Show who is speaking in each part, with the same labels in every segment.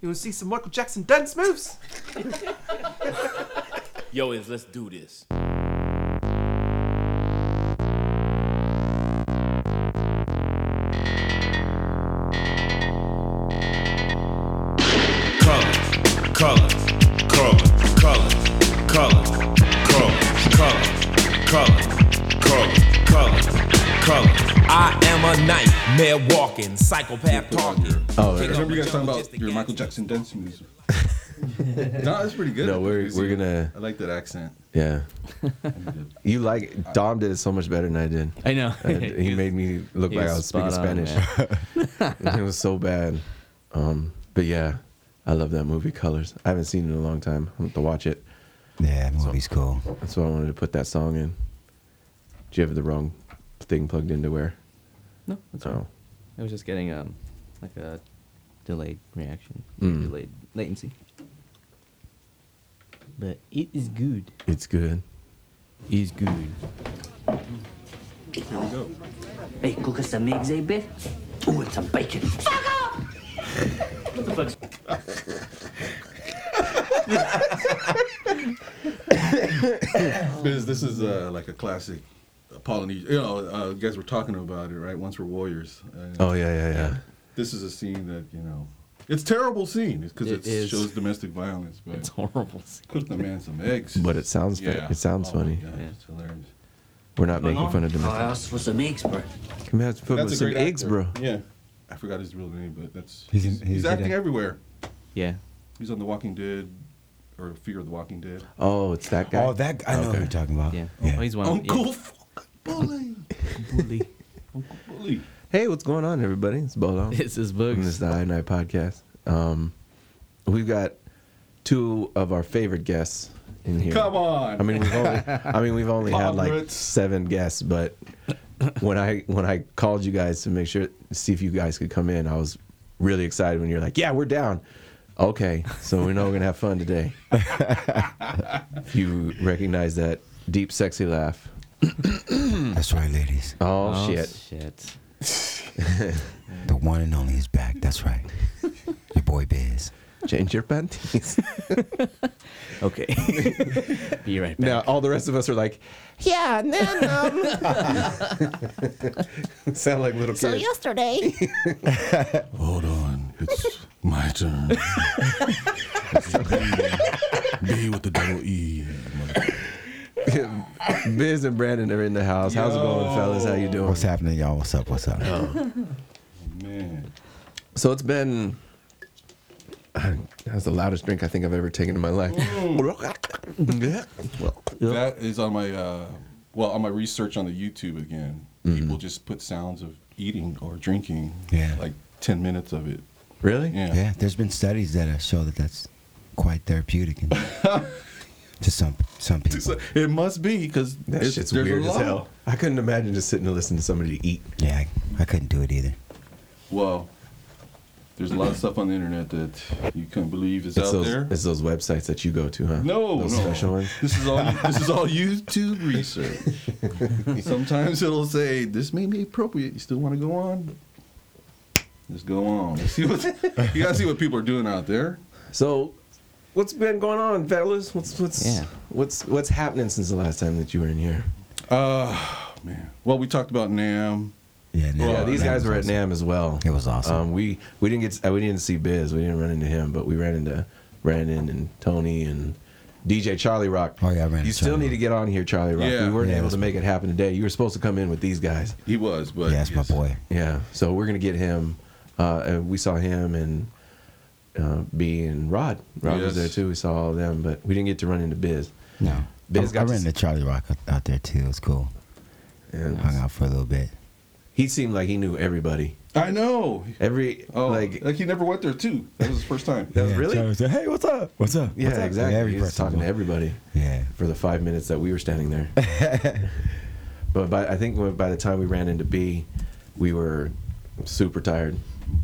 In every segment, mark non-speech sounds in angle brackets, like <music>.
Speaker 1: You want to see some Michael Jackson dance moves?
Speaker 2: Yo, is let's do this.
Speaker 3: colors, colors, colors, colors, colors, colors, colors, colors, colors, colors, colors. I am a nightmare walking, psychopath talking.
Speaker 4: Oh,
Speaker 3: King
Speaker 4: yeah.
Speaker 3: of
Speaker 5: Remember you guys talking
Speaker 3: jungle, just a
Speaker 5: about your
Speaker 3: gadget.
Speaker 5: Michael Jackson dance moves?
Speaker 4: <laughs>
Speaker 5: no, that's pretty good.
Speaker 4: No, we're-
Speaker 5: It's
Speaker 4: we're
Speaker 5: good.
Speaker 4: gonna-
Speaker 5: I like that accent.
Speaker 4: Yeah.
Speaker 5: good.
Speaker 4: <laughs> You like Dom did it so much better than
Speaker 6: <laughs>
Speaker 4: I did.
Speaker 6: I
Speaker 4: <laughs>
Speaker 6: know.
Speaker 4: Uh, he made me look
Speaker 6: He
Speaker 4: like
Speaker 6: was
Speaker 4: I was speaking
Speaker 6: spot on,
Speaker 4: Spanish. <laughs> it was so bad. Um, but yeah, I love that movie Colors. I haven't seen it in a long time. I want to watch it.
Speaker 7: Yeah, movie's cool.
Speaker 4: That's why I wanted to put that song in. Do you have the wrong thing plugged into where?
Speaker 6: no, that's all.
Speaker 4: Oh,
Speaker 6: I was just getting um like a delayed reaction,
Speaker 4: Mm.
Speaker 6: delayed latency. But it is good.
Speaker 4: it's good.
Speaker 6: Is good.
Speaker 8: Hey, cook us some eggs, eh, Beth? Ooh, and some bacon.
Speaker 6: <laughs>
Speaker 5: Biz, this is uh, like a classic Polynesian. You know, uh, you guys were talking about it, right? Once we're warriors. Uh,
Speaker 4: Oh yeah, yeah, yeah.
Speaker 5: This is a scene that you know, it's a terrible scene because
Speaker 6: It
Speaker 5: it,
Speaker 6: is.
Speaker 5: shows domestic violence. But
Speaker 2: It's horrible.
Speaker 5: cook the man
Speaker 4: <laughs>
Speaker 5: some eggs.
Speaker 4: But it sounds fa-
Speaker 5: yeah.
Speaker 4: it sounds
Speaker 5: Oh my
Speaker 4: funny.
Speaker 5: God,
Speaker 6: Yeah.
Speaker 5: It's hilarious.
Speaker 4: We're not making fun of
Speaker 8: I
Speaker 4: domestic.
Speaker 8: asked for some eggs, bro.
Speaker 4: Come out to put with
Speaker 5: a
Speaker 4: some
Speaker 5: great
Speaker 4: eggs,
Speaker 5: actor.
Speaker 4: bro.
Speaker 5: Yeah, I forgot his real name, but that's
Speaker 7: He's
Speaker 5: he's,
Speaker 7: in-
Speaker 5: he's,
Speaker 7: he's in
Speaker 5: acting
Speaker 7: that-
Speaker 5: everywhere.
Speaker 6: Yeah.
Speaker 5: He's on The Walking Dead or Fear of the Walking Dead.
Speaker 4: Oh, it's that guy.
Speaker 7: Oh, that guy- I know who you're talking about.
Speaker 6: Yeah.
Speaker 7: yeah.
Speaker 6: Oh, he's one. <laughs>
Speaker 5: Uncle
Speaker 6: yeah.
Speaker 5: fucking Bully.
Speaker 6: Bully.
Speaker 5: Uncle Bully.
Speaker 4: Hey, what's going on, everybody? It's
Speaker 9: <laughs>
Speaker 4: Bolong.
Speaker 6: It's his
Speaker 4: This
Speaker 6: books.
Speaker 4: is the I Night podcast. Um, we've got two of our favorite guests in here.
Speaker 5: Come on.
Speaker 4: I mean, we've only, I mean, we've only had like
Speaker 5: Pirates.
Speaker 4: seven guests, but when I when I called you guys to make sure see if you guys could come in, I was really excited when you're like, "Yeah, we're down." Okay, so we know we're gonna have fun <laughs> today. you recognize that deep, sexy laugh?
Speaker 7: That's right, ladies.
Speaker 4: Oh, shit!
Speaker 6: Shit.
Speaker 7: The one and only is back. That's
Speaker 4: <laughs>
Speaker 7: right. Your boy Biz.
Speaker 4: Change your <laughs> panties.
Speaker 6: Okay. <laughs> Be right back.
Speaker 4: now all the rest of us are like, "Yeah, and then um, sound like little kids."
Speaker 10: So yesterday,
Speaker 5: Hold on. It's my turn. <laughs> This is B- B with the double E.
Speaker 4: <laughs> Biz and Brandon are in the house. How's it going, fellas? How you doing?
Speaker 7: What's happening, y'all? What's up? What's up?
Speaker 4: Oh.
Speaker 5: Man.
Speaker 4: So it's been. <sighs> That's the loudest drink I think I've ever taken in my life.
Speaker 5: Mm. That is on my uh well, on my research on the YouTube again.
Speaker 4: Mm-hmm.
Speaker 5: People just put sounds of eating or drinking.
Speaker 7: Yeah.
Speaker 5: Like ten minutes of it.
Speaker 4: really?
Speaker 5: Yeah.
Speaker 7: Yeah, there's been studies that have show that that's quite
Speaker 4: <laughs>
Speaker 7: therapeutic and to some some people.
Speaker 5: So It must be because
Speaker 4: That shit's weird as hell. I couldn't imagine just sitting and listening to somebody eat.
Speaker 7: Yeah, I, I couldn't do it either.
Speaker 5: Well, there's a lot of stuff on the internet that you couldn't believe is
Speaker 4: It's
Speaker 5: out
Speaker 4: those,
Speaker 5: there.
Speaker 4: it's those websites that you go to, huh?
Speaker 5: No,
Speaker 4: those
Speaker 5: no.
Speaker 4: special ones.
Speaker 5: This is all this
Speaker 4: <laughs>
Speaker 5: is all YouTube research. Sometimes it'll say this may be appropriate. You still want to go on? Just go on. Let's see what <laughs> you gotta see what people are doing out there.
Speaker 4: So, what's been going on, fellas? What's what's
Speaker 6: Yeah.
Speaker 4: what's what's happening since the last time that you were in here?
Speaker 5: Uh man. Well, we talked about Nam.
Speaker 7: Yeah, no,
Speaker 4: yeah, these
Speaker 7: that
Speaker 4: guys
Speaker 7: was
Speaker 4: were at
Speaker 7: awesome.
Speaker 4: Nam as well.
Speaker 7: It was awesome.
Speaker 4: Um, we we didn't get to, we didn't see Biz, we didn't run into him, but we ran into Brandon and Tony and DJ Charlie Rock.
Speaker 7: Oh, yeah, I ran into
Speaker 4: You still
Speaker 7: Charlie
Speaker 4: need to
Speaker 7: Rock.
Speaker 4: get on here, Charlie Rock.
Speaker 5: Yeah.
Speaker 4: we weren't
Speaker 7: Yeah,
Speaker 4: able
Speaker 7: that's
Speaker 4: to make it happen today. You were supposed to come in with these guys.
Speaker 5: He was, but
Speaker 7: yeah, that's my
Speaker 5: yes.
Speaker 7: boy.
Speaker 4: Yeah, so we're gonna get him. Uh, and we saw him and uh, B and Rod. Rod
Speaker 5: Yes.
Speaker 4: was there too. We saw all of them, but we didn't get to run into Biz.
Speaker 7: No,
Speaker 4: Biz
Speaker 7: I,
Speaker 4: got
Speaker 7: I
Speaker 4: to
Speaker 7: ran
Speaker 4: s-
Speaker 7: into Charlie Rock out- out there too. It was cool.
Speaker 4: And
Speaker 7: Hung out for a little bit.
Speaker 4: he seemed like he knew everybody.
Speaker 5: I know.
Speaker 4: Every
Speaker 5: Oh,
Speaker 4: like
Speaker 5: like, he never went there too. That was his first time.
Speaker 4: that was Oh, really
Speaker 7: Charlie said, "Hey, what's up? What's up?
Speaker 4: yeah
Speaker 7: What's up?"
Speaker 4: exactly.
Speaker 7: Every
Speaker 4: he was
Speaker 7: person
Speaker 4: talking to
Speaker 7: was-
Speaker 4: everybody.
Speaker 7: Yeah,
Speaker 4: for the five minutes that we were standing there. but by, I think when- by the time we ran into B, we were super tired.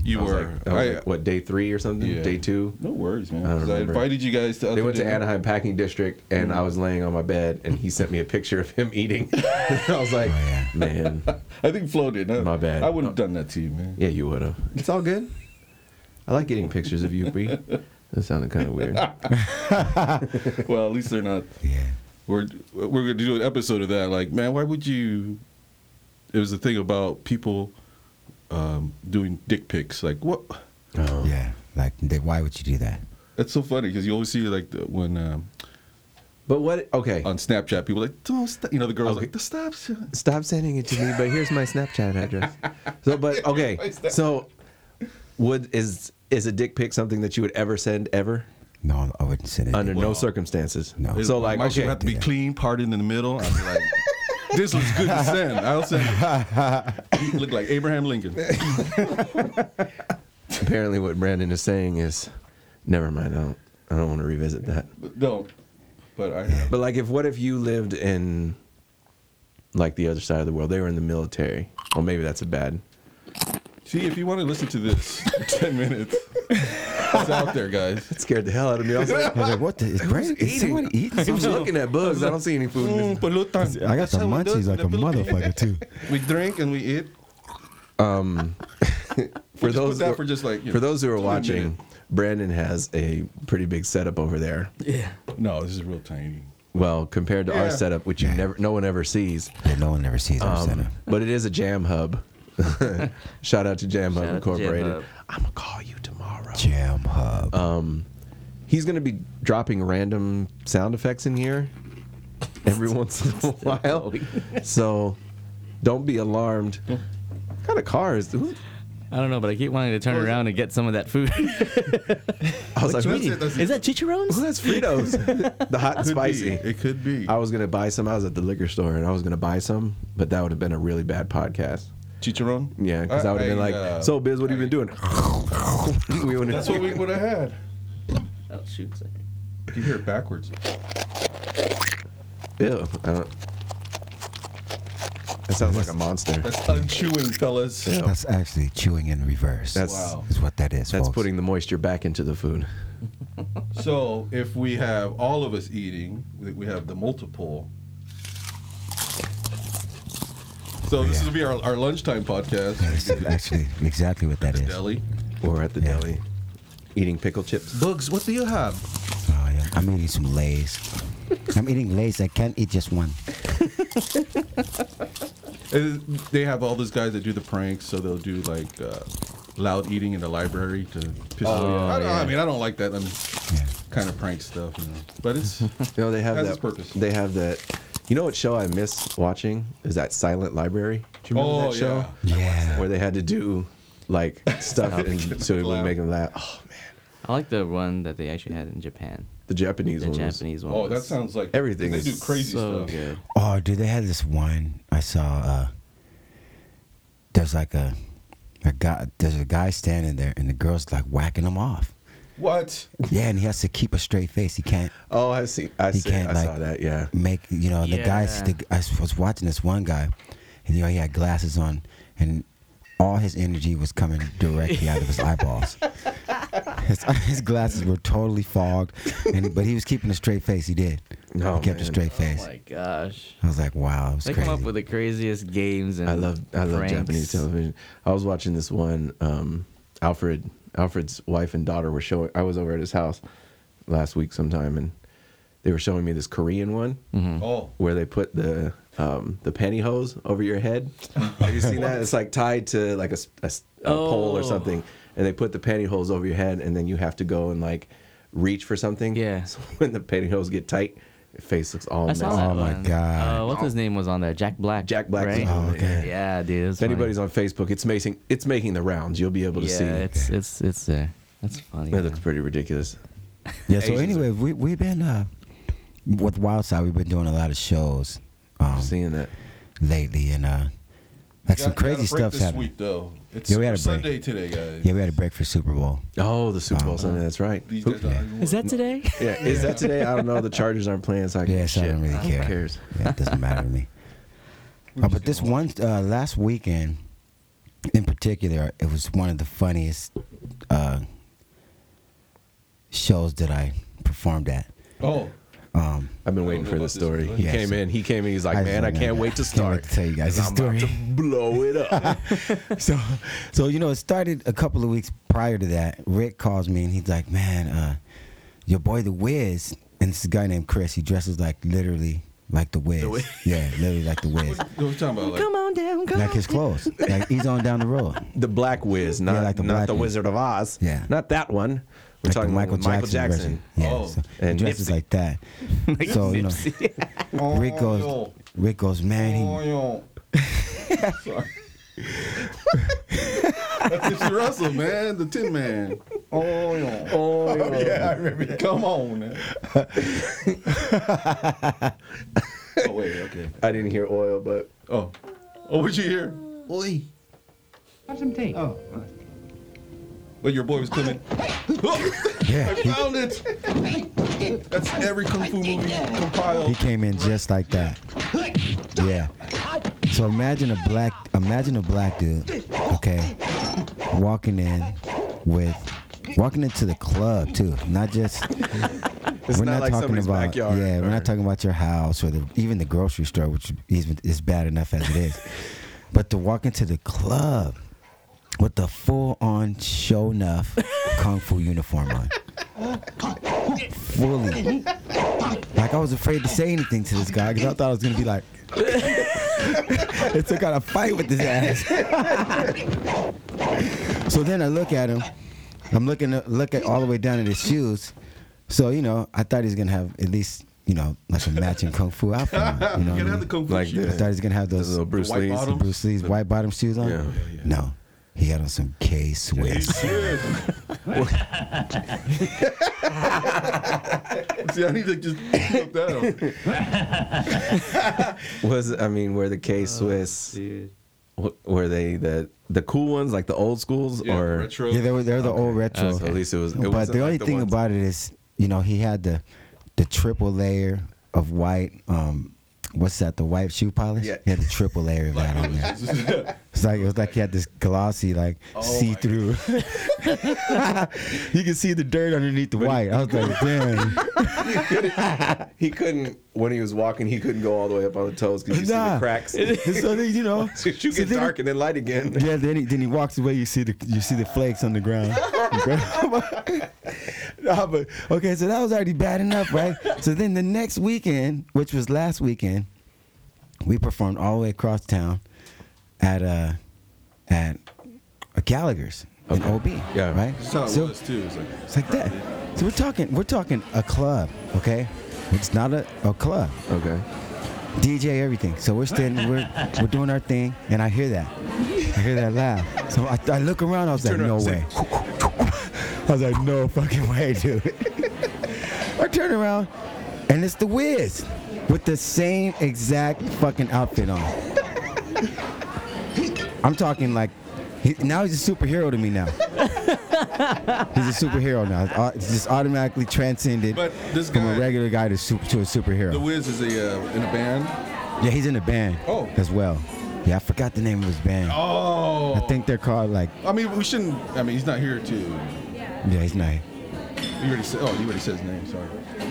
Speaker 5: You
Speaker 4: I was
Speaker 5: were.
Speaker 4: like- that was
Speaker 5: I-
Speaker 4: like, what day three or something?
Speaker 5: Yeah.
Speaker 4: Day two.
Speaker 5: No worries, man.
Speaker 4: I don't
Speaker 5: 'cause I,
Speaker 4: remember.
Speaker 5: invited you guys to.
Speaker 4: They
Speaker 5: other
Speaker 4: went to
Speaker 5: dinner.
Speaker 4: Anaheim Packing District, and I was laying on my bed, and he sent me a picture of him eating. <laughs> I was like,
Speaker 7: yeah.
Speaker 4: man,
Speaker 5: I think Flo did. huh?
Speaker 4: My bad.
Speaker 5: I would have done that to you, man.
Speaker 4: yeah, you would have. It's all good. I like getting pictures of you, Bree. That sounded kind of weird.
Speaker 5: well, at least they're not.
Speaker 7: Yeah.
Speaker 5: We're we're gonna do an episode of that. Like, man, why would you? It was the thing about people um, doing dick pics. Like, what?
Speaker 7: Yeah. Like, they, why would you do that?
Speaker 5: That's so funny because you always see like the, when um,
Speaker 4: But what? Okay,
Speaker 5: <laughs> on Snapchat people like don't stop. You know the girls
Speaker 4: Okay.
Speaker 5: like the stop. sign."
Speaker 4: stop sending it to me. But here's my Snapchat address. So, but okay, so would is is a dick pic something that you would ever send ever
Speaker 7: No, I wouldn't send it.
Speaker 4: under no circumstances?
Speaker 7: No.
Speaker 4: So like,
Speaker 5: my shit
Speaker 4: okay,
Speaker 5: have to be clean, parted in the middle. I'd be like, <laughs> this looks good to send. I'll send. it." You Look like Abraham
Speaker 4: <laughs>
Speaker 5: Lincoln.
Speaker 4: apparently what Brandon is saying is, never mind. I don't. I don't want to revisit that.
Speaker 5: But don't. But I have.
Speaker 4: But like, if what if you lived in like the other side of the world? They were in the military. Well, maybe that's a bad.
Speaker 5: See, if you want to listen to this, <laughs> ten minutes. It's out there, guys.
Speaker 4: It scared the hell out of me. I was like,
Speaker 7: <laughs> I was like, what the? Is, Brandon, is somebody eating
Speaker 4: I'm
Speaker 7: something?
Speaker 4: looking at bugs. I don't see any food.
Speaker 5: Mm.
Speaker 4: in this.
Speaker 5: I
Speaker 10: I got some munchies like a motherfucker too.
Speaker 5: <laughs> We drink and we eat.
Speaker 4: Um, <laughs> For
Speaker 5: Just
Speaker 4: those
Speaker 5: put that for just like you
Speaker 4: for
Speaker 5: know,
Speaker 4: those who are
Speaker 5: just a
Speaker 4: watching, Brandon has a pretty big setup over there.
Speaker 6: Yeah.
Speaker 5: minute. No, this is real tiny.
Speaker 4: Well, compared to our
Speaker 5: Yeah.
Speaker 4: setup, which you never, no one ever sees.
Speaker 7: Yeah, no one ever sees our
Speaker 4: Um,
Speaker 7: center.
Speaker 4: but it is a jam hub. <laughs> Shout out to Jam
Speaker 6: Shout out to Jam
Speaker 4: Hub Incorporated.
Speaker 6: Hub.
Speaker 4: I'm gonna call you tomorrow.
Speaker 7: Jam Hub.
Speaker 4: um, He's gonna be dropping random sound effects in here <laughs> every once in a while. <laughs> So don't be alarmed. What kind of car is? who-
Speaker 6: I don't know, but I keep wanting to turn around and get some of that
Speaker 4: <laughs>
Speaker 6: food.
Speaker 4: I was
Speaker 5: That's
Speaker 4: like,
Speaker 5: it. That's
Speaker 6: Is that chicharrones?
Speaker 4: who has
Speaker 5: <laughs>
Speaker 4: Fritos? the hot and
Speaker 5: Could be.
Speaker 4: spicy.
Speaker 5: It could be.
Speaker 4: I was gonna buy some. I was at the liquor store and I was gonna buy some, but that would have been a really bad podcast.
Speaker 5: Chicharron.
Speaker 4: Yeah, because I would have been like,
Speaker 5: uh,
Speaker 4: "So Biz, what have you been doing?" <laughs> we would've-
Speaker 5: That's what we would have had.
Speaker 6: Oh shoot!
Speaker 5: You hear it backwards.
Speaker 4: <laughs> Ew, I don't- That sounds like a monster.
Speaker 5: That's unchewing, fellas.
Speaker 7: That's actually chewing in reverse.
Speaker 4: That's-
Speaker 5: Wow.
Speaker 7: is what that is.
Speaker 4: That's
Speaker 7: folks.
Speaker 4: putting the moisture back into the food.
Speaker 5: So if we have all of us eating, we- we have the multiple. So this will be our, our lunchtime
Speaker 7: That's
Speaker 5: podcast.
Speaker 7: actually exactly what that is. Oh,
Speaker 5: Deli.
Speaker 4: Or at the
Speaker 7: Yeah.
Speaker 4: deli, eating pickle chips.
Speaker 5: Bugs, what do you have?
Speaker 7: Oh, yeah. I'm eating some Lay's. I'm eating Lay's. I can't eat just one.
Speaker 5: And they have all those guys that do the pranks, so they'll do like uh, loud eating in the library to piss oh, I, don't, I mean, I don't like that. I mean, kind of prank stuff, you know. But it's
Speaker 4: You know they have
Speaker 5: Has
Speaker 4: that.
Speaker 5: its purpose.
Speaker 4: They have that. You know what show I miss watching is that Silent Library. Do you remember
Speaker 5: Oh,
Speaker 4: that show?
Speaker 7: Yeah.
Speaker 4: Where they had to do
Speaker 5: <laughs>
Speaker 4: like stuff and so it would
Speaker 5: laugh.
Speaker 4: make them laugh. Oh man,
Speaker 6: I like the one that they actually had in Japan.
Speaker 4: the Japanese
Speaker 6: The
Speaker 4: one. was-
Speaker 6: Japanese one.
Speaker 5: oh, that
Speaker 6: was
Speaker 5: sounds like
Speaker 4: Everything
Speaker 5: They
Speaker 4: is
Speaker 5: do crazy
Speaker 6: so
Speaker 5: stuff.
Speaker 6: good.
Speaker 7: Oh, dude, they had this one I saw. uh There's like a a guy. There's a guy standing there, and the girl's like whacking him off.
Speaker 5: What?
Speaker 7: Yeah, and he has to keep a straight face. He can't
Speaker 4: Oh, I see. I
Speaker 7: He
Speaker 4: see.
Speaker 7: can't,
Speaker 4: I
Speaker 7: like-
Speaker 4: saw that. Yeah.
Speaker 7: make you know the guys.
Speaker 6: Yeah.
Speaker 7: The, I was watching this one guy, and you know he had glasses on, and all his energy was coming directly out of his
Speaker 6: <laughs>
Speaker 7: eyeballs. His, his glasses were totally fogged, and but he was keeping a straight face. He did.
Speaker 4: No,
Speaker 7: he kept a
Speaker 4: man.
Speaker 7: straight face.
Speaker 6: Oh my gosh.
Speaker 7: I was like, wow, it was
Speaker 6: They
Speaker 7: crazy.
Speaker 6: come up with the craziest games and
Speaker 4: I love I love
Speaker 6: pranks.
Speaker 4: Japanese television. I was watching this one. Um, Alfred Alfred's wife and daughter were showing. I was over at his house last week sometime, and they were showing me this Korean one
Speaker 6: Mm-hmm.
Speaker 5: Oh,
Speaker 4: where they put the um, the pantyhose over your head. Have
Speaker 6: <laughs>
Speaker 4: you seen that? It's like tied to like a, s- a s- a pole or
Speaker 6: Oh.
Speaker 4: something, and they put the pantyhose over your head, and then you have to go and like reach for something.
Speaker 6: Yeah.
Speaker 4: <laughs> So when the pantyhose get tight, your face looks all
Speaker 6: I
Speaker 4: messed
Speaker 6: saw
Speaker 4: up.
Speaker 6: that
Speaker 7: Oh my
Speaker 6: one.
Speaker 7: God.
Speaker 6: Uh, what's his name was on there? Jack Black.
Speaker 4: Jack Black was
Speaker 6: Right?
Speaker 4: on
Speaker 7: Oh,
Speaker 4: there.
Speaker 7: okay.
Speaker 6: Yeah, dude.
Speaker 4: If anybody's on Facebook, it's making it's making the rounds. You'll be able to
Speaker 6: yeah,
Speaker 4: see.
Speaker 6: it's it's it's there. That's funny.
Speaker 4: That
Speaker 6: man.
Speaker 4: looks pretty ridiculous.
Speaker 7: yeah. So
Speaker 4: Asians
Speaker 7: anyway, we we've been uh, with Wildside. We've been doing a lot of shows um,
Speaker 4: Seeing that.
Speaker 7: lately, and uh, like some
Speaker 5: Got- got a
Speaker 7: crazy
Speaker 5: break
Speaker 7: stuff's
Speaker 5: this
Speaker 7: happening.
Speaker 5: week though. It's
Speaker 7: Yeah, we had a
Speaker 5: Sunday
Speaker 7: break.
Speaker 5: today, guys.
Speaker 7: Yeah, we had a break for Super Bowl.
Speaker 4: Oh, the Super Bowl Sunday. That's right.
Speaker 5: These
Speaker 4: Who-
Speaker 5: guys don't even
Speaker 6: Is
Speaker 5: work.
Speaker 6: that today?
Speaker 4: yeah, is that today? I don't know. The Chargers aren't playing, so I can
Speaker 7: Yeah, so I
Speaker 4: shit.
Speaker 7: don't really care.
Speaker 4: Who cares?
Speaker 7: Yeah, it doesn't matter
Speaker 4: <laughs>
Speaker 7: to me. Uh, but this one uh, last weekend, in particular, it was one of the funniest
Speaker 4: <laughs>
Speaker 7: uh, shows that I performed at.
Speaker 5: Oh,
Speaker 7: Um,
Speaker 4: I've been waiting for this story. He
Speaker 7: Yes.
Speaker 4: came in. He came in. He's like,
Speaker 7: I just
Speaker 4: man, I
Speaker 7: don't
Speaker 4: can't
Speaker 7: know.
Speaker 4: wait to
Speaker 7: I can't
Speaker 4: start.
Speaker 7: wait to tell you guys this
Speaker 4: I'm
Speaker 7: story. <laughs>
Speaker 4: about to blow it up.
Speaker 7: so, so you know, it started a couple of weeks prior to that. Rick calls me and he's like, "Man, uh, your boy the Wiz," and this guy named Chris. He dresses like literally like the Wiz. yeah, literally
Speaker 4: <laughs>
Speaker 7: like the Wiz.
Speaker 5: What you talking about? Like,
Speaker 7: on down, Like his clothes. Like he's on down the road.
Speaker 4: the Black Wiz, not
Speaker 7: like the
Speaker 4: the, not
Speaker 7: Black
Speaker 4: the
Speaker 7: Wiz.
Speaker 4: Wizard of Oz.
Speaker 7: Yeah.
Speaker 4: not that one. We're
Speaker 7: Like the
Speaker 4: talking Michael Jackson. Michael Jackson.
Speaker 7: version. Yeah,
Speaker 5: Oh.
Speaker 7: so he
Speaker 4: And
Speaker 7: dresses
Speaker 4: Nipsey. <laughs>
Speaker 7: like that. so you know, Rick goes,
Speaker 4: Oh.
Speaker 5: yo.
Speaker 7: Rick goes, man, he,
Speaker 5: Oh, yo. Sorry. That's Nipsey Russell, man, the Tin Man. Oh, yo. oh yeah, I remember that. Come on, man. oh wait, okay.
Speaker 4: I didn't hear oil, but
Speaker 5: Oh, oh, what'd you hear? Oi. But your boy was coming.
Speaker 7: yeah, he,
Speaker 5: Found it. That's every kung fu movie
Speaker 7: he
Speaker 5: compiled.
Speaker 7: came in just like that. Yeah. So imagine a black, imagine a black dude, okay, walking in with, walking into the club too, not just.
Speaker 4: it's not like somebody's
Speaker 7: about
Speaker 4: backyard.
Speaker 7: yeah, we're
Speaker 4: or-
Speaker 7: not talking about your house or the, even the grocery store, which is, is bad enough as
Speaker 4: <laughs>
Speaker 7: it is. but to walk into the club with the full on
Speaker 4: <laughs>
Speaker 7: show enough kung fu uniform on, fully, like I was afraid to say anything to this guy because I thought I was gonna be like. <laughs> it took out a fight with his ass. <laughs> so then I look at him. I'm looking at, look at all the way down at his shoes. So you know, I thought he was gonna have at least you know like a matching kung fu outfit. On,
Speaker 5: <laughs>
Speaker 7: you know, what I
Speaker 5: Gotta have the
Speaker 7: mean?
Speaker 5: kung fu
Speaker 4: Like
Speaker 5: shoes.
Speaker 7: I thought he was gonna have
Speaker 4: This
Speaker 7: those
Speaker 4: is a Bruce
Speaker 5: white
Speaker 4: Lee.
Speaker 5: bottom.
Speaker 7: some Bruce Lee's white bottom shoes on.
Speaker 4: Yeah. Yeah,
Speaker 7: No, he had on some K Swiss.
Speaker 5: Serious. <laughs> See, I need to just look that
Speaker 4: <laughs> Was I mean, were the
Speaker 5: Oh,
Speaker 4: K Swiss?
Speaker 6: Dude.
Speaker 4: wh- were they the the cool ones, like the old schools,
Speaker 5: up. Yeah,
Speaker 4: or
Speaker 5: retro.
Speaker 7: Yeah, they were they're the old retro.
Speaker 4: So at least it was. It
Speaker 7: but
Speaker 4: wasn't
Speaker 7: the only
Speaker 4: like
Speaker 7: thing
Speaker 4: ones-
Speaker 7: about it is, you know, he had the the triple layer of white. Um, what's that? The white shoe polish.
Speaker 4: Yeah.
Speaker 7: he had the triple layer of that
Speaker 4: <laughs>
Speaker 7: on there. <laughs> It's like it was like he had this glossy, like
Speaker 4: Oh
Speaker 7: see through. <laughs> you can see the dirt underneath the white. I was
Speaker 4: <laughs>
Speaker 7: like, damn.
Speaker 4: he couldn't when he was walking. He couldn't go all the way up on the toes because you see
Speaker 7: Nah.
Speaker 4: the
Speaker 7: <laughs>
Speaker 4: cracks.
Speaker 7: so then, you know,
Speaker 4: <laughs> you
Speaker 7: so
Speaker 4: get
Speaker 7: then-
Speaker 4: dark and then light <laughs> again.
Speaker 7: <laughs> Yeah, then he, then he walks away. You see the you see the flakes on
Speaker 4: <laughs>
Speaker 7: the ground. <laughs> Nah, but- okay, so that was already bad enough, right? So then the next weekend, which was last weekend, we performed all the way across town at uh at a Gallagher's in OB.
Speaker 4: Yeah.
Speaker 7: right.
Speaker 5: That's how it
Speaker 7: So-
Speaker 5: was too. It's like
Speaker 7: it's like that. So we're talking we're talking a club, okay? It's not a, a club.
Speaker 4: Okay.
Speaker 7: DJ everything. So we're standing, we're, we're doing our thing, and I hear that. I hear that loud. So I, I look around, I was like,
Speaker 4: Turn
Speaker 7: no
Speaker 4: around,
Speaker 7: way. I was like, no fucking way, dude. <laughs> I turn around, and it's the Wiz with the same exact fucking outfit on. I'm talking like, he, now he's a superhero to me now. he's a superhero now. It's au- It's just automatically transcended
Speaker 5: But this
Speaker 7: from
Speaker 5: guy-
Speaker 7: a regular guy to, super, to a superhero.
Speaker 5: The Wiz is a uh, in a band.
Speaker 7: Yeah, he's in a band.
Speaker 5: Oh.
Speaker 7: As well. Yeah, I forgot the name of his band.
Speaker 5: Oh.
Speaker 7: I think they're called like.
Speaker 5: I mean, we shouldn't. I mean, he's not here to. You
Speaker 7: Yeah, he's not.
Speaker 5: already said. Oh, you already said his name. Sorry.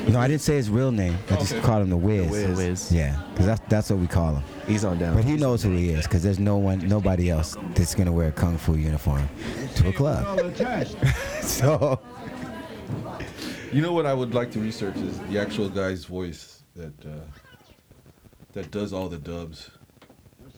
Speaker 7: No, I didn't say his real name. I just
Speaker 5: Okay.
Speaker 7: called him the Wiz.
Speaker 6: Wiz. The Wiz.
Speaker 7: Yeah, because that's that's what we call him.
Speaker 4: He's on down.
Speaker 7: But he knows who he is because there's no one, nobody else that's gonna wear a kung fu uniform to a club. <laughs> so
Speaker 5: You know what I would like to research is the actual guy's voice that uh, that does all the dubs.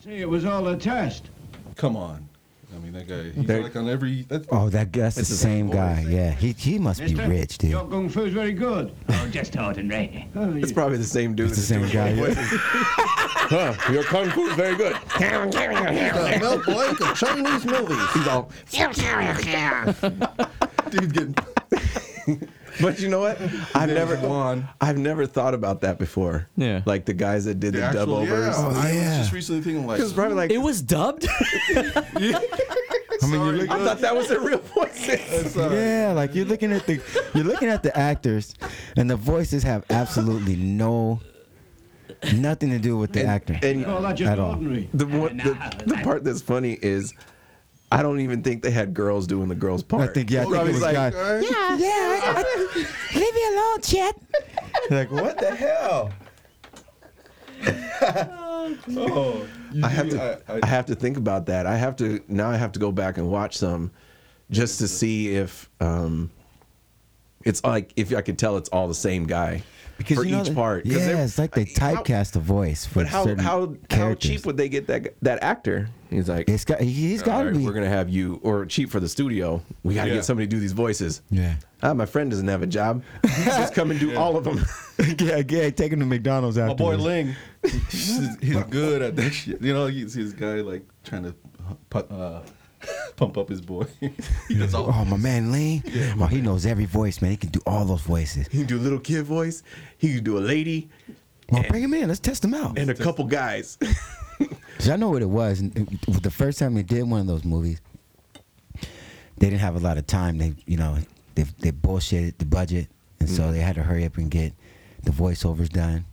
Speaker 11: See, it was all a test.
Speaker 5: Come on. I mean, that guy. He's
Speaker 4: There-
Speaker 5: like on every. That's,
Speaker 7: oh, that that's the same guy. Yeah, he he must be rich, dude.
Speaker 11: Your kung fu's very good.
Speaker 8: Oh, just ordinary.
Speaker 11: Oh,
Speaker 4: It's
Speaker 11: you-
Speaker 4: probably the same dude.
Speaker 7: It's the same guy. yeah.
Speaker 4: Huh, your kung fu is very good.
Speaker 5: Mel Blanc of Chinese movies.
Speaker 4: He's all.
Speaker 5: Dude, getting.
Speaker 4: <laughs> But you know <laughs> what? I've never
Speaker 5: Juan.
Speaker 4: I've never thought about that before.
Speaker 6: Yeah.
Speaker 4: Like the guys that did the,
Speaker 5: The
Speaker 4: dub
Speaker 5: actual, Oh, yeah,
Speaker 4: overs.
Speaker 5: I was
Speaker 7: yeah.
Speaker 5: just recently thinking like.
Speaker 4: It's probably
Speaker 7: <laughs>
Speaker 4: like
Speaker 6: It was dubbed?
Speaker 5: I mean, you
Speaker 4: I thought that was their real <laughs> voices.
Speaker 7: Yeah, like you're looking at the you're looking at the actors, and the voices have absolutely no nothing to do with the actor.
Speaker 11: Call
Speaker 4: And
Speaker 11: that
Speaker 7: <laughs>
Speaker 11: just
Speaker 7: At all.
Speaker 11: ordinary.
Speaker 4: the, one, the the part that's funny is I don't even think they had girls doing the girls part.
Speaker 7: I think yeah, I think it
Speaker 4: Probably
Speaker 7: was
Speaker 4: like,
Speaker 7: guy.
Speaker 5: "All right."
Speaker 7: Yeah, yeah. I, I, leave me alone, Chet. like, what the hell?
Speaker 5: <laughs> Oh, you-
Speaker 4: I have to.
Speaker 5: I-
Speaker 4: I,
Speaker 5: I-
Speaker 4: have to think about that. I have to now. I have to go back and watch some, just to see if um, it's like if I could tell it's all the same guy for
Speaker 7: you know
Speaker 4: each
Speaker 7: that-
Speaker 4: part. 'Cause
Speaker 7: Yeah,
Speaker 4: they're-
Speaker 7: it's like they
Speaker 4: how-
Speaker 7: typecast the voice for
Speaker 4: But how
Speaker 7: certain
Speaker 4: how how
Speaker 7: characters.
Speaker 4: cheap would they get that that actor? He's like,
Speaker 7: It's got, he's got
Speaker 4: "All
Speaker 7: to
Speaker 4: right,
Speaker 7: be.
Speaker 4: we're gonna have you or cheap for the studio. We gotta
Speaker 5: Yeah.
Speaker 4: get somebody to do these voices.
Speaker 7: Yeah.
Speaker 4: Ah, my friend doesn't have a job. Just come and do all of them.
Speaker 7: <laughs> yeah, yeah, take him to McDonald's after.
Speaker 5: My boy Ling, <laughs> he's, he's good at that shit. You know, you see this guy like trying to pu- uh, pump up his boy. <laughs> he does all.
Speaker 7: Oh, my man Ling. oh, he knows every voice, man. He can do all those voices.
Speaker 4: <laughs> He can do a little kid voice. He can do a lady
Speaker 7: Well, bring him in. Let's test him out.
Speaker 4: and a couple guys.
Speaker 7: Cause I know what it was. and it- it- The first time they did one of those movies, they didn't have a lot of time. They, you know, they they bullshitted the budget, and
Speaker 4: Mm.
Speaker 7: so they had to hurry up and get the voiceovers done.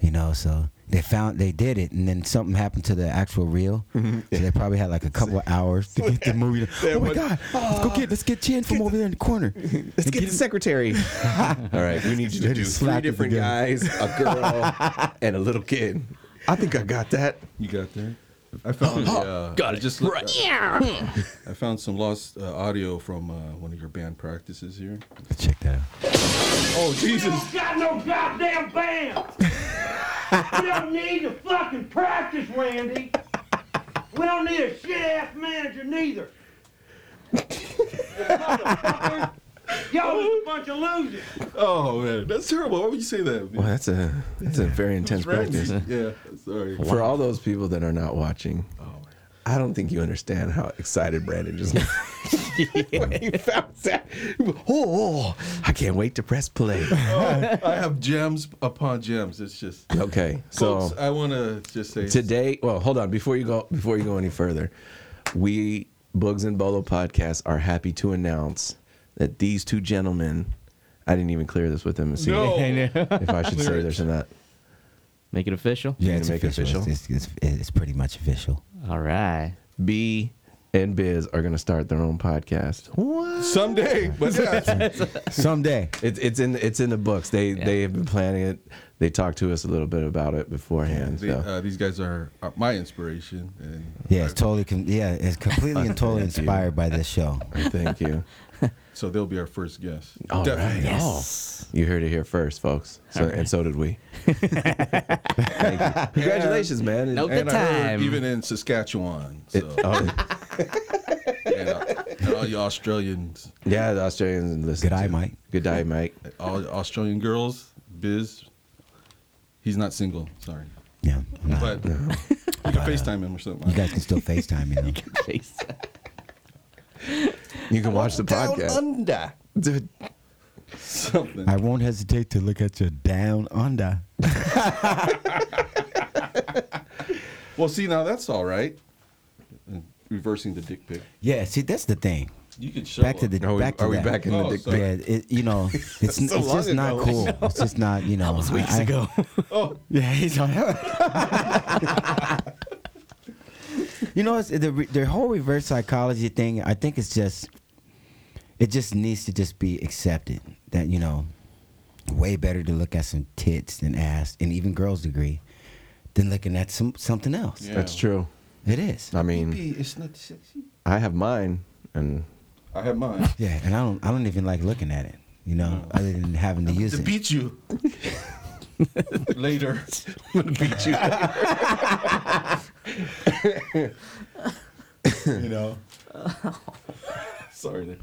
Speaker 7: You know, so they found they did it, and then something happened to the actual reel. So they probably had like a
Speaker 4: <laughs>
Speaker 7: couple of hours to get the movie. done.
Speaker 4: Mm-hmm. That
Speaker 7: oh my
Speaker 4: one-
Speaker 7: god! Let's go get let's get Chin from over there in the
Speaker 4: <laughs>
Speaker 7: corner.
Speaker 4: Let's get the secretary. all right, we need you to
Speaker 7: They
Speaker 4: do
Speaker 7: just
Speaker 4: three
Speaker 7: slapped it
Speaker 4: different
Speaker 7: together.
Speaker 4: guys, a <laughs> girl, and a little kid. I think I got that.
Speaker 5: You got there. I found. a, uh,
Speaker 2: Got
Speaker 5: I
Speaker 2: it.
Speaker 5: Just right. I found some lost uh, audio from uh, one of your band practices here.
Speaker 7: Check that out.
Speaker 5: Oh Jesus!
Speaker 11: Got no goddamn band. we don't need to fucking practice, Randy. We don't need a shit ass manager
Speaker 7: <laughs>
Speaker 11: neither. Motherfucker. Y'all just a bunch of losers.
Speaker 5: Oh man, that's terrible. Why would you say that?
Speaker 4: Well, that's a that's a very intense
Speaker 5: Randy.
Speaker 4: practice.
Speaker 5: <laughs> Yeah, sorry.
Speaker 4: For all those people that are not watching, I don't think you understand how excited Brandon <laughs> just when he found that. Oh, I can't wait to press play.
Speaker 5: I have gems upon gems. It's just.
Speaker 4: Okay, so
Speaker 5: Folks, I want to just say
Speaker 4: today, well, hold on before you go before you go any further, we Bugs and Bolo podcast are happy to announce that these two gentlemen. I didn't even clear this with them and see <laughs>
Speaker 5: no.
Speaker 4: if I should say this or not.
Speaker 6: Make it official.
Speaker 7: Yeah,
Speaker 4: need
Speaker 7: it's
Speaker 4: to make it
Speaker 7: official.
Speaker 4: official?
Speaker 7: It's, it's, it's, it's pretty
Speaker 4: <laughs>
Speaker 7: much official.
Speaker 6: All right.
Speaker 4: B and Biz are going to start their own podcast.
Speaker 5: Someday, but yeah,
Speaker 7: Someday.
Speaker 4: It's it's in it's in the books. They they have been planning it. They talked to us a little bit about it beforehand.
Speaker 5: they,
Speaker 4: So.
Speaker 5: uh, these guys are, are my inspiration. And uh,
Speaker 7: Yeah, it's totally. Com- yeah, it's completely and totally inspired by this show.
Speaker 4: Thank you.
Speaker 5: So they'll be our first guest.
Speaker 4: All right.
Speaker 5: Definitely.
Speaker 4: Oh, you heard it here first, folks. So, And so did we. Thank you. Congratulations, man.
Speaker 6: Nope.
Speaker 5: And
Speaker 6: Good
Speaker 5: I heard
Speaker 6: time.
Speaker 5: even in Saskatchewan.
Speaker 4: It-
Speaker 5: So,
Speaker 4: oh,
Speaker 5: <laughs> and, uh, and all you Australians,
Speaker 4: yeah, the Australians listen.
Speaker 7: Good eye,
Speaker 4: too.
Speaker 7: Mike.
Speaker 4: Good day, Mike.
Speaker 5: all you Australian girls, Biz, he's not single. Sorry.
Speaker 7: Yeah, I'm not-
Speaker 5: But you can FaceTime him or something.
Speaker 7: you guys can still Facetime, you know.
Speaker 6: Face.
Speaker 4: You can watch the podcast.
Speaker 5: under.
Speaker 4: Dude,
Speaker 5: Something.
Speaker 7: I won't hesitate to look at your down under.
Speaker 5: Well, see, now that's all right. And reversing the dick pic.
Speaker 7: Yeah, see, that's the thing.
Speaker 5: You can show
Speaker 7: Back to the
Speaker 4: Are we,
Speaker 7: back to
Speaker 4: are we
Speaker 7: that.
Speaker 4: back in the
Speaker 5: Oh,
Speaker 4: dick
Speaker 5: sorry.
Speaker 4: pic?
Speaker 7: Yeah, it, you <laughs> know, it's,
Speaker 4: So
Speaker 7: it's just
Speaker 4: long
Speaker 7: not
Speaker 4: ago.
Speaker 7: cool. It's just not, you know. That was weeks <laughs> ago.
Speaker 5: Oh,
Speaker 7: yeah, he's on. <laughs> you know, it's, the re- the whole reverse psychology thing. I think it's just, it just needs to just be accepted that you know, way better to look at some tits and ass, and even girls' degree, than looking at some something else.
Speaker 5: Yeah.
Speaker 4: That's true.
Speaker 7: It is.
Speaker 4: I mean,
Speaker 5: it's not sexy.
Speaker 4: I have mine, and
Speaker 5: I have
Speaker 7: <laughs>
Speaker 5: mine.
Speaker 7: Yeah, and I don't I don't even like looking at it, you know, other than having to use
Speaker 5: to
Speaker 7: it.
Speaker 5: beat you
Speaker 7: <laughs>
Speaker 5: later.
Speaker 4: I'm gonna beat
Speaker 5: <laughs>
Speaker 4: you.
Speaker 5: you know. Sorry. There.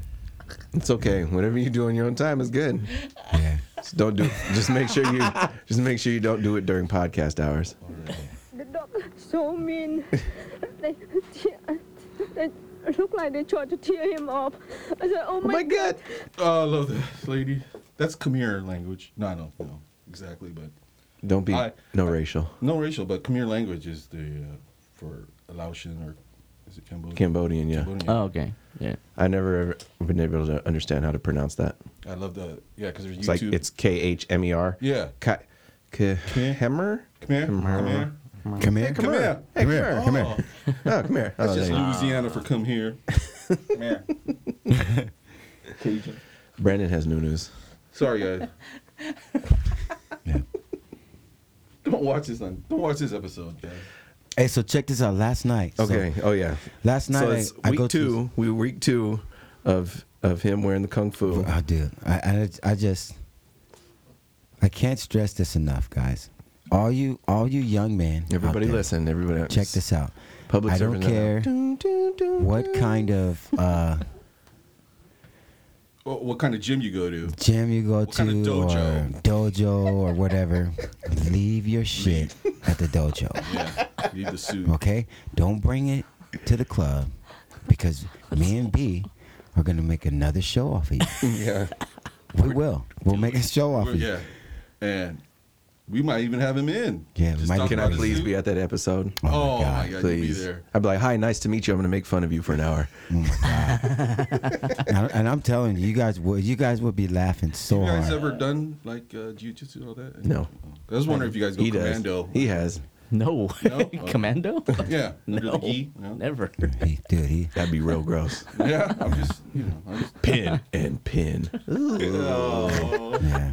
Speaker 4: It's okay. Whatever you do on your own time is good.
Speaker 7: Yeah.
Speaker 4: Just don't do. Just make sure you. Just make sure you don't do it during podcast hours.
Speaker 12: The dog so mean. they, tear, they look like they tried to tear him up. I said, oh my,
Speaker 4: Oh my god.
Speaker 5: Oh, I love this lady. That's Khmer language. No, I don't know exactly, but
Speaker 4: Don't be
Speaker 5: I-
Speaker 4: no racial.
Speaker 5: no racial. But Khmer language is the uh, for Laotian or is it Cambodian?
Speaker 4: Cambodian, yeah.
Speaker 5: Cambodian.
Speaker 6: <laughs> Oh, okay. Yeah.
Speaker 4: I never ever been able to understand how to pronounce that.
Speaker 5: I love the yeah because there's YouTube.
Speaker 4: It's like it's K H M E R.
Speaker 5: yeah.
Speaker 4: Ka- K- Hemmer.
Speaker 5: Come here. Come here.
Speaker 7: Come here.
Speaker 5: Come here.
Speaker 4: Hey, come here.
Speaker 7: Come
Speaker 5: Oh,
Speaker 7: here.
Speaker 4: Oh, come here.
Speaker 5: that's
Speaker 4: Oh,
Speaker 5: just
Speaker 4: there you go.
Speaker 5: Louisiana for come here. Come here. Cajun.
Speaker 4: Brandon has new news.
Speaker 5: Sorry, guys. Don't watch this on. Don't watch this episode, guys.
Speaker 7: Hey, so check this out. Last night. so-
Speaker 4: Okay. oh yeah.
Speaker 7: Last night
Speaker 4: So it's
Speaker 7: I, I
Speaker 4: week
Speaker 7: go
Speaker 4: two.
Speaker 7: to.
Speaker 4: we week two of of him wearing the kung fu.
Speaker 7: I do. I, I I just I can't stress this enough, guys. All you all you young men. out
Speaker 4: Everybody
Speaker 7: there,
Speaker 4: listen. Everybody else.
Speaker 7: Check this out.
Speaker 4: Public
Speaker 7: I don't
Speaker 4: servant
Speaker 7: care what kind of
Speaker 4: <laughs>
Speaker 7: uh,
Speaker 5: What, what kind of gym you go to?
Speaker 7: gym you go to
Speaker 5: kind of dojo?
Speaker 7: or dojo
Speaker 4: <laughs>
Speaker 7: or whatever, leave your shit at the dojo.
Speaker 5: Yeah, leave the suit.
Speaker 7: Okay? Don't bring it to the club because me and B are gonna make another show off of
Speaker 5: <laughs>
Speaker 7: you.
Speaker 4: Yeah.
Speaker 7: We will. We'll make a show off
Speaker 5: We're-
Speaker 7: of you.
Speaker 5: yeah, and we might even have him in.
Speaker 7: Yeah, we
Speaker 5: Just
Speaker 7: might
Speaker 5: talk
Speaker 4: Can I
Speaker 5: about his
Speaker 4: please
Speaker 5: suit.
Speaker 4: be at that episode?
Speaker 5: Oh my God, you'll be
Speaker 4: please.
Speaker 5: there.
Speaker 4: I'd be like, "Hi, nice to meet you. I'm going to make fun of you for an hour."
Speaker 7: and, I- and I'm telling you, you guys would you guys would be laughing so
Speaker 5: You guys
Speaker 7: hard.
Speaker 5: ever done like uh, jujitsu and all that?
Speaker 4: No.
Speaker 5: I was wondering if you guys go
Speaker 4: he does.
Speaker 5: commando.
Speaker 4: He has.
Speaker 6: No.
Speaker 5: No?
Speaker 6: <laughs>
Speaker 4: <laughs>
Speaker 6: Commando?
Speaker 5: Yeah. Under
Speaker 6: No.
Speaker 5: the gi? No.
Speaker 6: Never.
Speaker 7: He- dude, he,
Speaker 4: That'd be real gross.
Speaker 5: Yeah. I'm just, you know, I'm just,
Speaker 4: pin and pin.
Speaker 7: yeah.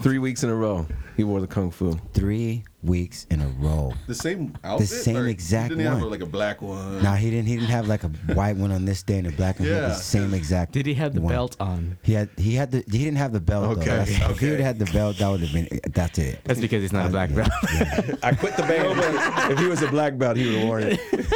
Speaker 4: Three weeks in a row, he wore the kung fu.
Speaker 7: Three weeks in a row.
Speaker 5: the same outfit.
Speaker 7: same
Speaker 5: Like,
Speaker 7: exact
Speaker 5: Didn't have
Speaker 7: one.
Speaker 5: like a black one.
Speaker 7: Now he didn't he didn't have like a white one on this day and a black one. He had
Speaker 5: Yeah.
Speaker 7: the same exact.
Speaker 6: Did he have the
Speaker 7: one.
Speaker 6: belt on?
Speaker 7: He had he had the he didn't have the belt.
Speaker 4: Okay,
Speaker 7: Though. That's- If he
Speaker 4: okay.
Speaker 7: would have had the belt, that would have been that's it.
Speaker 6: That's because he's not a black belt. <laughs>
Speaker 4: I quit the <laughs> band. if he was a black belt, he would have <laughs> worn it.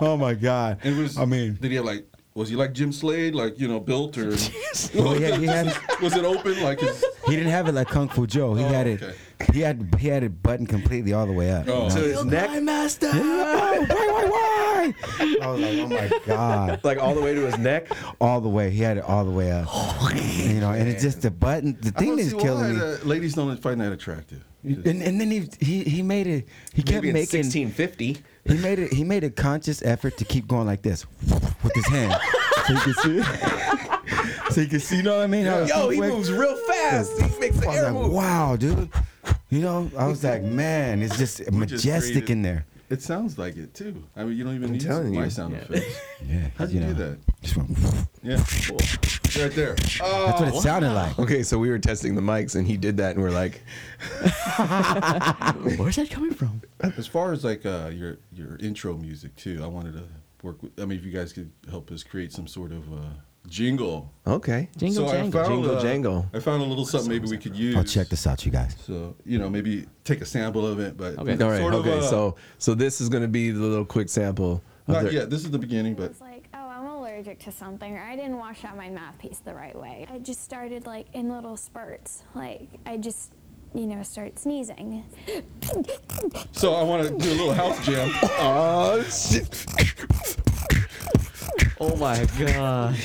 Speaker 10: Oh my god.
Speaker 5: And was
Speaker 10: I mean,
Speaker 5: did he have like was he like Jim Slade, like you know, built or <laughs>
Speaker 7: Oh yeah, he had
Speaker 5: was it open like his?
Speaker 7: he didn't have it like Kung Fu Joe. He
Speaker 5: Oh,
Speaker 7: had it
Speaker 5: okay.
Speaker 7: he had he had it buttoned completely all the way up.
Speaker 5: Oh.
Speaker 4: So his neck,
Speaker 7: Oh, why, why, why? I was like, oh my god,
Speaker 4: like all the way to his neck.
Speaker 7: all the way. He had it all the way up. you know, and it's just the button. The
Speaker 5: I
Speaker 7: thing
Speaker 5: don't
Speaker 7: that's
Speaker 5: see why
Speaker 7: killing me.
Speaker 5: the Ladies don't find that attractive.
Speaker 7: And, and then he, he he made it. He kept
Speaker 4: Maybe in
Speaker 7: making
Speaker 4: 1650.
Speaker 7: He made it. He made a conscious effort to keep going like this with his hand, so you can see. <laughs> so you can see. You know what I mean? How it's
Speaker 4: Yo, he
Speaker 7: quick.
Speaker 4: moves real fast. He makes
Speaker 7: I
Speaker 4: the
Speaker 7: was
Speaker 4: air
Speaker 7: like,
Speaker 4: move.
Speaker 7: wow, dude. You know, I was like, man, it's just
Speaker 5: just
Speaker 7: majestic
Speaker 5: created-
Speaker 7: in there.
Speaker 5: It sounds like it too. I mean, you don't even need
Speaker 4: telling
Speaker 5: my
Speaker 4: you.
Speaker 5: sound effects.
Speaker 7: Yeah.
Speaker 5: How'd you, do that?
Speaker 7: Just went,
Speaker 5: Yeah, right there. Oh,
Speaker 7: that's what it sounded like.
Speaker 4: Okay, so we were testing the mics, and he did that, and we're like,
Speaker 6: Where's that coming from?
Speaker 5: as far as like uh, your your intro music too, I wanted to work with. I mean, if you guys could help us create some sort of uh, jingle.
Speaker 4: "Okay,
Speaker 6: Jingle
Speaker 5: so
Speaker 6: jangle.
Speaker 5: I found,
Speaker 4: Jingle
Speaker 5: uh,
Speaker 4: jangle.
Speaker 5: I found a little something maybe we could use.
Speaker 7: Oh, check this out, you guys.
Speaker 5: So you know, maybe take a sample of it, but
Speaker 6: Okay.
Speaker 4: all right,
Speaker 5: sort of,
Speaker 4: okay."
Speaker 5: uh,
Speaker 4: so, so this is gonna be the little quick sample. Of
Speaker 5: not
Speaker 4: the-
Speaker 5: yet. This is the beginning, but
Speaker 13: was like, oh, I'm allergic to something, or I didn't wash out my math piece the right way. I just started like in little spurts. Like, I just, you know, start sneezing.
Speaker 5: so I want to do a little house jam.
Speaker 4: Oh shit!
Speaker 6: Oh my god.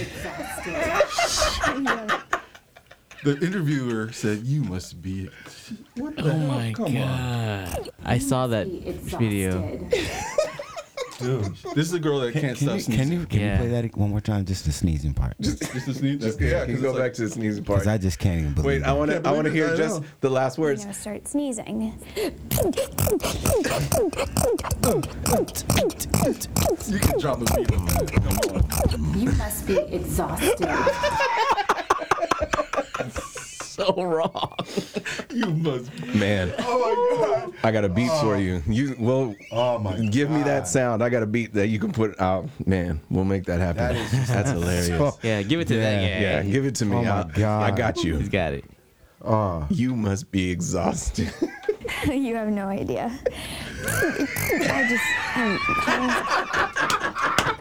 Speaker 5: The interviewer said, "You must be." What the
Speaker 6: Oh
Speaker 5: hell?
Speaker 6: my
Speaker 5: Come
Speaker 6: god. <laughs> I saw that video.
Speaker 5: on. <laughs> This is a girl that can't
Speaker 7: Can
Speaker 5: stop
Speaker 7: you,
Speaker 5: sneezing.
Speaker 7: can you can
Speaker 6: Yeah.
Speaker 7: you play that one more time? Just the sneezing part, because
Speaker 5: Just to sneeze. Okay, yeah,
Speaker 4: Can you
Speaker 5: 'cause
Speaker 4: go
Speaker 5: it's
Speaker 4: back
Speaker 5: like-
Speaker 4: to this music part?
Speaker 7: I just can't even believe.
Speaker 4: Wait, I
Speaker 7: it.
Speaker 4: want
Speaker 5: Can't
Speaker 4: to. I
Speaker 5: believe
Speaker 4: want to
Speaker 5: it,
Speaker 4: hear
Speaker 5: I
Speaker 4: just
Speaker 5: know.
Speaker 4: the last
Speaker 13: You
Speaker 4: words.
Speaker 13: know, start sneezing.
Speaker 5: You can drop a beat on that. Come on.
Speaker 14: You must be exhausted.
Speaker 6: So wrong.
Speaker 5: You must. Be.
Speaker 4: Man,
Speaker 5: Oh my god.
Speaker 4: I got a beat for you. You well,
Speaker 10: oh my.
Speaker 4: give me that sound. I got a beat that you can put out. Man, we'll make that happen. <laughs> That's hilarious.
Speaker 6: Yeah, give it to that guy.
Speaker 4: yeah, give it to me.
Speaker 7: Oh my
Speaker 4: I, I
Speaker 7: God.
Speaker 4: got
Speaker 6: He's
Speaker 4: you.
Speaker 6: got it.
Speaker 7: Oh,
Speaker 4: You must be exhausted.
Speaker 13: <laughs> you have no idea. I just, I'm,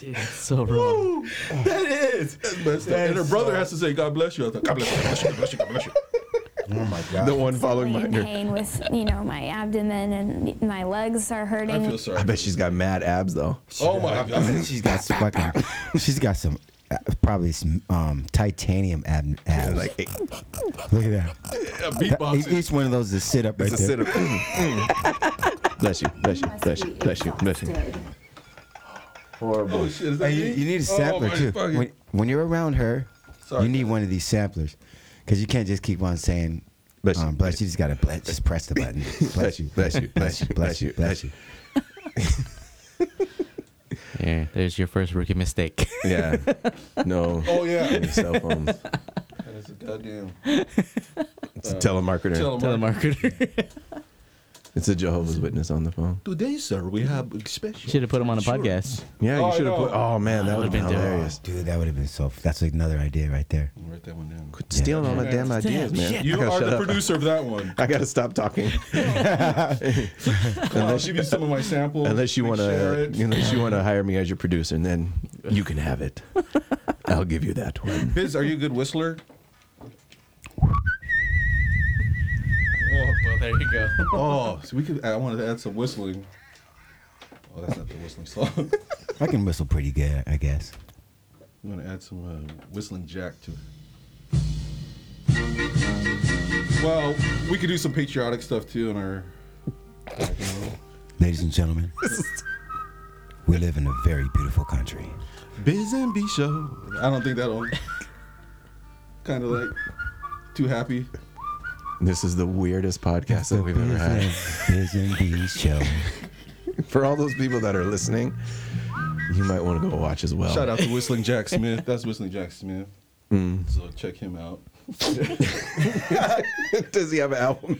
Speaker 6: Dude, it's so wrong.
Speaker 5: That is. That's messed up. And her brother has to say, "God bless you." I was like, "God bless you. God bless you. God bless you. God bless you."
Speaker 7: oh my god.
Speaker 4: the one following
Speaker 13: I'm in
Speaker 4: behind her.
Speaker 13: pain with, you know, my abdomen and my legs are
Speaker 5: I
Speaker 13: hurting.
Speaker 5: feel sorry.
Speaker 4: I bet she's got mad abs though.
Speaker 5: Oh my
Speaker 7: <laughs>
Speaker 5: god.
Speaker 7: <laughs> she's got some fucking, she's got some uh, probably some um, titanium ab- abs.
Speaker 4: Like hey,
Speaker 7: <laughs> Look at that.
Speaker 5: A beatbox.
Speaker 7: Each- Each one of those is sit up right
Speaker 4: it's a
Speaker 7: there.
Speaker 4: sit up. Mm. bless you, bless you, bless you, bless you, bless you.
Speaker 7: Horrible.
Speaker 5: Oh shit. Is that
Speaker 7: Hey, you,
Speaker 5: me?
Speaker 7: you need a
Speaker 5: Oh,
Speaker 7: sampler
Speaker 5: my
Speaker 7: too.
Speaker 5: fucking-
Speaker 7: When, when you're around her,
Speaker 5: Sorry.
Speaker 7: you need one of these samplers because you can't just keep on saying.
Speaker 4: Bless you.
Speaker 7: um, bless you. Just gotta bless, just press the button. Bless you.
Speaker 4: <laughs> bless you, bless you, bless you, bless you.
Speaker 6: Yeah, <laughs>
Speaker 5: <laughs>
Speaker 6: there's your first rookie mistake.
Speaker 4: Yeah. No.
Speaker 5: Oh yeah.
Speaker 4: Cell phones.
Speaker 5: Goddamn.
Speaker 4: It's
Speaker 5: Uh,
Speaker 4: a telemarketer.
Speaker 6: <laughs>
Speaker 5: Telemarketer.
Speaker 4: It's a Jehovah's Witness on the phone.
Speaker 5: Today, sir, we have a special.
Speaker 6: Should have put him on a
Speaker 5: insurance.
Speaker 6: podcast.
Speaker 4: Yeah, you
Speaker 5: Oh, I
Speaker 4: should have
Speaker 5: know.
Speaker 4: put. Oh man, that would have been
Speaker 7: dope.
Speaker 4: hilarious.
Speaker 7: Dude, that would have been so. That's another idea right there.
Speaker 5: Write that one down.
Speaker 4: Quit stealing all my damn ideas, man. I
Speaker 5: You
Speaker 4: gotta
Speaker 5: are
Speaker 4: shut
Speaker 5: the
Speaker 4: up.
Speaker 5: producer of that one.
Speaker 4: I gotta
Speaker 5: <laughs>
Speaker 4: stop talking.
Speaker 5: Come on, give me some of my samples.
Speaker 4: Unless you
Speaker 5: We
Speaker 4: want
Speaker 5: share
Speaker 4: to,
Speaker 5: it.
Speaker 4: unless you want to hire me as your producer, and then you can have it. I'll give you that one.
Speaker 5: Biz, are you a good whistler? Oh, well, there you go. oh, so we could. I wanted to add some whistling. Oh, that's not the whistling song. <laughs>
Speaker 7: I can whistle pretty good, I guess.
Speaker 5: I'm gonna add some uh, whistling jack to it. Well, we could do some patriotic stuff too in our.
Speaker 7: Ladies and gentlemen, we live in a very beautiful country.
Speaker 5: Biz and B show. I don't think
Speaker 4: <laughs>
Speaker 5: that'll. kind of like too happy.
Speaker 4: This is the weirdest podcast that we've ever had.
Speaker 7: Biz and Bees show.
Speaker 4: For all those people that are listening, you might want to go watch as well.
Speaker 5: Shout <laughs> out to Whistling Jack Smith. That's Whistling Jack Smith.
Speaker 4: Mm.
Speaker 5: So check him out.
Speaker 4: Does he have an album?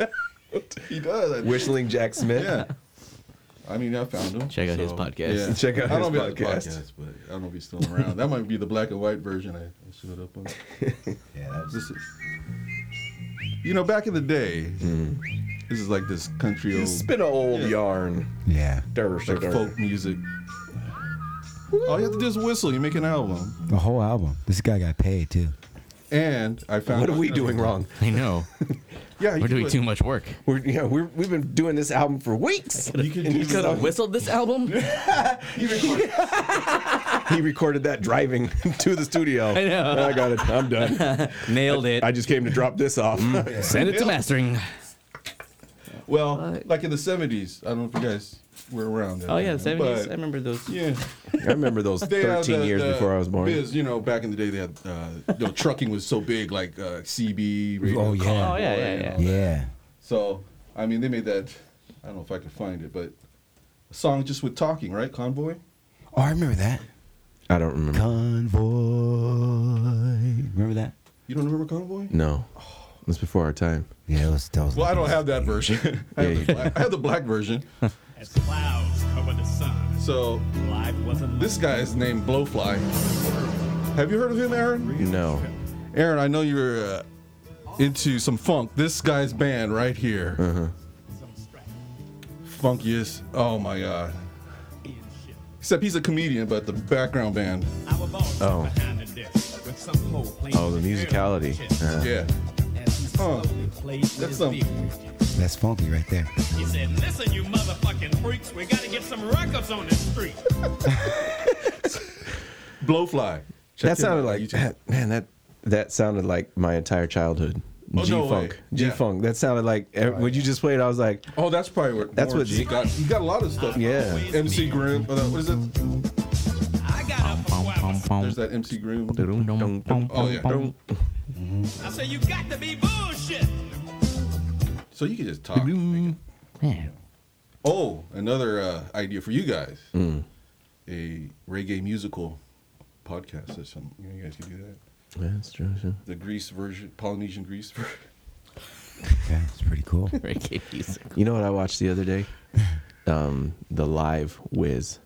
Speaker 5: he does.
Speaker 4: <laughs> Whistling Jack Smith. <laughs>
Speaker 5: Yeah. I mean, I found him.
Speaker 4: Check out his podcast.
Speaker 5: yeah.
Speaker 4: Check out
Speaker 5: I don't
Speaker 4: his
Speaker 5: know about his
Speaker 4: podcast.
Speaker 5: podcast, but I don't know if he's still around. that might be the black and white version I, I showed up on.
Speaker 7: yeah, that was.
Speaker 5: This is, you know, back in the day,
Speaker 4: Mm.
Speaker 5: this is like this country old.
Speaker 4: Spin an old yarn.
Speaker 7: Yeah.
Speaker 5: Like folk music. All you have to do is whistle. You make an album.
Speaker 7: The whole album. This guy got paid too.
Speaker 5: And I found.
Speaker 4: What are
Speaker 5: <laughs>
Speaker 4: we doing wrong?
Speaker 6: I know.
Speaker 5: Yeah, you
Speaker 6: We're
Speaker 5: can
Speaker 6: doing
Speaker 5: put-
Speaker 6: too much <laughs> work.
Speaker 4: We're, yeah, we're, we've been doing this album for weeks.
Speaker 6: You
Speaker 4: could
Speaker 6: you could have whistled this album.
Speaker 4: He recorded that driving <laughs> to the
Speaker 6: <laughs>
Speaker 4: studio.
Speaker 6: I know.
Speaker 4: I got it. I'm done.
Speaker 6: Nailed it.
Speaker 4: I just came to drop this off.
Speaker 9: Mm.
Speaker 6: Send it to mastering.
Speaker 5: Well, like in the seventies. I don't know if you guys were around. then.
Speaker 6: Oh yeah, the seventies.
Speaker 5: But-
Speaker 6: I remember those.
Speaker 5: Yeah.
Speaker 4: <laughs> I remember those
Speaker 5: They had
Speaker 4: 13
Speaker 5: the-
Speaker 4: years
Speaker 5: the
Speaker 4: before I was born.
Speaker 5: Biz, you know, back in the day, they had uh, you know, trucking was so big, like uh, CB. Radio
Speaker 7: Oh, yeah.
Speaker 5: Convoy
Speaker 7: Oh, yeah, yeah,
Speaker 5: and
Speaker 7: yeah.
Speaker 5: all that.
Speaker 7: Yeah.
Speaker 5: So, I mean, they made that. I don't know if I could find it, but a song just with talking, right? Convoy.
Speaker 7: Oh, I remember that.
Speaker 4: I don't remember.
Speaker 7: Convoy. Remember that?
Speaker 5: You don't remember Convoy?
Speaker 4: No. It's before our time.
Speaker 7: Yeah, it was. That was
Speaker 5: Well, I don't have that version. I,
Speaker 4: <laughs> Yeah,
Speaker 5: have
Speaker 4: you
Speaker 5: the black, I have the black version.
Speaker 4: <laughs>
Speaker 15: As clouds cover the sun,
Speaker 5: So,
Speaker 15: life was a
Speaker 5: this guy is named Blowfly. Have you heard of him, Aaron?
Speaker 4: No.
Speaker 5: Aaron, I know you're uh, into some funk. This guy's band right here.
Speaker 4: Uh-huh.
Speaker 5: Funkiest. Oh my god. Except he's a comedian, but the background band.
Speaker 4: Oh.
Speaker 15: behind the desk with some hoe playing
Speaker 4: Oh, the musicality. Uh,
Speaker 5: Yeah.
Speaker 15: as he slowly played
Speaker 5: That's
Speaker 15: his
Speaker 5: some.
Speaker 15: beat.
Speaker 7: That's funky right there.
Speaker 15: He said, "Listen, you motherfucking freaks, we gotta get some records on the street."
Speaker 5: Blowfly. Check
Speaker 4: That
Speaker 5: him
Speaker 4: sounded
Speaker 5: out on
Speaker 4: like
Speaker 5: YouTube.
Speaker 4: man. That that sounded like my entire childhood.
Speaker 5: Oh, no
Speaker 4: G funk,
Speaker 5: way.
Speaker 4: G funk. That sounded like. eh, When you just played, I was like,
Speaker 5: Oh, that's probably what.
Speaker 4: That's
Speaker 5: Warren
Speaker 4: what-
Speaker 5: G got. He got a lot of stuff.
Speaker 4: Yeah.
Speaker 5: MC Grimm. oh, that- What is it?
Speaker 15: I got up for I
Speaker 5: There's that MC Grimm.
Speaker 4: oh
Speaker 5: Oh, yeah.
Speaker 15: said, "You got to be bullshit."
Speaker 5: So you can just talk. Oh, another uh, idea for you guys:
Speaker 4: Mm.
Speaker 5: a reggae musical podcast or something. You, know, you guys can do that.
Speaker 4: That's true. yeah.
Speaker 5: The Greece version, Polynesian Greece <laughs> version.
Speaker 7: Yeah, it's pretty cool.
Speaker 6: Reggae music.
Speaker 4: You know what I watched the
Speaker 5: <laughs>
Speaker 4: other day? Um, the live whiz.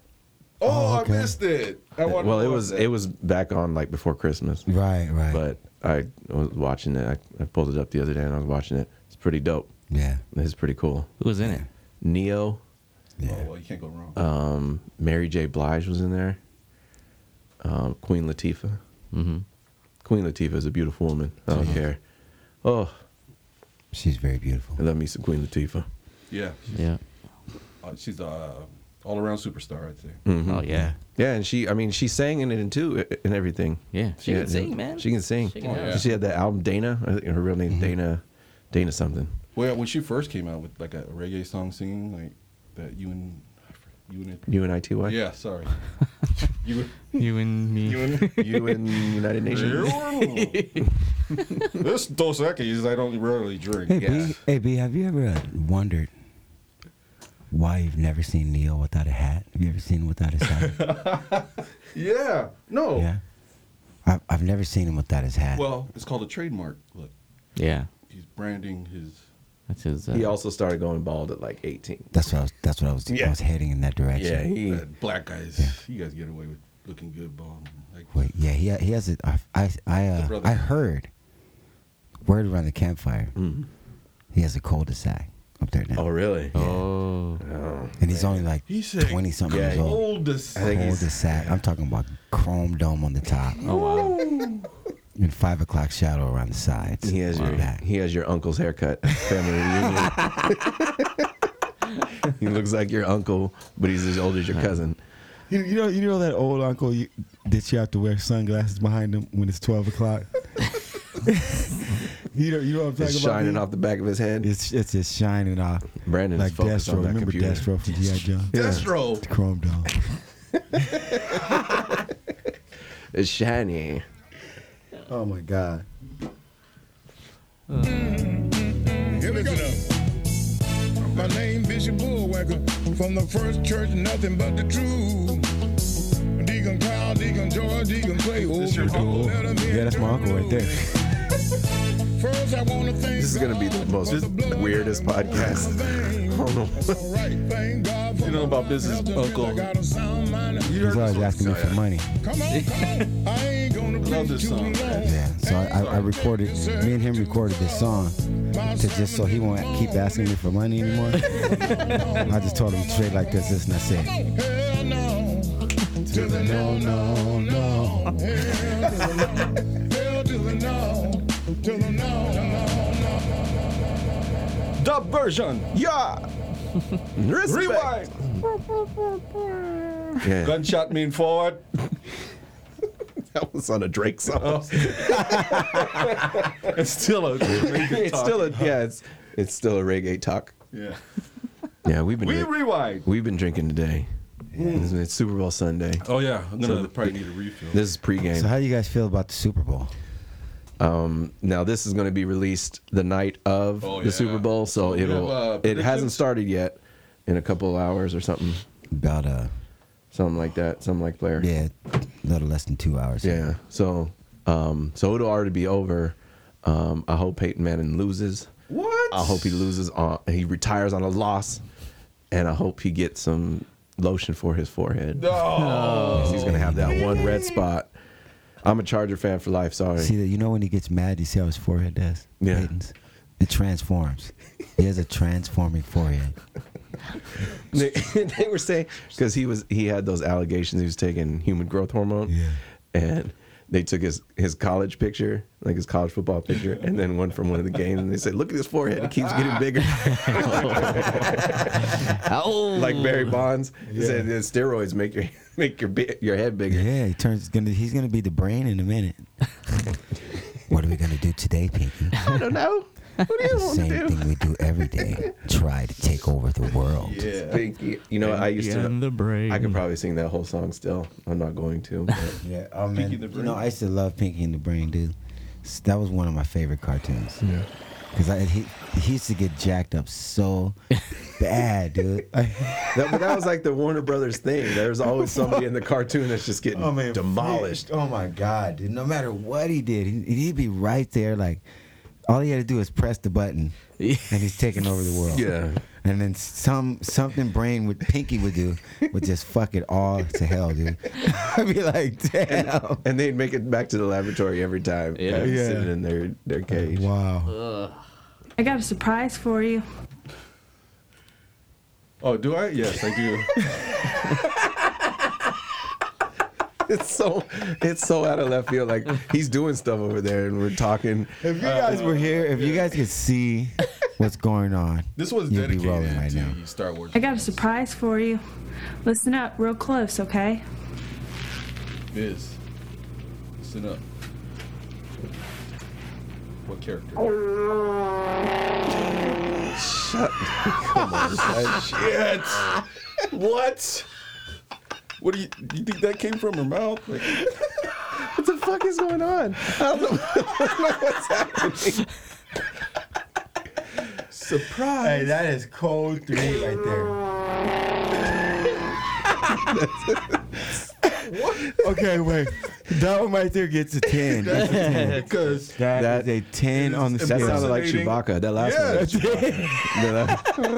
Speaker 5: Oh, I missed it. I wanted
Speaker 4: well,
Speaker 5: to
Speaker 4: it
Speaker 5: watch
Speaker 4: was
Speaker 5: that.
Speaker 4: it was back on like before Christmas,
Speaker 7: Right, right.
Speaker 4: but I was watching it. I, I pulled it up the other day and I was watching it. It's pretty dope.
Speaker 7: Yeah.
Speaker 4: It's pretty cool.
Speaker 6: Who was in it?
Speaker 4: Neo,
Speaker 5: Oh, well, you can't go wrong.
Speaker 4: um, Mary J. Blige was in there. Um, Queen Latifah.
Speaker 6: Mm-hmm.
Speaker 4: Queen Latifah is a beautiful woman. I
Speaker 6: Uh-huh.
Speaker 4: don't care. Oh,
Speaker 7: She's very beautiful.
Speaker 4: I love me some Queen Latifah.
Speaker 5: yeah,
Speaker 6: Yeah.
Speaker 5: uh, she's uh, all-around superstar, I'd say.
Speaker 4: Mhm.
Speaker 6: Oh yeah.
Speaker 4: Yeah, and she, I mean, she sang in it and too and everything.
Speaker 6: Yeah. She
Speaker 4: had
Speaker 6: can
Speaker 4: the-
Speaker 6: sing, man.
Speaker 4: She can sing.
Speaker 6: She
Speaker 4: She,
Speaker 6: can Mm-hmm.
Speaker 5: Oh, yeah.
Speaker 4: had that album Dana. I think her real name Dana, Dana something.
Speaker 5: Well, yeah, when she first came out with like a reggae song singing like that, you and you and
Speaker 4: You and ITY.
Speaker 5: yeah, <laughs> sorry, you.
Speaker 6: You and me.
Speaker 4: <laughs> You and United Nations.
Speaker 5: <laughs> this Dos Equis, I don't rarely drink.
Speaker 7: Hey,
Speaker 5: Yeah.
Speaker 7: B, hey, B, have you ever uh, wondered why you've never seen Neil
Speaker 5: <laughs>
Speaker 7: without a hat? Have you ever seen him without his hat?
Speaker 5: Yeah. No.
Speaker 7: yeah. I've, I've never seen him without his hat.
Speaker 5: Well, it's called a trademark. Look,
Speaker 6: Yeah.
Speaker 5: he's branding his.
Speaker 6: That's his. Uh,
Speaker 4: He also started going bald at like 18.
Speaker 7: That's what I was. That's what I was. I was heading in that direction.
Speaker 4: Yeah, he-
Speaker 5: Uh, black guys, you guys get away with looking good, bald. Like,
Speaker 7: Wait, yeah, he he has a. I I I,
Speaker 5: The
Speaker 7: uh,
Speaker 5: brother.
Speaker 7: I heard word around the campfire.
Speaker 5: Mm-hmm.
Speaker 7: He has a cul-de-sac up there now.
Speaker 4: Oh, really?
Speaker 7: Oh. And he's only like
Speaker 5: He said
Speaker 7: twenty something years old.
Speaker 5: cul-de-sac. I think he's-
Speaker 7: Cul-de-sac. I'm talking about chrome dome on the top.
Speaker 5: wow.
Speaker 7: And five o'clock shadow around the sides.
Speaker 4: He has
Speaker 7: Wow.
Speaker 4: your he has your uncle's haircut. at Family reunion. <laughs> he looks like your uncle, but he's as old as your cousin.
Speaker 10: You, you know, you know that old uncle you, that you have to wear sunglasses behind him when it's twelve o'clock. <laughs> you know, you know what I'm talking
Speaker 4: It's
Speaker 10: about.
Speaker 4: shining
Speaker 10: dude?
Speaker 4: off the back of his head.
Speaker 7: It's it's just shining off.
Speaker 4: Brandon
Speaker 10: like
Speaker 4: is focused
Speaker 10: Destro.
Speaker 4: on that
Speaker 10: Remember
Speaker 4: computer.
Speaker 10: Destro from GI Joe?
Speaker 5: Destro.
Speaker 10: The chrome dome.
Speaker 4: It's shiny.
Speaker 10: Oh my god.
Speaker 16: Here we go. My name Bishop Bullwacker from the first church, nothing but the truth. Deacon Kyle, Deacon George, Deacon Clay. Open
Speaker 5: Oh.
Speaker 16: door, let 'em in.
Speaker 10: Yeah, that's my uncle right there.
Speaker 16: First, I want to thank
Speaker 4: This is gonna be the most weirdest podcast. <laughs> I
Speaker 16: thank God
Speaker 5: You know about business, uncle. You
Speaker 7: He's
Speaker 5: heard
Speaker 7: always
Speaker 5: this one?
Speaker 7: asking me
Speaker 5: Oh,
Speaker 7: for
Speaker 5: yeah.
Speaker 7: money.
Speaker 16: Come on, come on. I ain't gonna
Speaker 5: Love this song.
Speaker 7: Yeah, so I, I, I recorded, me and him recorded this song to just so he won't keep asking me for money
Speaker 5: <laughs>
Speaker 7: anymore. I just told him straight like this, this, and that's it.
Speaker 16: Hell no.
Speaker 7: To the no, no, no.
Speaker 16: Hell to the no. To the no, no, no.
Speaker 5: Dub version. Yeah.
Speaker 16: Respect.
Speaker 5: Rewind.
Speaker 4: Yeah.
Speaker 5: Gunshot mean forward.
Speaker 4: that was on a Drake song.
Speaker 5: it's still a.
Speaker 4: <laughs> it's still a yeah. It's it's still a reggae talk.
Speaker 5: Yeah.
Speaker 4: Yeah, we've been
Speaker 5: We rewind.
Speaker 4: We've been drinking today. It's, it's Super Bowl Sunday.
Speaker 5: Oh yeah, I'm gonna
Speaker 4: So the-
Speaker 5: probably need a refill.
Speaker 4: This is pregame.
Speaker 7: So, how do you guys feel about the Super Bowl?
Speaker 4: Um, now this is going to be released the night of
Speaker 5: Oh,
Speaker 4: the
Speaker 5: yeah.
Speaker 4: Super Bowl, so
Speaker 5: We
Speaker 4: it'll
Speaker 5: have, uh,
Speaker 4: it
Speaker 5: predictions?
Speaker 4: hasn't started yet. In a couple of hours or something,
Speaker 7: About
Speaker 4: uh,
Speaker 7: a
Speaker 4: something like that, something like Blair.
Speaker 7: Yeah, little less than two hours.
Speaker 4: Yeah. So, um, so it'll already be over. Um, I hope Peyton Manning loses.
Speaker 5: What?
Speaker 4: I hope he loses on. He retires on a loss, and I hope he gets some lotion for his forehead.
Speaker 5: No.
Speaker 4: 'Cause He's gonna have that one red spot. I'm a Charger fan for life. Sorry.
Speaker 7: See that you know when he gets mad, you see how his forehead does.
Speaker 4: Yeah.
Speaker 7: Peyton's? It transforms. He has a transforming forehead.
Speaker 4: <laughs> they, they were saying because he was he had those allegations he was taking human growth hormone, and they took his his college picture, like his college football picture, and then one from one of the games, and they said, "Look at his forehead; it keeps getting bigger." <laughs> like Barry Bonds he said, "The steroids make your make your bi- your head bigger."
Speaker 7: Yeah, he turns gonna he's gonna be the brain in a minute. <laughs> what are we gonna do today,
Speaker 5: <laughs>
Speaker 7: Pinky?
Speaker 4: I don't know. What do you
Speaker 7: The
Speaker 4: want to
Speaker 7: same
Speaker 4: do?
Speaker 7: thing we do every
Speaker 5: <laughs>
Speaker 7: day. Try to take over the world.
Speaker 5: Yeah.
Speaker 4: Pinky, you know, what I used to.
Speaker 6: Pinky and the brain.
Speaker 4: I could probably sing that whole song still. I'm not going to. But.
Speaker 7: Yeah, oh man.
Speaker 5: Pinky and the
Speaker 7: You
Speaker 5: Brain.
Speaker 7: know, I used to love Pinky and the Brain, dude. S- That was one of my favorite cartoons. Yeah. Cause I he, he used to get jacked
Speaker 5: <laughs>
Speaker 7: up so bad, dude.
Speaker 4: That, but that was like the Warner Brothers thing. There's always somebody in the cartoon that's just getting
Speaker 7: Oh, man,
Speaker 4: demolished.
Speaker 7: Oh my God, dude! No matter what he did, he, he'd be right there. Like all he had to do is press the button, and he's taking over the world.
Speaker 4: Yeah.
Speaker 7: And then some something brain would Pinky would do would just fuck it all to hell, dude. <laughs> I'd be like, damn.
Speaker 4: And, and they'd make it back to the laboratory every time. Yeah.
Speaker 10: Yeah.
Speaker 4: Sitting in their, their cage.
Speaker 10: Wow.
Speaker 17: I got a surprise for you.
Speaker 5: Oh, do I? Yes, I do.
Speaker 4: <laughs> It's so it's so out of left field. Like he's doing stuff over there and we're talking.
Speaker 7: If you guys were here, if you guys could see what's going on,
Speaker 5: This was
Speaker 7: you'd be
Speaker 5: dedicated
Speaker 7: rolling right
Speaker 5: to
Speaker 7: now.
Speaker 5: Star Wars.
Speaker 17: I got a surprise for you. Listen up real close, okay?
Speaker 5: Biz. Listen up. What character?
Speaker 4: Shut <laughs> come on, son.
Speaker 5: Shit! what? What do you you think that came from her mouth? Like,
Speaker 4: What the fuck is going on? I don't know, I don't know what's happening.
Speaker 5: surprise!
Speaker 7: Hey, that is cold three right there.
Speaker 10: Okay, wait. That one right there gets a 10. <laughs> That's a 10.
Speaker 5: because
Speaker 10: that is a 10 on the
Speaker 4: That
Speaker 10: scale.
Speaker 4: sounded like Chewbacca. That last one. was Chewbacca. No, that-
Speaker 10: Can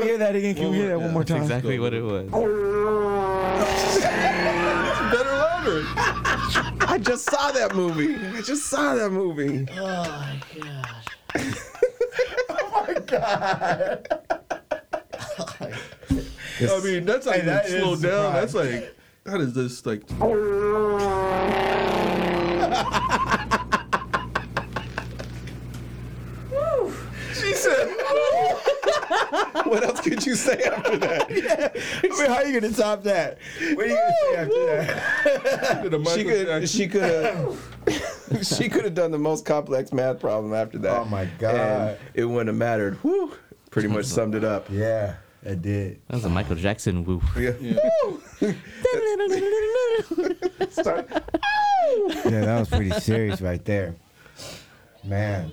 Speaker 10: we hear that again? Can we hear that one more time?
Speaker 6: exactly what it was.
Speaker 5: it's better louder.
Speaker 4: I just saw that movie. I just saw that movie.
Speaker 11: Oh,
Speaker 4: <laughs>
Speaker 11: God.
Speaker 5: Oh my god. I mean, that's like
Speaker 11: Hey, that is
Speaker 5: slow
Speaker 11: a
Speaker 5: down.
Speaker 11: surprise.
Speaker 5: That's like that is just like
Speaker 11: She said,
Speaker 4: What else could you say after that?
Speaker 10: I mean, how are you going to top that? What are
Speaker 4: <laughs>
Speaker 10: you going to say after that?
Speaker 4: she could she could have she could have done the most complex math problem after that. Oh my
Speaker 9: God.
Speaker 4: it wouldn't have mattered. Whew. Pretty much summed it up.
Speaker 9: Yeah, it did.
Speaker 6: That was a Michael Jackson woo.
Speaker 4: <laughs>
Speaker 7: yeah, that was pretty serious right there. Man.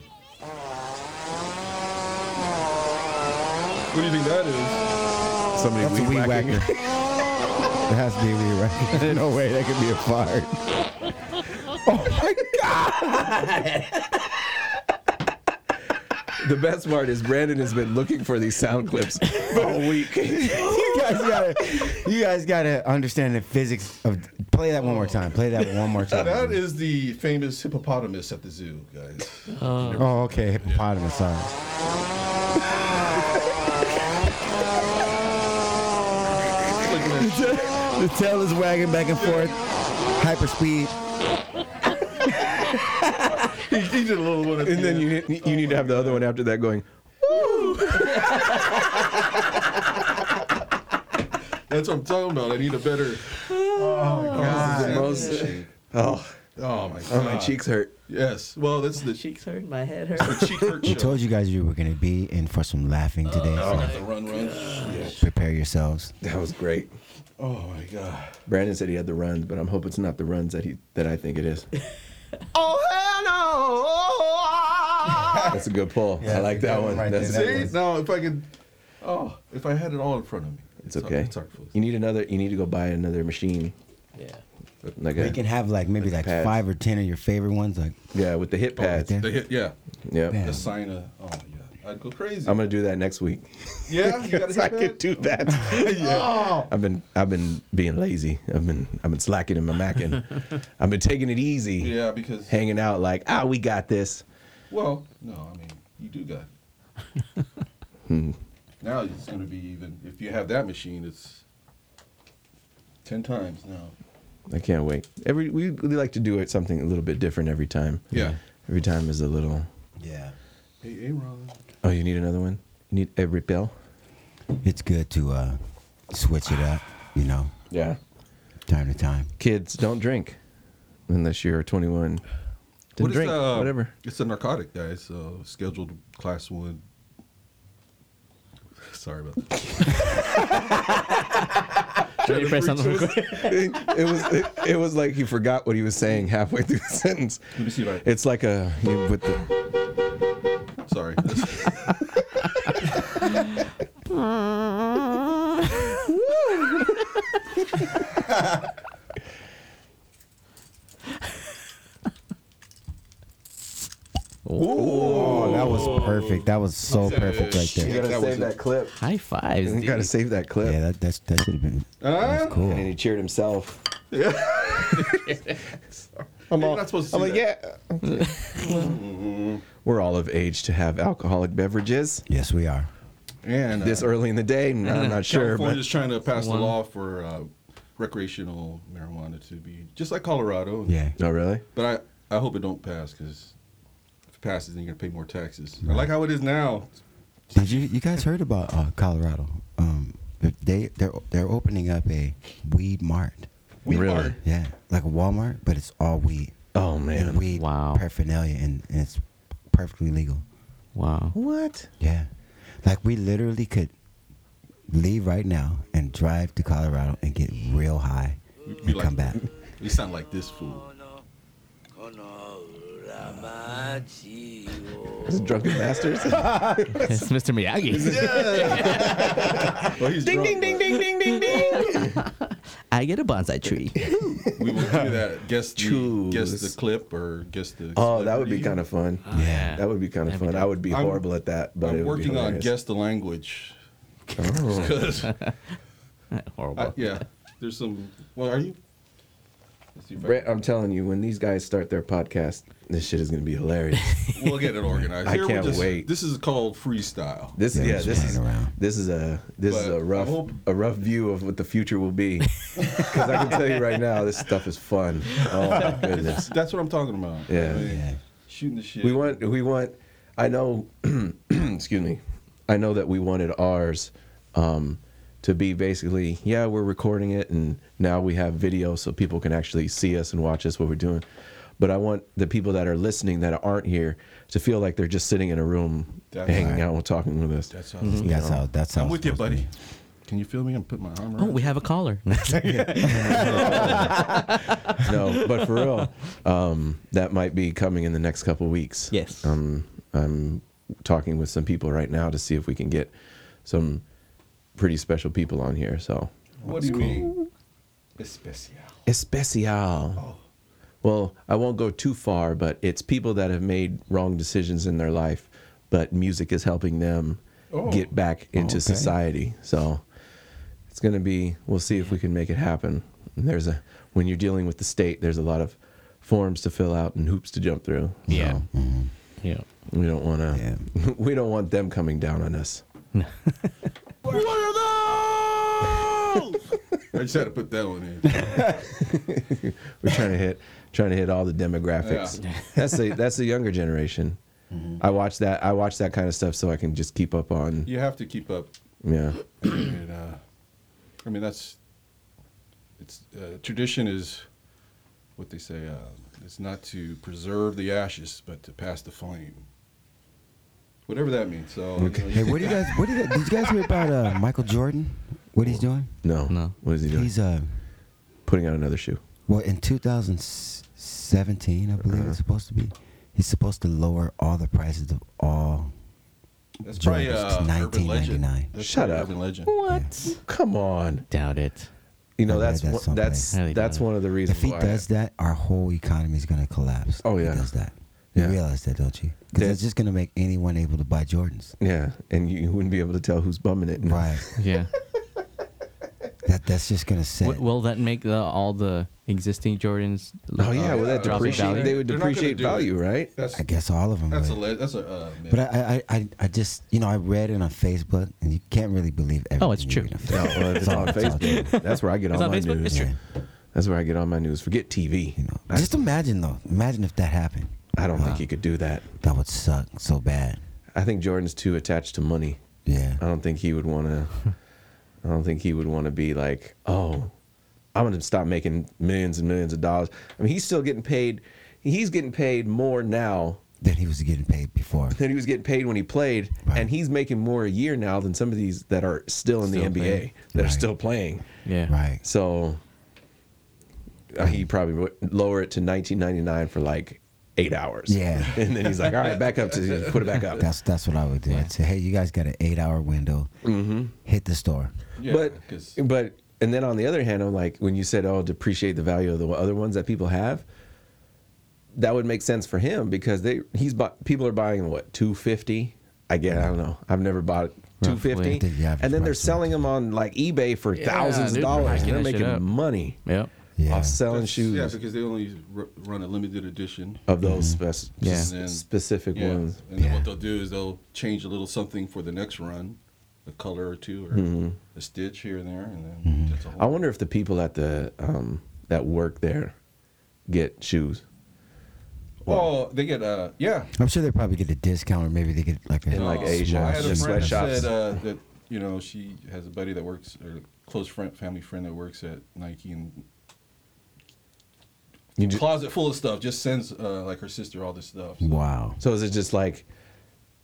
Speaker 5: What do you think that is?
Speaker 4: Somebody
Speaker 7: That's a weed whacker. it has to be a weed whacker. There's no way that could be a fart.
Speaker 4: Oh my god! the best part is Brandon has been looking for these sound clips all week.
Speaker 7: you guys gotta, you guys gotta understand the physics of. Play that one more time. Play that one more time.
Speaker 5: That is the famous hippopotamus at the zoo, guys. <laughs>
Speaker 7: oh, okay. Hippopotamus. Sorry. the tail is wagging back and forth. Hyper speed.
Speaker 5: <laughs> he, he did a little one,
Speaker 4: and then you you need to have the other one after that going.
Speaker 5: That's what I'm talking about. I need a better.
Speaker 11: Oh,
Speaker 4: God. Oh,
Speaker 5: Oh my god.
Speaker 4: Oh, my cheeks hurt.
Speaker 5: Yes. Well, that's the
Speaker 11: cheeks hurt. My head
Speaker 5: hurt. cheek hurt.
Speaker 7: We told <laughs> you guys you were gonna be in for some laughing today.
Speaker 5: Oh, I have to
Speaker 7: so
Speaker 5: run, run. Yeah.
Speaker 7: prepare yourselves.
Speaker 4: That was great.
Speaker 5: Oh my god.
Speaker 4: Brandon said he had the runs, but I'm hoping it's not the runs that he that I think it is.
Speaker 11: Oh,
Speaker 4: That's a good pull. I like that one. That's a
Speaker 5: See
Speaker 4: good one.
Speaker 5: now, if I could, oh, if I had it all in front of me,
Speaker 4: It's okay.
Speaker 5: It's artful.
Speaker 4: You need another. You need to go buy another machine.
Speaker 5: Yeah.
Speaker 4: Like
Speaker 7: We can have like maybe like
Speaker 4: pads.
Speaker 7: five or ten of your favorite ones. Like
Speaker 4: Yeah, with the hit pads.
Speaker 7: there.
Speaker 5: The hit, Oh, yeah.
Speaker 4: Yep.
Speaker 5: The sign of, oh yeah, I'd go crazy.
Speaker 4: I'm gonna do that next
Speaker 5: <laughs>
Speaker 4: week.
Speaker 5: yeah, you got a hit
Speaker 4: <laughs> I could do that.
Speaker 5: yeah.
Speaker 4: I've been I've been being lazy. I've been I've been slacking in
Speaker 5: <laughs>
Speaker 4: my macking. I've been taking it easy.
Speaker 5: Yeah, because-
Speaker 4: hanging out like ah we got this.
Speaker 5: Well, no, I mean you do got.
Speaker 4: Hmm.
Speaker 5: <laughs> Now it's going to be even. If you have that machine, it's ten times now.
Speaker 4: I can't wait. Every we, we like to do it something a little bit different every time.
Speaker 5: Yeah.
Speaker 4: Every time is a little.
Speaker 7: Yeah.
Speaker 5: Hey, Aaron.
Speaker 4: Oh, you need another one. You need every bell.
Speaker 7: it's good to uh, switch it up. You know,
Speaker 4: Yeah.
Speaker 7: time to time.
Speaker 4: Kids don't drink unless you're 21. Then
Speaker 5: What is
Speaker 4: drink
Speaker 5: the, uh,
Speaker 4: whatever.
Speaker 5: It's a narcotic, guys. So scheduled class one. <laughs> Sorry about that.
Speaker 4: Trying to
Speaker 6: press
Speaker 4: preach
Speaker 6: on the
Speaker 4: this. it, <laughs> it was it, it was like he forgot what he was saying halfway through the sentence.
Speaker 5: Let me see if I-
Speaker 4: It's like a you with the
Speaker 5: Sorry. <laughs>
Speaker 7: Oh, that was perfect. That was so
Speaker 5: Yeah,
Speaker 7: perfect right there.
Speaker 4: you gotta
Speaker 5: That was
Speaker 4: save
Speaker 5: it.
Speaker 4: that clip.
Speaker 6: High fives.
Speaker 4: You gotta
Speaker 6: dude.
Speaker 4: save that clip.
Speaker 7: Yeah, Uh-huh. that that's, that should have been
Speaker 5: Uh,
Speaker 7: that's cool.
Speaker 4: And he cheered himself.
Speaker 5: I'm not supposed to. see
Speaker 4: I'm like,
Speaker 5: that.
Speaker 4: yeah. Mm-hmm. We're all of age to have alcoholic beverages
Speaker 7: Yes, we are.
Speaker 5: And uh,
Speaker 4: this early in the day. No, I'm not sure, but
Speaker 5: California's trying to pass
Speaker 6: One.
Speaker 5: a law for uh, recreational marijuana to be just like Colorado.
Speaker 7: Yeah.
Speaker 4: oh really?
Speaker 5: But I, I hope it don't pass because if it passes, then you're gonna pay more taxes. I like how it is now.
Speaker 7: Did you you guys heard about uh, Colorado? Um, they they're they're opening up a weed mart.
Speaker 5: Weed
Speaker 4: Really?
Speaker 5: mart.
Speaker 7: Yeah, like a Walmart, but it's all weed.
Speaker 4: Oh man.
Speaker 7: And weed
Speaker 6: Wow.
Speaker 7: paraphernalia, and, and it's perfectly legal.
Speaker 6: Wow.
Speaker 4: What?
Speaker 7: Yeah, like we literally could leave right now and drive to Colorado and get real high
Speaker 5: We'd be
Speaker 7: and
Speaker 5: like-
Speaker 7: come back.
Speaker 5: You sound like this fool.
Speaker 4: It's drunken masters. <laughs>
Speaker 6: It's Mr. Miyagi.
Speaker 5: Well, he's
Speaker 4: ding
Speaker 5: drunk,
Speaker 4: ding ding ding ding ding ding.
Speaker 6: I
Speaker 9: <laughs> I get a bonsai
Speaker 4: <laughs>
Speaker 9: tree.
Speaker 5: We will do that. Guess the, guess the clip or guess the.
Speaker 4: Oh, that would be kind of fun. Oh,
Speaker 5: Ah,
Speaker 4: yeah, that would be kind of fun. I would be
Speaker 5: I'm-
Speaker 4: horrible at that, but
Speaker 5: I'm
Speaker 4: it would be
Speaker 5: working on
Speaker 4: hilarious.
Speaker 5: guess the language.
Speaker 4: Oh.
Speaker 5: <laughs> 'Cause-
Speaker 9: horrible.
Speaker 5: I- yeah, there's some. Well, are you? Let's see if I-
Speaker 4: Brett, I'm telling you, when these guys start their podcast, this shit is gonna be <laughs> hilarious.
Speaker 5: <laughs> We'll get it organized.
Speaker 4: <laughs> I
Speaker 5: Here we
Speaker 4: can't
Speaker 5: just-
Speaker 4: wait.
Speaker 5: This is called freestyle.
Speaker 4: This is yeah, this is this is a this is
Speaker 5: But I
Speaker 4: a rough
Speaker 5: hope-
Speaker 4: a rough view of what the future will <laughs> be. Because I can tell you right now, this stuff is fun. Oh <laughs> my goodness.
Speaker 5: That's what I'm talking about.
Speaker 4: Yeah.
Speaker 5: I mean, Shooting the shit.
Speaker 4: We want we want I know <clears throat> excuse me. I know that we wanted ours um, to be basically, yeah, we're recording it and now we have video so people can actually see us and watch us what we're doing. But I want the people that are listening that aren't here to feel like they're just sitting in a room
Speaker 5: That's
Speaker 4: hanging
Speaker 5: right.
Speaker 4: out and talking with us.
Speaker 5: That's how.
Speaker 4: You
Speaker 7: That's
Speaker 4: know?
Speaker 7: how. That's
Speaker 5: I'm
Speaker 7: how.
Speaker 5: with you, buddy. Can you feel me? I'm putting my arm
Speaker 9: Oh,
Speaker 5: around.
Speaker 9: we have a caller. <laughs>
Speaker 4: no, but for real, um, that might be coming in the next couple weeks.
Speaker 9: Yes.
Speaker 4: Um, I'm talking with some people right now to see if we can get some pretty special people on here. So,
Speaker 5: What do you mean? Especial.
Speaker 4: especial. Well, I won't go too far, but it's people that have made wrong decisions in their life, but music is helping them
Speaker 5: Oh.
Speaker 4: get back into
Speaker 5: Okay.
Speaker 4: society. So it's going to be, we'll see if we can make it happen. And there's a, when you're dealing with the state, there's a lot of forms to fill out and hoops to jump through.
Speaker 9: Yeah. Mm-hmm. Yeah.
Speaker 4: We don't want to, <laughs> we don't want them coming down on us.
Speaker 5: What are those? I just had to put that one in.
Speaker 4: We're trying to hit trying to hit all the demographics.
Speaker 5: Yeah.
Speaker 4: <laughs> That's the that's the younger generation. I watch that I watch that kind of stuff so I can just keep up on
Speaker 5: <laughs> You have to keep up.
Speaker 4: yeah.
Speaker 5: And, uh, I mean, that's it's uh, tradition is what they say. Uh, it's not to preserve the ashes, but to pass the flame. Whatever that means. So, you know, you
Speaker 7: Hey,
Speaker 5: think
Speaker 7: what do you
Speaker 5: that-
Speaker 7: guys? What do you guys? Did you guys hear about uh, Michael Jordan? What he's doing?
Speaker 4: No. No. What is he doing?
Speaker 7: He's uh,
Speaker 4: Putting out another shoe.
Speaker 7: well, in 2017, I believe
Speaker 4: Uh-huh.
Speaker 7: it's supposed to be. He's supposed to lower all the prices of all.
Speaker 5: That's probably
Speaker 7: Jordans
Speaker 5: uh,
Speaker 7: to
Speaker 5: urban legend.
Speaker 7: 1999.
Speaker 5: That's
Speaker 4: Shut
Speaker 5: probably
Speaker 4: up.
Speaker 5: Urban legend.
Speaker 4: What? Come on.
Speaker 9: Doubt it.
Speaker 4: You know
Speaker 7: I read
Speaker 4: that's
Speaker 7: that
Speaker 4: one-
Speaker 7: someplace.
Speaker 4: that's that's one of the reasons
Speaker 7: If he
Speaker 4: why
Speaker 7: does that, our whole economy is going to collapse.
Speaker 4: Oh,
Speaker 7: if
Speaker 4: yeah.
Speaker 7: he does that. You
Speaker 4: Yeah.
Speaker 7: realize that, don't you? Because
Speaker 4: That-
Speaker 7: it's just going to make anyone able to buy
Speaker 4: <laughs>
Speaker 7: Jordans.
Speaker 4: Yeah, and you wouldn't be able to tell who's bumming it.
Speaker 7: Right.
Speaker 9: Yeah.
Speaker 7: That that's just going to
Speaker 9: <laughs>
Speaker 7: set.
Speaker 9: W- will that make the, all the existing Jordans? uh,
Speaker 4: Oh yeah, well that
Speaker 9: drop in
Speaker 4: depreciate
Speaker 9: value?
Speaker 4: they would
Speaker 5: They're not gonna
Speaker 4: depreciate
Speaker 5: do it.
Speaker 4: value, right?
Speaker 5: That's
Speaker 7: I guess all of them.
Speaker 5: that's a
Speaker 7: would.
Speaker 5: le- that's a uh, myth.
Speaker 7: But I, I, I, I just, you know, I read it on Facebook, and you can't really believe everything.
Speaker 9: Oh, it's
Speaker 7: you
Speaker 9: true.
Speaker 7: read on
Speaker 4: No,
Speaker 7: Facebook.
Speaker 4: well, it's on Facebook. That's where I get
Speaker 9: It's
Speaker 4: all
Speaker 9: on
Speaker 4: my
Speaker 9: Facebook?
Speaker 4: news.
Speaker 9: It's true.
Speaker 4: That's where I get all my news. Forget TV. You know, I,
Speaker 7: Just imagine though. Imagine if that happened.
Speaker 4: I don't think you could do that.
Speaker 7: That would suck so bad.
Speaker 4: I think Jordan's too attached to money.
Speaker 7: Yeah.
Speaker 4: I don't think he would want
Speaker 7: <laughs>
Speaker 4: to. I don't think he would want to be like, oh, I'm gonna stop making millions and millions of dollars. I mean, he's still getting paid. He's getting paid more now
Speaker 7: Then he was getting
Speaker 4: <laughs>
Speaker 7: paid before.
Speaker 4: than he was getting paid when he played, and he's making more a year now than some of these that are still in the
Speaker 9: Still
Speaker 4: NBA
Speaker 9: playing.
Speaker 4: that are
Speaker 7: Right.
Speaker 4: still playing.
Speaker 9: Yeah.
Speaker 7: Right.
Speaker 4: So uh, he probably would lower it to 1999 for like eight hours.
Speaker 7: Yeah.
Speaker 4: <laughs> and then he's like, all right, back up to put it back
Speaker 7: <laughs>
Speaker 4: up.
Speaker 7: That's that's what I would do. I'd say, hey, you guys got an eight-hour window. Mm-hmm. Hit the store.
Speaker 5: Yeah,
Speaker 4: but
Speaker 5: 'cause-
Speaker 4: but and then on the other hand, I'm like when you said, "Oh, depreciate the value of the other ones that people have." That would make sense for him because they he's bought people are buying what two fifty. I get I don't know. I've never bought two
Speaker 7: I
Speaker 4: fifty,
Speaker 7: think the average
Speaker 4: and then they're
Speaker 7: price is
Speaker 4: selling them on like eBay for
Speaker 9: Yeah,
Speaker 4: thousands of
Speaker 9: dude,
Speaker 4: dollars.
Speaker 9: hiking
Speaker 4: And they're
Speaker 9: that shit up.
Speaker 4: making money
Speaker 9: Yep. <laughs>
Speaker 7: Yeah.
Speaker 4: off selling
Speaker 5: That's-
Speaker 4: shoes
Speaker 5: Yeah, because they only r- run a limited edition.
Speaker 4: of those
Speaker 7: Mm-hmm.
Speaker 4: spec-
Speaker 9: Yeah.
Speaker 4: s-
Speaker 5: And-
Speaker 4: specific
Speaker 5: Yeah.
Speaker 4: ones.
Speaker 5: And then what they'll do is they'll change a little something for the next run, a color or two, or a stitch here and there, and then that's a
Speaker 4: Mm-hmm. I
Speaker 5: whole.
Speaker 4: wonder if the people at the um, that work there get shoes.
Speaker 5: oh, they get uh yeah.
Speaker 7: I'm sure they probably get a discount, or maybe they get like a
Speaker 4: In, like,
Speaker 5: Uh,
Speaker 4: Asia,
Speaker 5: I had a
Speaker 4: just
Speaker 5: friend that
Speaker 4: sweatshops.
Speaker 5: said uh, that you know she has a buddy that works or a close friend, family friend that works at Nike and.
Speaker 4: You ju-
Speaker 5: closet full of stuff just sends uh, like her sister all this stuff. So
Speaker 7: Wow.
Speaker 4: So is it just like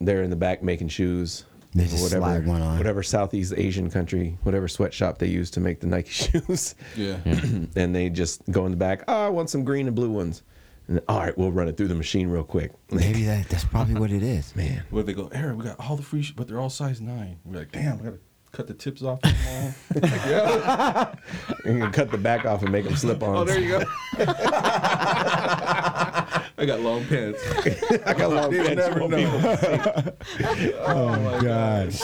Speaker 4: they're in the back making shoes?
Speaker 7: They
Speaker 4: for
Speaker 7: just slide one on.
Speaker 4: whatever Southeast Asian country, whatever sweatshop they use to make the Nike <laughs> shoes, <clears throat>
Speaker 5: Yeah.
Speaker 4: and they just go in the back. Oh, I want some green and blue ones. And all right, we'll run it through the machine real quick. <laughs>
Speaker 7: Maybe that that's probably what it is.
Speaker 4: Man,
Speaker 5: <laughs> Where they go, Aaron, we got all the free, sh- but they're all size nine. We're like, damn, I gotta cut the tips
Speaker 4: <laughs>
Speaker 5: off. them all. yeah.
Speaker 4: You can cut the back off and make them slip on.
Speaker 5: Oh,
Speaker 4: <laughs>
Speaker 5: there you go. <laughs> I got long pants.
Speaker 4: I got
Speaker 5: <laughs>
Speaker 4: long
Speaker 5: They
Speaker 4: pants.
Speaker 5: never
Speaker 4: What
Speaker 5: know.
Speaker 4: oh my gosh.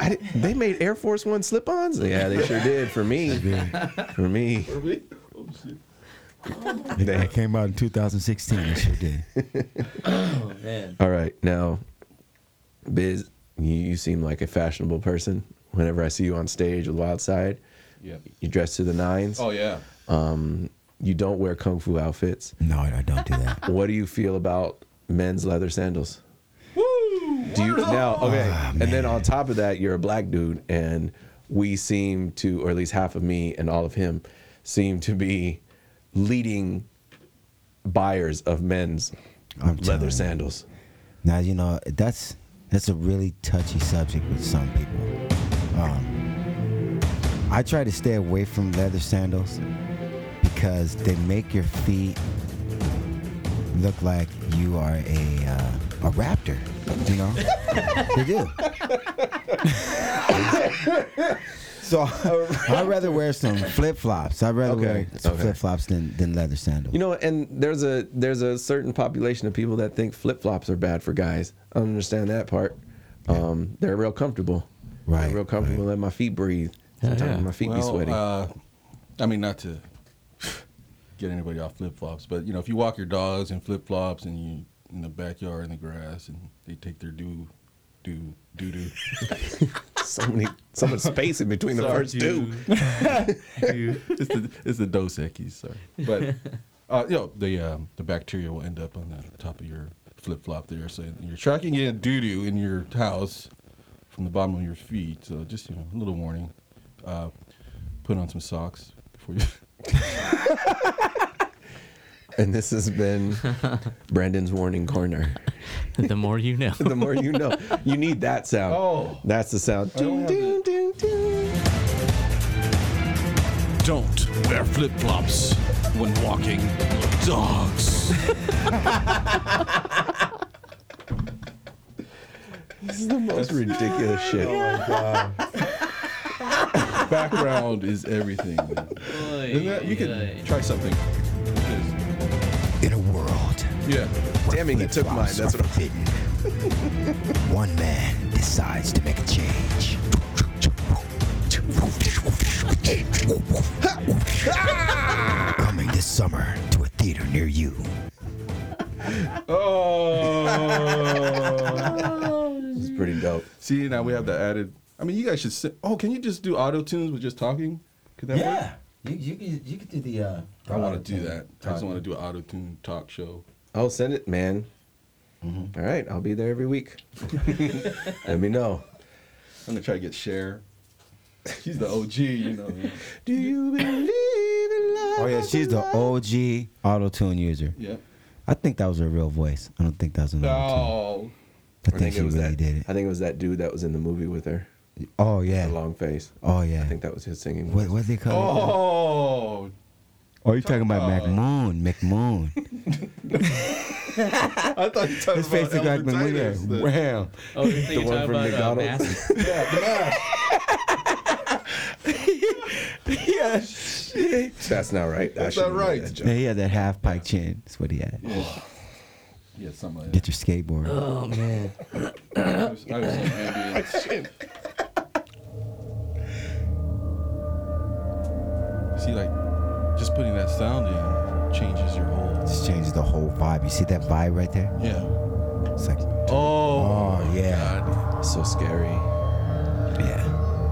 Speaker 4: I didn't- they made Air Force One slip-ons. Yeah, they sure did for me. For me,
Speaker 5: Where we? Oh, shit.
Speaker 10: It came out in 2016. It sure did.
Speaker 4: oh
Speaker 2: man.
Speaker 4: All right, now, Biz, you, you seem like a fashionable person. Whenever I see you on stage with Wild Side,
Speaker 5: Yeah.
Speaker 4: you dress to the nines.
Speaker 5: Oh, yeah.
Speaker 4: Um, you don't wear kung fu outfits.
Speaker 7: No, I don't do that.
Speaker 4: what do you feel about men's leather sandals? Do you now? Okay, and then on top of that, you're a black dude, and we seem to, or at least half of me and all of him, seem to be leading buyers of men's leather sandals.
Speaker 7: Now you know that's that's a really touchy subject with some people. Um, I try to stay away from leather sandals because they make your feet look like you are a uh, a raptor. You know, they do. <laughs> so I'd rather wear some flip flops. I'd rather wear some
Speaker 4: okay.
Speaker 7: flip flops than, than leather sandals.
Speaker 4: You know, and there's a there's a certain population of people that think flip flops are bad for guys. I don't understand that part. Um, they're real comfortable. Right. real comfortable. Let my feet breathe. Sometimes my feet be
Speaker 5: Well,
Speaker 4: sweaty.
Speaker 5: Uh, I mean, not to get anybody off flip flops, but you know, if you walk your dogs in flip flops and you in the backyard in the grass and they take their do do do do.
Speaker 4: <laughs> so many, so much space in between the words do.
Speaker 5: <laughs> it's the it's the Dos Equis, sorry, but uh, you know the um, the bacteria will end up on the top of your flip flop there, so you're tracking in doo doo in your house from the bottom of your feet. So just you know a little warning. Uh, put on some socks before you. <laughs>
Speaker 4: And this has <laughs> been Brandon's warning corner.
Speaker 9: the more you
Speaker 4: <laughs>
Speaker 9: know.
Speaker 4: the more you know. You need that sound.
Speaker 5: Oh.
Speaker 4: That's the sound.
Speaker 3: Don't wear flip flops when walking dogs.
Speaker 4: <laughs> This is the most ridiculous shit.
Speaker 5: Background is everything. man. Isn't that-
Speaker 9: <laughs>
Speaker 4: <laughs>
Speaker 5: you
Speaker 4: oy.
Speaker 5: could try something.
Speaker 7: In a world.
Speaker 5: Yeah.
Speaker 4: Damn it, he took mine. That's what I'm
Speaker 7: thinking. <laughs> One man decides to make a
Speaker 4: <laughs>
Speaker 7: change. Coming this summer to a theater near you.
Speaker 5: Oh.
Speaker 4: it's pretty dope.
Speaker 5: See, now we have the added. I mean, you guys should. Sit, oh, can you just do auto tunes with just talking? Could that work?
Speaker 7: You, you, can, you can do the. Uh,
Speaker 5: I want to do that. I just want to do an auto tune talk show.
Speaker 4: I'll send it, man. All right, I'll be there every week. Let me know.
Speaker 5: I'm gonna try to get Cher. <laughs> She's the OG, you know.
Speaker 4: Do you believe in love?
Speaker 7: Oh, yeah, she's the OG auto tune user.
Speaker 5: Yep.
Speaker 7: I think that was her real voice. I don't think that was an auto
Speaker 5: No.
Speaker 7: I think she really
Speaker 4: that.
Speaker 7: did
Speaker 4: I think it was that dude that was in the movie with her.
Speaker 7: Oh yeah.
Speaker 4: The long face.
Speaker 7: Oh yeah.
Speaker 4: I think that was his singing.
Speaker 7: tune. What, what they call it?
Speaker 5: Oh.
Speaker 7: Oh, you're talking about McMoon. <laughs> McMoon.
Speaker 5: I thought you were talking
Speaker 7: His face
Speaker 5: about
Speaker 7: looked like when we were
Speaker 5: Epaphroditus, the-
Speaker 7: wham.
Speaker 9: Oh, you think you're talking about, uh,
Speaker 5: yeah, the mask.
Speaker 7: yeah.
Speaker 4: That's not right. I
Speaker 5: That's
Speaker 4: shouldn't
Speaker 5: not
Speaker 4: have made
Speaker 5: right.
Speaker 4: that joke.
Speaker 7: Yeah, he had that half pipe chin. That's what he had.
Speaker 5: Yeah, something like that.
Speaker 7: Get your skateboard.
Speaker 9: Oh man.
Speaker 5: I was, I was on ambient. Oh, See, like, just putting that sound in changes your whole.
Speaker 7: Just changes the whole vibe. You see that vibe right there?
Speaker 5: Yeah.
Speaker 7: It's like,
Speaker 5: Oh.
Speaker 7: oh yeah,
Speaker 4: so scary.
Speaker 7: yeah.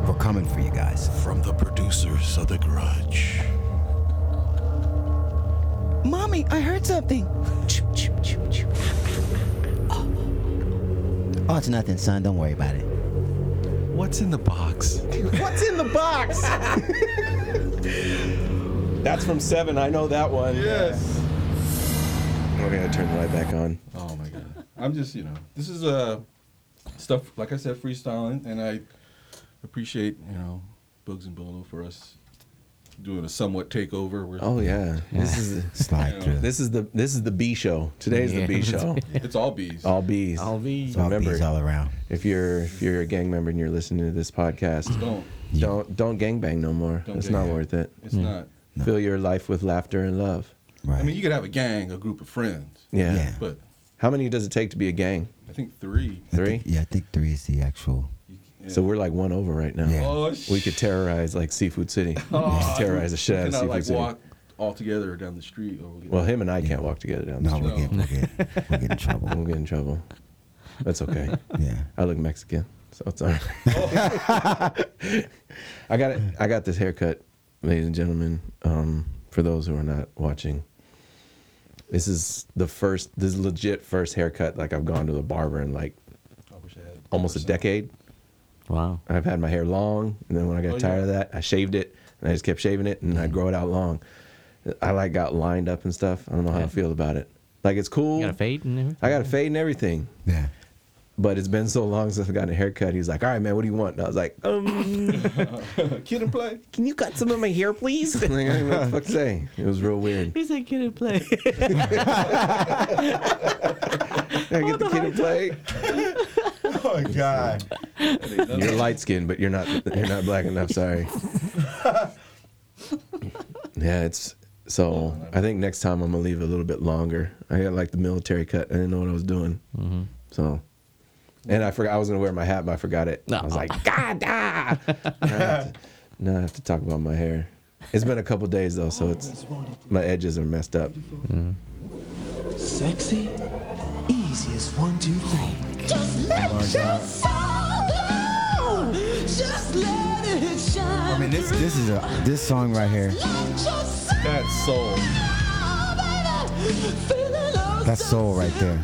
Speaker 7: We're coming for you guys.
Speaker 3: From the producers of The Grudge.
Speaker 18: Mommy, I heard something.
Speaker 7: Oh, it's nothing, son. Don't worry about it.
Speaker 3: What's in the box?
Speaker 4: What's in the box? That's from Seven. I know that one.
Speaker 5: Yes.
Speaker 4: Okay, I turn the light back on.
Speaker 5: Oh my god. I'm just, you know, this is uh stuff like I said, freestyling, and I appreciate you know Bugs and Bolo for us doing a somewhat takeover. We're-
Speaker 4: Oh yeah, this is
Speaker 7: slide
Speaker 5: through.
Speaker 4: This is the this is the B show. Today's the B
Speaker 5: Yeah. <laughs>
Speaker 4: show.
Speaker 5: It's all Bs.
Speaker 4: All Bs.
Speaker 5: All Bs.
Speaker 4: So
Speaker 5: All
Speaker 4: remember,
Speaker 5: Bs all
Speaker 7: around.
Speaker 4: If you're if you're a gang member and you're listening to this podcast,
Speaker 5: Don't.
Speaker 4: don't don't gangbang no more.
Speaker 5: Don't
Speaker 4: it's not
Speaker 5: gangbang.
Speaker 4: worth it.
Speaker 5: It's Yeah. not.
Speaker 4: Fill your life with laughter and love.
Speaker 5: I mean, you could have a gang, a group of friends.
Speaker 4: Yeah.
Speaker 5: But
Speaker 4: How many does it take to be a gang?
Speaker 5: I think three.
Speaker 4: Three.
Speaker 7: Yeah, I think three is the actual.
Speaker 4: So we're like one over right now.
Speaker 5: Yeah. Oh, sh-
Speaker 4: we could terrorize like Seafood City. we
Speaker 5: Oh,
Speaker 4: could terrorize the shit out
Speaker 5: we
Speaker 4: of
Speaker 5: cannot,
Speaker 4: Seafood
Speaker 5: like
Speaker 4: City.
Speaker 5: walk all together down the street. Or we'll get,
Speaker 4: Well, him and I can't walk together down the
Speaker 5: No,
Speaker 4: street.
Speaker 5: we'll get- we'll
Speaker 7: get, we'll get in trouble. <laughs>
Speaker 4: We'll get in trouble. That's okay.
Speaker 7: Yeah.
Speaker 4: I look Mexican, so it's all right. <laughs> I got it. I got this haircut, ladies and gentlemen. Um, for those who are not watching, this is the first. This is legit first haircut. Like I've gone to the barber in like almost a decade.
Speaker 9: Wow.
Speaker 4: I've had my hair long, and then when I got
Speaker 9: Oh,
Speaker 4: tired
Speaker 9: yeah. Mm-hmm.
Speaker 4: of that, I shaved it, and I just kept shaving it, and I grow it out long. I like got lined up and stuff. I don't know how I
Speaker 9: Yeah.
Speaker 4: feel about it. Like it's cool.
Speaker 9: got a fade and everything?
Speaker 4: I got a fade and everything.
Speaker 7: Yeah.
Speaker 4: But it's been so long since I've gotten a haircut. He's like, "All right, man, what do you want?" And I was like, "Um, <laughs>
Speaker 5: kid and play.
Speaker 4: Can you cut some of my hair, please? <laughs> like, I didn't know what the fuck to say." It was real weird.
Speaker 9: He's like, get it play.
Speaker 4: I get the kid to play.
Speaker 10: <laughs> Oh God.
Speaker 4: You're light skinned, but you're not. You're not black enough. Sorry. Yeah, it's so. I think next time I'm gonna leave a little bit longer. I got like the military cut. I didn't know what I was doing. So, and I forgot I was gonna wear my hat, but I forgot it. I was like, God, ah! now, I have to, now I have to talk about my hair. It's been a couple days though, so it's my edges are messed up.
Speaker 11: Sexy, easiest one, two, three. Just let your soul go. Just let it shine.
Speaker 7: I mean, this this is a this song right here.
Speaker 5: That's soul.
Speaker 7: That's soul right there.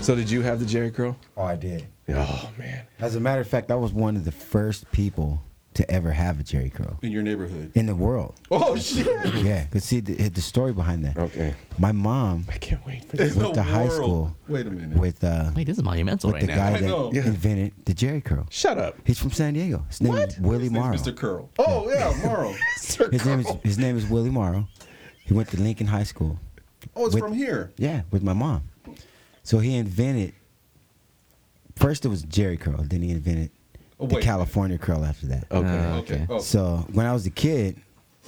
Speaker 4: So did you have the Jerry curl?
Speaker 7: Oh, I did.
Speaker 4: Oh man.
Speaker 7: As a matter of fact, I was one of the first people to ever have a Jerry curl
Speaker 5: in your neighborhood.
Speaker 7: in the world.
Speaker 5: Oh shit!
Speaker 7: Yeah, cause see the, the story behind that.
Speaker 4: Okay.
Speaker 7: My mom.
Speaker 4: I can't wait for
Speaker 5: this.
Speaker 7: Went
Speaker 5: The
Speaker 7: to high
Speaker 5: world.
Speaker 7: school.
Speaker 5: Wait a minute.
Speaker 7: With uh.
Speaker 9: Wait, this is monumental
Speaker 7: with
Speaker 9: right
Speaker 7: the
Speaker 9: now.
Speaker 7: guy
Speaker 9: I know.
Speaker 7: that
Speaker 9: Yeah.
Speaker 7: invented the Jerry curl.
Speaker 4: Shut up.
Speaker 7: He's from San Diego. His name is Willie Morrow.
Speaker 5: Mr. Curl. Oh yeah,
Speaker 4: <laughs>
Speaker 5: Morrow.
Speaker 7: His name is his name is Willie Morrow. He went to Lincoln High School.
Speaker 5: Oh, it's
Speaker 7: With-
Speaker 5: from here.
Speaker 7: Yeah, with my mom. So he invented. First it was Jerry curl, then he invented
Speaker 5: Oh,
Speaker 7: the
Speaker 5: wait.
Speaker 7: California curl. After that.
Speaker 4: Uh,
Speaker 5: Okay, Ah, okay, okay.
Speaker 4: Oh.
Speaker 5: okay.
Speaker 7: So when I was a kid,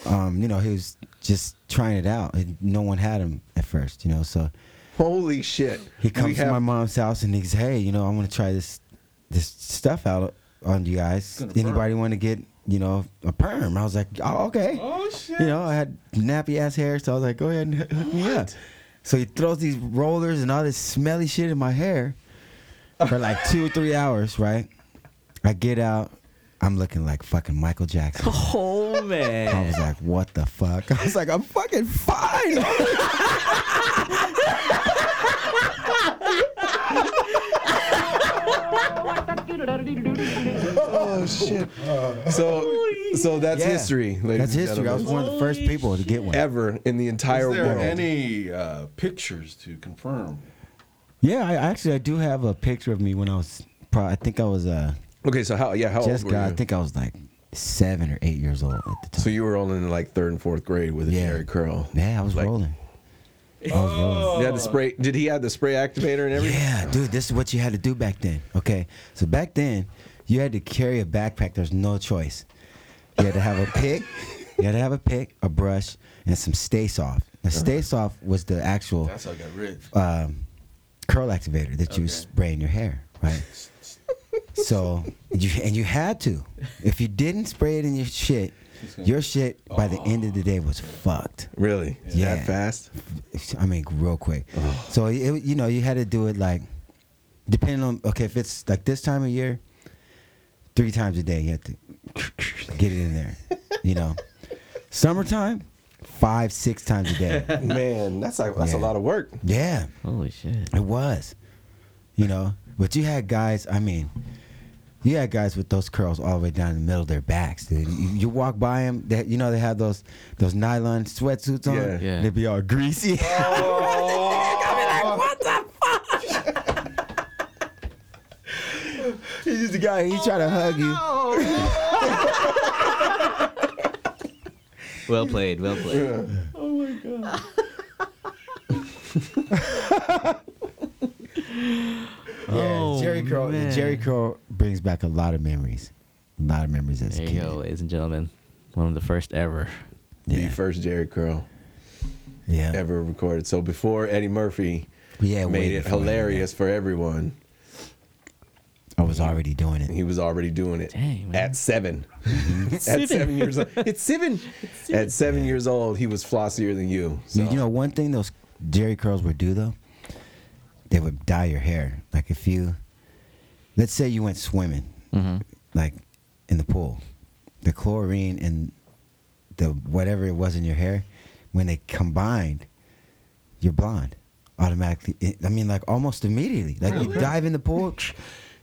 Speaker 7: um, you know, he was just trying it out, and no one had him at first, you know. So
Speaker 4: Holy shit!
Speaker 7: he
Speaker 4: We
Speaker 7: comes to
Speaker 4: have-
Speaker 7: my mom's house and he's, hey, you know, I want to try this this stuff out on you guys.
Speaker 5: gonna
Speaker 7: Anybody want to get, you know, a perm? I was like, oh, okay.
Speaker 5: Oh shit!
Speaker 7: You know, I had nappy ass hair, so I was like, go ahead and hook me up. So he throws these rollers and all this smelly shit in my hair for like two or three hours, right? I get out, I'm looking like fucking Michael Jackson.
Speaker 9: Oh
Speaker 7: I
Speaker 9: man.
Speaker 7: was like, what the fuck? <laughs> I was like, I'm fucking fine.
Speaker 4: oh shit! So, so that's
Speaker 7: Yeah.
Speaker 4: history. Ladies
Speaker 7: That's
Speaker 4: and
Speaker 7: history. I was
Speaker 4: gentlemen.
Speaker 7: one of the first people to get one.
Speaker 4: ever in the entire
Speaker 5: Is there
Speaker 4: world.
Speaker 5: any uh, pictures to confirm?
Speaker 7: Yeah, I actually I do have a picture of me when I was pro I think I was uh
Speaker 4: Okay, so how? Yeah, how
Speaker 7: just
Speaker 4: old were
Speaker 7: got-
Speaker 4: you?
Speaker 7: I think I was like seven or eight years old at the time.
Speaker 4: so you were all in like third and fourth grade with a Jerry curl.
Speaker 7: Yeah, I was rolling. I was rolling.
Speaker 4: They had the spray. Did he have the spray activator and everything?
Speaker 7: Yeah, dude, this is what you had to do back then. Okay, so back then, you had to carry a backpack. There's no choice. You had to have a pick. You had to have a pick, a brush, and some Stay Soft. Now, Stay Soft was the actual
Speaker 5: That's how I got rich.
Speaker 7: um, curl activator that you spray in your hair, right? so you and you had to. If you didn't spray it in your shit, your shit by the end of the day was fucked.
Speaker 4: Really?
Speaker 7: Yeah.
Speaker 4: That fast?
Speaker 7: I mean, real quick. So it, you know, you had to do it like, depending on okay, if it's like this time of year, three times a day you have to get it in there. You know, summertime, five six times a day.
Speaker 4: <laughs> Man, that's like that's a
Speaker 7: Yeah.
Speaker 4: lot of work.
Speaker 7: Yeah.
Speaker 9: Holy shit.
Speaker 7: It was. You know, but you had guys, I mean, you had guys with those curls all the way down the middle of their backs. Dude. You, you walk by them, they, you know, they have those those nylon sweatsuits on.
Speaker 4: Yeah. Yeah.
Speaker 7: They'd be all greasy.
Speaker 11: Oh.
Speaker 7: <laughs> I'd be like, what the <laughs>
Speaker 5: He
Speaker 10: he's the guy. He
Speaker 7: Oh,
Speaker 10: try to hug you.
Speaker 6: Well played. Well played.
Speaker 11: Oh my god.
Speaker 7: Yeah, Jerry Curl.
Speaker 6: man.
Speaker 7: Jerry Curl brings back a lot of memories. A lot of memories as a
Speaker 6: There
Speaker 7: kid.
Speaker 6: you go, ladies and gentlemen. One of the first ever.
Speaker 4: The first Jerry Curl
Speaker 7: yeah.
Speaker 4: ever recorded. So before Eddie Murphy
Speaker 7: Yeah, way
Speaker 4: made it
Speaker 7: before
Speaker 4: hilarious for everyone,
Speaker 7: I was already doing it.
Speaker 4: he was already doing it at
Speaker 7: <laughs>
Speaker 4: 7 at
Speaker 7: Seven.
Speaker 4: seven. years old. It's seven. At seven years old, he was flossier than you. So.
Speaker 7: You know, one thing those Jerry curls would do though, they would dye your hair. Like if you, let's say you went swimming,
Speaker 4: Mm-hmm.
Speaker 7: like in the pool, the chlorine and the whatever it was in your hair, when they combined, you're blonde automatically. It- I mean, like almost immediately. Like you dive in
Speaker 4: <laughs>
Speaker 7: the pool,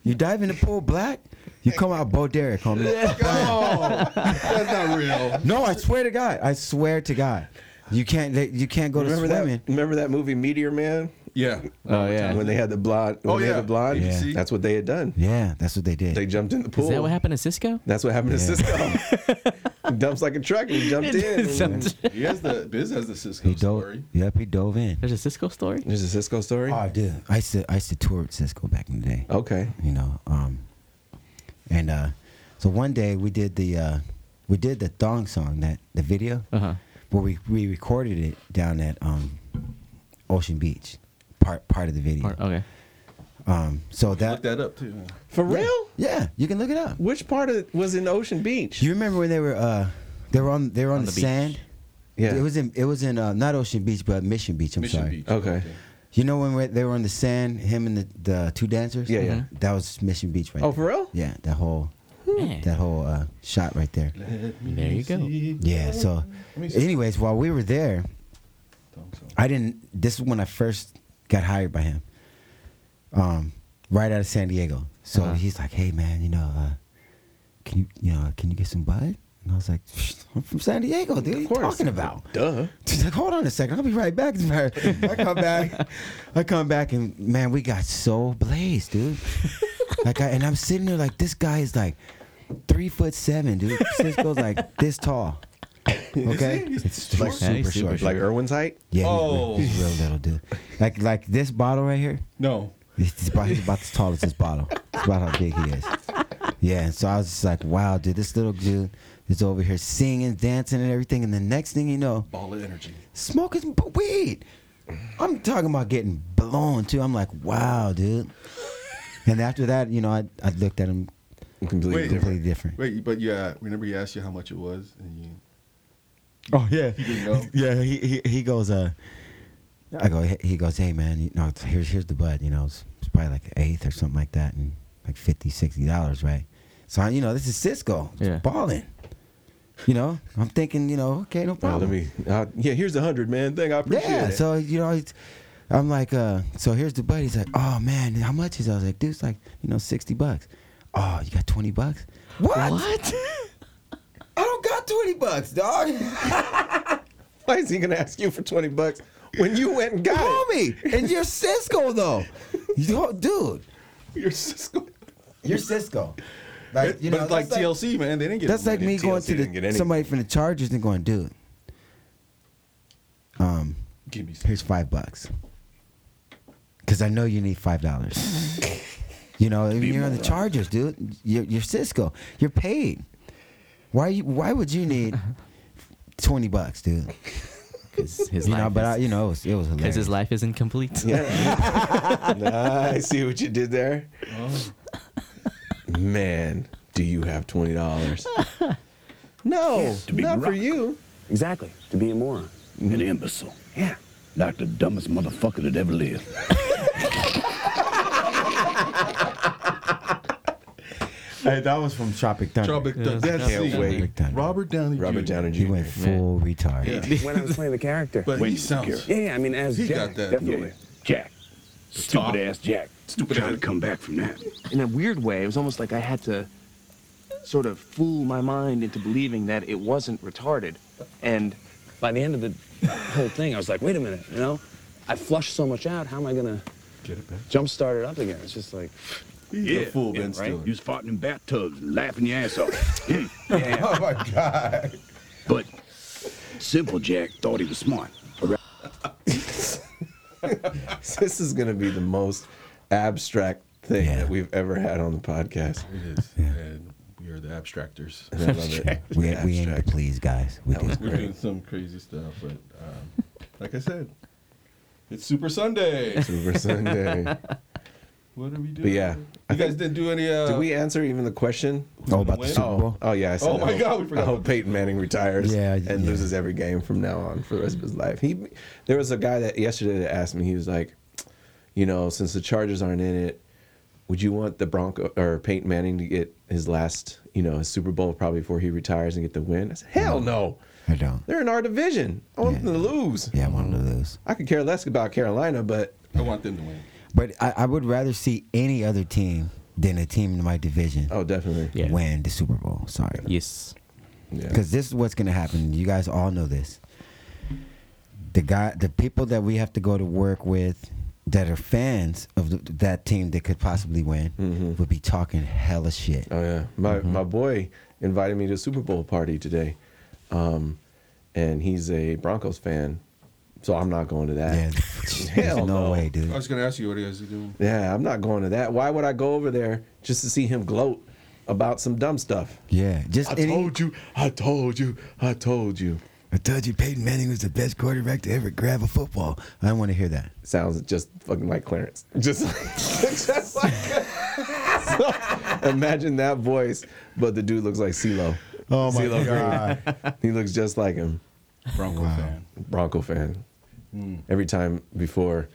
Speaker 7: you dive in the pool black, you come out Bo Derek, homie.
Speaker 4: <laughs>
Speaker 5: That's not real.
Speaker 7: No, I swear to God. I swear to God. You can't. They, you can't go
Speaker 4: remember
Speaker 7: to
Speaker 4: that?
Speaker 7: swimming.
Speaker 4: Remember that movie Meteor Man?
Speaker 5: Yeah.
Speaker 4: Oh yeah, when they had the blonde. When
Speaker 5: Oh,
Speaker 4: they
Speaker 5: yeah.
Speaker 4: had the blonde.
Speaker 7: Yeah.
Speaker 4: That's what they had done.
Speaker 7: Yeah, that's what they did.
Speaker 4: They jumped in the pool.
Speaker 6: Is that what happened to Cisco?
Speaker 4: That's what happened to Cisco. <laughs> he dumps like a truck. And he jumped
Speaker 9: <laughs>
Speaker 4: in.
Speaker 5: He has the Biz has the Cisco story.
Speaker 7: Yep, he dove in.
Speaker 6: There's a Cisco story?
Speaker 4: There's a Cisco story.
Speaker 7: Oh, dude, I used to I used to tour with Cisco back in the day.
Speaker 4: Okay.
Speaker 7: You know, um, and uh, so one day we did the uh, we did the thong song that the video, uh-huh. but we we recorded it down at um, Ocean Beach, part part of the video.
Speaker 6: okay.
Speaker 7: Um, so that
Speaker 5: Look that up too.
Speaker 4: For real?
Speaker 7: yeah, you can look it up.
Speaker 4: Which part of was in Ocean Beach?
Speaker 7: You remember when they were uh, they were on they were on, the,
Speaker 4: the beach.
Speaker 7: sand?
Speaker 4: Yeah.
Speaker 7: It was in it was in uh, not Ocean Beach but Mission Beach. I'm
Speaker 5: Mission
Speaker 7: sorry.
Speaker 5: Beach.
Speaker 4: Okay.
Speaker 7: You know when we- they were on the sand, him and the, the two dancers.
Speaker 4: Yeah, yeah.
Speaker 7: That was Mission Beach, right?
Speaker 4: Oh,
Speaker 7: there.
Speaker 4: for real?
Speaker 7: Yeah, that whole,
Speaker 6: Man.
Speaker 7: that whole uh, shot right there.
Speaker 6: There you go.
Speaker 7: Yeah. So,
Speaker 5: me see.
Speaker 7: anyways, while we were there, I didn't. This is when I first got hired by him. Um, right out of San Diego. So he's like, "Hey, man, you know, uh, can you, you know, can you get some bud?" And I was like, "I'm from San Diego, dude. What are you talking about?"
Speaker 4: Duh.
Speaker 7: She's like, hold on a second, I'll be right back. I come back, I come back, and man, we got so blazed, dude. Like, I, and I'm sitting there like, this guy is like three foot seven, dude. Cisco's like this tall. Okay, it's like
Speaker 4: Yeah, he's
Speaker 7: super short,
Speaker 4: Like Irwin's height.
Speaker 7: Yeah, he's,
Speaker 5: Oh.
Speaker 7: real, he's real little, dude. Like, like this bottle right here.
Speaker 5: No.
Speaker 7: He's about, he's about as tall as this bottle. It's about how big he is. Yeah, and so I was just like, wow, dude, this little dude is over here singing, dancing, and everything. And the next thing you know,
Speaker 5: Ball of energy.
Speaker 7: smoking b- weed. I'm talking about getting blown too. I'm like, wow, dude. And after that, you know, I, I looked at him
Speaker 4: Completely
Speaker 5: Wait.
Speaker 4: different.
Speaker 7: completely different.
Speaker 5: Wait, but yeah, remember he asked you how much it was, and you
Speaker 10: Oh yeah,
Speaker 5: didn't know.
Speaker 10: yeah. He he, he goes. Uh,
Speaker 7: I go, he he goes, hey man, you know, it's- here's here's the bud. You know, it's, it's probably like an eighth or something like that, and like 50 dollars, right? So I, you know, this is Cisco,
Speaker 6: Yeah.
Speaker 7: yeah. balling. You know, I'm thinking, you know, okay,
Speaker 4: Oh,
Speaker 7: no
Speaker 4: let
Speaker 7: problem.
Speaker 4: me. Uh, yeah, here's a hundred, man. Thing I appreciate
Speaker 7: Yeah,
Speaker 4: it.
Speaker 7: so you know, it's, I'm like, uh, so here's the buddy. He's like, oh man, how much is? it?" I was like, dude, it's like you know, sixty bucks. Oh, you got twenty bucks? What?
Speaker 6: What?
Speaker 7: <laughs> I don't got twenty
Speaker 4: <laughs>
Speaker 7: bucks, dog.
Speaker 4: <laughs> Why is he gonna ask you for twenty bucks when you went and got it?
Speaker 7: Homie, and you're Cisco though, Yo, dude.
Speaker 5: <laughs> You're Cisco.
Speaker 7: You're Cisco. Like you know,
Speaker 5: but it's like
Speaker 7: that's like-
Speaker 5: TLC, man. They didn't get.
Speaker 7: That's like me going to
Speaker 4: didn't get
Speaker 7: the
Speaker 4: anything.
Speaker 7: somebody from the Chargers and going, dude. Um,
Speaker 5: Give me some.
Speaker 7: here's five bucks. Cause I know you need
Speaker 19: <laughs>
Speaker 7: five dollars. you know, you're on the Chargers, dude. You're, you're Cisco. You're paid. Why you? Why would you need twenty
Speaker 19: <laughs>
Speaker 7: bucks, dude?
Speaker 6: His, his
Speaker 7: You
Speaker 6: life
Speaker 7: know, but
Speaker 6: is-
Speaker 7: I, you know, it was, it was hilarious.
Speaker 6: his life is incomplete.
Speaker 4: Nah, Ah, I see what you did there.
Speaker 5: Oh.
Speaker 4: Man, do you have twenty <laughs> dollars? No, not for you.
Speaker 19: Exactly. To be a moron. An imbecile. Yeah. Like the dumbest motherfucker that ever lived. <laughs>
Speaker 10: hey, that was from Tropic Thunder.
Speaker 5: Tropic
Speaker 10: Yeah,
Speaker 5: Thunder.
Speaker 10: that's-
Speaker 5: That's
Speaker 4: Can't
Speaker 5: it.
Speaker 4: wait.
Speaker 7: Tropic Thunder.
Speaker 5: Robert Downey.
Speaker 4: Robert
Speaker 5: Jr.
Speaker 4: Downey
Speaker 7: He
Speaker 4: Jr.
Speaker 7: went full retard.
Speaker 19: when I was playing the character.
Speaker 5: But
Speaker 19: When
Speaker 5: he
Speaker 19: you
Speaker 5: sounds.
Speaker 19: Yeah, yeah, I mean, as
Speaker 5: He
Speaker 19: Jack.
Speaker 5: got that.
Speaker 19: Definitely. Jack. Stupid ass Jack.
Speaker 5: Stupid
Speaker 19: Trying
Speaker 5: ass.
Speaker 19: to come back from that. <laughs> In a weird way, it was almost like I had to sort of fool my mind into believing that it wasn't retarded. And by the end of the whole thing, I was like, wait a minute, you know? I flushed so much out, how am I gonna
Speaker 5: Get it back.
Speaker 19: jumpstart it up again? It's just like,
Speaker 5: Yeah, The fool yeah, Ben right? Stiller. <laughs> Oh
Speaker 20: You was farting in bathtubs, and laughing your ass off.
Speaker 5: Yeah. Oh, my
Speaker 20: God. But Simple Jack thought he was smart.
Speaker 4: <laughs> this is going to be the most abstract thing that we've ever had on the podcast.
Speaker 5: It is. And we are the abstractors.
Speaker 4: And I love it.
Speaker 7: We, we aim to please, guys. We
Speaker 4: That was
Speaker 7: do.
Speaker 5: We're doing some crazy stuff, but um, like I said, it's Super Sunday.
Speaker 4: Super
Speaker 7: <laughs>
Speaker 4: Sunday.
Speaker 5: What are we doing?
Speaker 4: But yeah, I
Speaker 5: you guys didn't do any. Uh,
Speaker 4: Did we answer even the question?
Speaker 7: Oh, about the Super
Speaker 4: Oh,
Speaker 7: Bowl?
Speaker 4: oh yeah. I said
Speaker 5: Oh
Speaker 4: I
Speaker 5: my
Speaker 4: hope-
Speaker 5: God, we forgot
Speaker 4: I hope
Speaker 5: about
Speaker 4: Peyton Manning retires.
Speaker 7: Yeah,
Speaker 4: and
Speaker 7: yeah.
Speaker 4: loses every game from now on for the rest of his life. He, there was a guy that yesterday that asked me. He was like, you know, since the Chargers aren't in it, would you want the Bronco or Peyton Manning to get his last, you know, his Super Bowl probably before he retires and get the win? I said,
Speaker 7: Mm.
Speaker 4: hell no.
Speaker 7: I don't.
Speaker 4: They're in our division. I want them to lose.
Speaker 7: Yeah, I want to lose.
Speaker 4: I could care less about Carolina, but
Speaker 5: uh, I want them to win.
Speaker 7: But I, I would rather see any other team than a team in my division
Speaker 4: oh, definitely.
Speaker 9: Yeah.
Speaker 7: win the Super Bowl. Sorry.
Speaker 9: <laughs> Yes.
Speaker 4: Yeah.
Speaker 7: Because this is what's going to happen. You guys all know this. The guy, the people that we have to go to work with, that are fans of the, that team that could possibly win, would be talking hella shit.
Speaker 4: Mm-hmm. Oh yeah, my
Speaker 7: Mm-hmm.
Speaker 4: my boy invited me to a Super Bowl party today, um, and he's a Broncos fan, so I'm not going to <laughs>
Speaker 7: Yeah,
Speaker 4: that.
Speaker 7: there's
Speaker 4: Hell
Speaker 7: no,
Speaker 4: no.
Speaker 7: way,
Speaker 5: I
Speaker 7: dude.
Speaker 5: was going to ask you what you guys are doing.
Speaker 4: Yeah, I'm not going to that. Why would I go over there just to see him gloat about some dumb stuff?
Speaker 7: Yeah, just
Speaker 4: I
Speaker 7: any-
Speaker 4: told you, I told you, I told you.
Speaker 7: I told you Peyton Manning was the best quarterback to ever grab a football. I don't want to hear that.
Speaker 4: Sounds just fucking like Clarence. <laughs> Just like, just like imagine that voice, but the dude looks like CeeLo.
Speaker 10: Oh my
Speaker 4: CeeLo Green.
Speaker 10: god.
Speaker 4: He looks just like him.
Speaker 5: Bronco fan.
Speaker 4: Bronco fan.
Speaker 5: Mm.
Speaker 4: Every time before,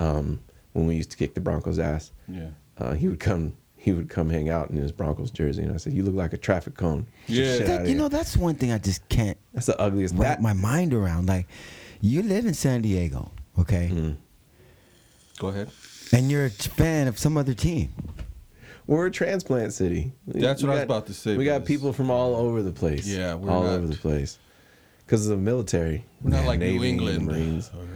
Speaker 4: um, when we used to kick the Broncos' ass,
Speaker 5: Yeah.
Speaker 4: uh, he would come. He would come hang out in his Broncos jersey, and I said, "You look like a traffic cone." Get your
Speaker 5: Yeah.
Speaker 4: shit
Speaker 7: That-
Speaker 4: outta
Speaker 7: you
Speaker 4: here."
Speaker 7: know, that's one thing I just can't
Speaker 4: that's the ugliest.
Speaker 7: wrap
Speaker 4: That
Speaker 7: my mind around. Like, you live in San Diego, okay,
Speaker 5: Mm-hmm. Go ahead.
Speaker 7: and you're a fan of some other team.
Speaker 4: we're a transplant city. We-
Speaker 5: That's
Speaker 4: we
Speaker 5: what I was
Speaker 4: got-
Speaker 5: about to say,
Speaker 4: We got
Speaker 5: because-
Speaker 4: people from all over the place.
Speaker 5: Yeah, we're
Speaker 4: all
Speaker 5: not-
Speaker 4: over the place because of the military.
Speaker 5: We're not
Speaker 4: Yeah,
Speaker 5: like New
Speaker 4: Navy,
Speaker 5: England.
Speaker 4: Marines.
Speaker 5: or-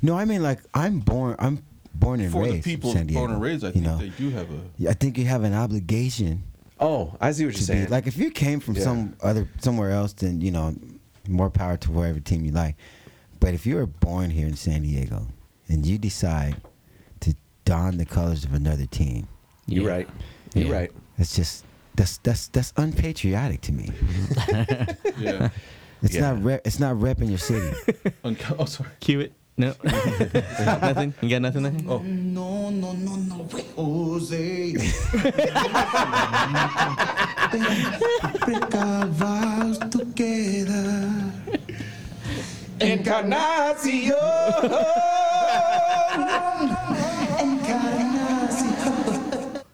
Speaker 7: No, I mean like I'm born. I'm born and
Speaker 5: For the
Speaker 7: raised in
Speaker 5: people
Speaker 7: San Diego.
Speaker 5: born and raised, I
Speaker 7: you
Speaker 5: think
Speaker 7: know,
Speaker 5: they do have a.
Speaker 7: Yeah, I think you have an obligation
Speaker 4: Oh, I see what you're
Speaker 7: to be
Speaker 4: saying.
Speaker 7: like if you came from
Speaker 4: Yeah.
Speaker 7: some other somewhere else, then you know, more power to wherever team you like. But if you were born here in San Diego and you decide to don the colors of another team,
Speaker 4: you're
Speaker 9: Yeah.
Speaker 4: right. You're
Speaker 9: Yeah.
Speaker 4: right.
Speaker 7: that's just that's that's that's unpatriotic to me.
Speaker 9: <laughs>
Speaker 5: Yeah.
Speaker 7: It's not rep, it's not repping
Speaker 4: <laughs>
Speaker 7: your city.
Speaker 5: Unco- oh, sorry.
Speaker 9: Cue it. No. <laughs> nothing. You got nothing there?
Speaker 5: Oh.
Speaker 11: No, no, no, no, wait, Jose. Precavar tu queda. Encarnación.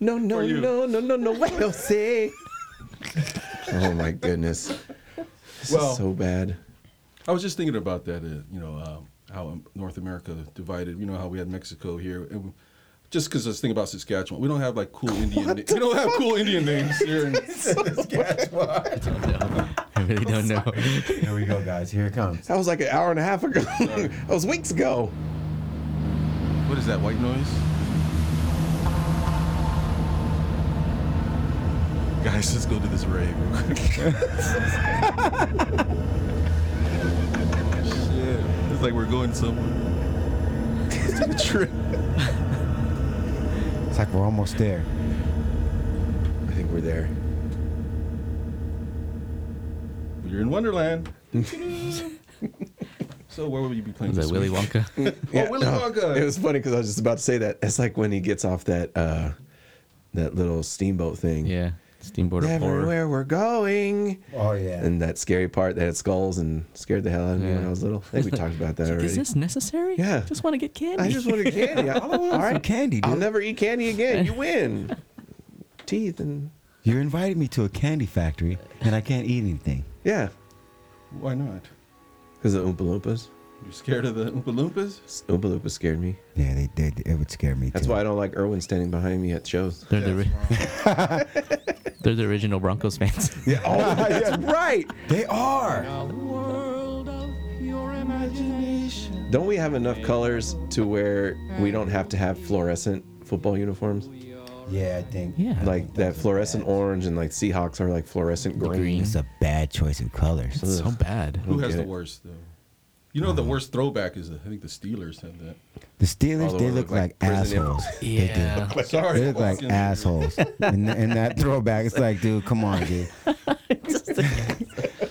Speaker 4: No, no,
Speaker 5: you.
Speaker 4: no, no, no, no. What
Speaker 5: <laughs>
Speaker 4: will say? oh my goodness. This
Speaker 5: Well-
Speaker 4: is so bad.
Speaker 5: I was just thinking about that. Uh, you know um, how North America divided. You know how we had Mexico here, and we, just because I was thinking about Saskatchewan, we don't have like cool Indian. Na- we don't have cool Indian names
Speaker 9: <laughs>
Speaker 5: here. In Saskatchewan.
Speaker 9: I really don't know.
Speaker 7: Here we go, guys. Here it comes.
Speaker 4: That was like an hour and a half ago. <laughs> that was weeks ago.
Speaker 5: What is that white noise? Guys, let's go to this rave real quick. <laughs> Shit, it's like we're going somewhere. Let's take a trip.
Speaker 7: It's like we're almost there.
Speaker 4: I think we're there.
Speaker 5: You're in
Speaker 9: <laughs>
Speaker 5: Wonderland. so where will you be playing?
Speaker 9: <laughs> Is that
Speaker 5: this
Speaker 9: Willy
Speaker 5: week?
Speaker 9: Wonka?
Speaker 5: Oh, Willy Wonka.
Speaker 4: It was funny because I was just about to say that. It's like when he gets off that uh that little steamboat thing.
Speaker 9: yeah. Steamboat of horror.
Speaker 4: Everywhere we're going.
Speaker 7: Oh yeah.
Speaker 4: And that scary part that had skulls and scared the hell out of me when
Speaker 9: Yeah.
Speaker 4: I was little. I think we talked about <laughs> that already.
Speaker 9: Is this necessary?
Speaker 4: Yeah.
Speaker 9: Just want to get candy.
Speaker 4: I just <laughs> wanted candy. I- All right.
Speaker 7: candy, dude.
Speaker 4: I'll never eat candy again. You win. <laughs> Teeth and
Speaker 7: You invited me to a candy factory, and I can't eat anything.
Speaker 4: yeah,
Speaker 5: Why not?
Speaker 4: because of Oompa Loompas.
Speaker 5: You scared of the Oompa Loompas?
Speaker 4: Oompa Loompas scared me.
Speaker 7: Yeah, they did. It would scare me.
Speaker 4: That's
Speaker 7: too.
Speaker 4: why I don't like Irwin standing behind me at shows.
Speaker 9: They're, the ri- <laughs> They're the original Broncos fans. <laughs>
Speaker 4: Yeah, oh, that's <laughs> right.
Speaker 7: they are.
Speaker 11: World of your imagination.
Speaker 4: Don't we have enough colors to where we don't have to have fluorescent football uniforms?
Speaker 7: Yeah, I think.
Speaker 4: Yeah. Like that fluorescent orange and like Seahawks are like fluorescent green.
Speaker 7: It's a bad choice of colors.
Speaker 4: It's so
Speaker 9: bad.
Speaker 5: Who has the worst though? You know the worst throwback is the, I think the Steelers have that.
Speaker 7: The Steelers,
Speaker 5: Although
Speaker 7: they
Speaker 5: it looked
Speaker 7: look like,
Speaker 5: like prison
Speaker 7: assholes.
Speaker 5: inmates.
Speaker 7: They do.
Speaker 5: Yeah. Look like- Sorry,
Speaker 7: They look like
Speaker 5: fucking-
Speaker 7: assholes. and, th- and <laughs> that throwback, it's like, dude, come on, dude.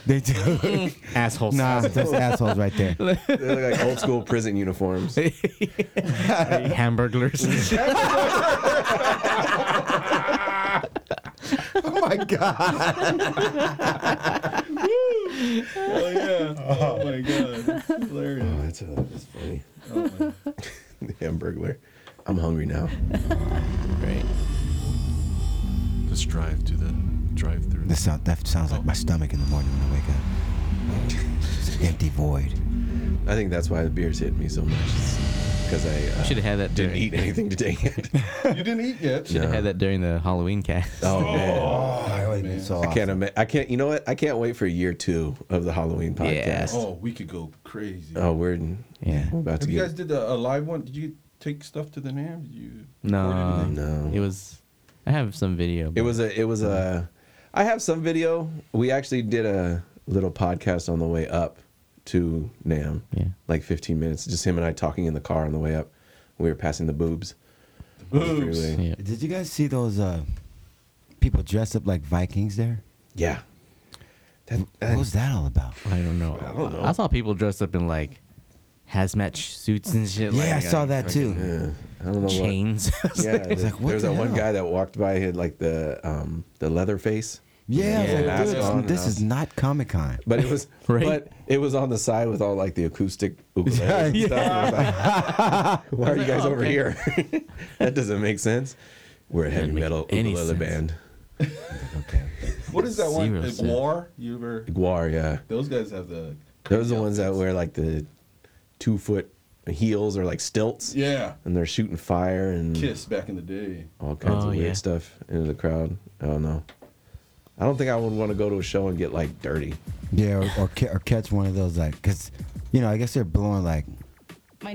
Speaker 7: they do.
Speaker 9: Assholes.
Speaker 7: Nah, that's assholes right there.
Speaker 4: <laughs> they look like old school prison uniforms.
Speaker 9: <laughs> Hamburglers.
Speaker 7: oh my
Speaker 11: God.
Speaker 5: Oh yeah! Oh my god! That's hilarious.
Speaker 4: Oh, that's, uh, that's funny.
Speaker 5: Oh,
Speaker 4: <laughs> the hamburglar. I'm hungry now.
Speaker 9: Great.
Speaker 5: Let's drive to the drive-through.
Speaker 7: That, sound, that sounds like my stomach in the morning when I wake up. It's an empty void.
Speaker 4: I think that's why the beers hit me so much. Because I uh,
Speaker 9: Should have had that.
Speaker 4: didn't
Speaker 9: during-
Speaker 4: eat anything today.
Speaker 5: <laughs> You didn't eat yet.
Speaker 9: Should have had that during the Halloween
Speaker 4: <laughs>
Speaker 9: cast.
Speaker 4: Oh, man.
Speaker 7: I would have been so
Speaker 4: I
Speaker 7: awesome.
Speaker 4: can't. Ima- I can't. You know what? I can't wait for year two of the Halloween podcast.
Speaker 9: Yeah.
Speaker 5: Oh, we could go crazy.
Speaker 4: Oh, we're yeah. We're about to
Speaker 5: Have you
Speaker 4: get.
Speaker 5: guys did a, a live one? Did you take stuff to the NAM? Did you
Speaker 9: No,
Speaker 4: no.
Speaker 9: It was. I have some video.
Speaker 4: It was a. It was a. I have some video. We actually did a little podcast on the way up to Nam.
Speaker 9: Yeah.
Speaker 4: Like 15 minutes, just him and I talking in the car on the way up. We were passing the boobs. The
Speaker 5: boobs.
Speaker 9: Yeah.
Speaker 7: Did you guys see those uh, people dressed up like Vikings there?
Speaker 4: Yeah.
Speaker 7: what was that all about?
Speaker 9: I don't know. I
Speaker 4: don't know.
Speaker 9: saw people dressed up in like hazmat suits and shit.
Speaker 7: Yeah,
Speaker 9: like,
Speaker 7: I saw that too.
Speaker 4: Yeah. I don't know.
Speaker 9: <laughs> Chains.
Speaker 4: What, yeah.
Speaker 9: It's
Speaker 4: there-
Speaker 7: like, what
Speaker 4: there was
Speaker 7: the
Speaker 4: that one
Speaker 7: hell?
Speaker 4: guy that walked by. He had like the um the leather face.
Speaker 7: Yeah, I was
Speaker 4: Yeah,
Speaker 7: like,
Speaker 4: that's
Speaker 7: dude, this-
Speaker 4: on
Speaker 7: this
Speaker 4: us.
Speaker 7: is not Comic Con.
Speaker 4: But it was but it was on the side with all like the acoustic ukulele and
Speaker 7: Yeah.
Speaker 4: stuff. And I was like, Why are you guys
Speaker 9: Oh,
Speaker 4: over
Speaker 9: okay.
Speaker 4: here? <laughs> that doesn't make sense. We're a heavy metal
Speaker 9: any
Speaker 4: ukulele
Speaker 9: sense.
Speaker 4: band.
Speaker 5: What is that one?
Speaker 9: Zero
Speaker 5: The
Speaker 9: sense.
Speaker 5: Guar? You ever?
Speaker 4: Guar, yeah.
Speaker 5: Those guys have the.
Speaker 4: Those are the ones that wear like the two foot heels or like stilts.
Speaker 5: Yeah.
Speaker 4: And they're shooting fire and
Speaker 5: Kiss back in the day.
Speaker 4: all kinds
Speaker 9: Oh,
Speaker 4: of weird
Speaker 9: yeah.
Speaker 4: stuff into the crowd. I don't know. I don't think I would want to go to a show and get like dirty.
Speaker 7: Yeah, or, or, ca- or catch one of those like, cause you know, I guess they're blowing like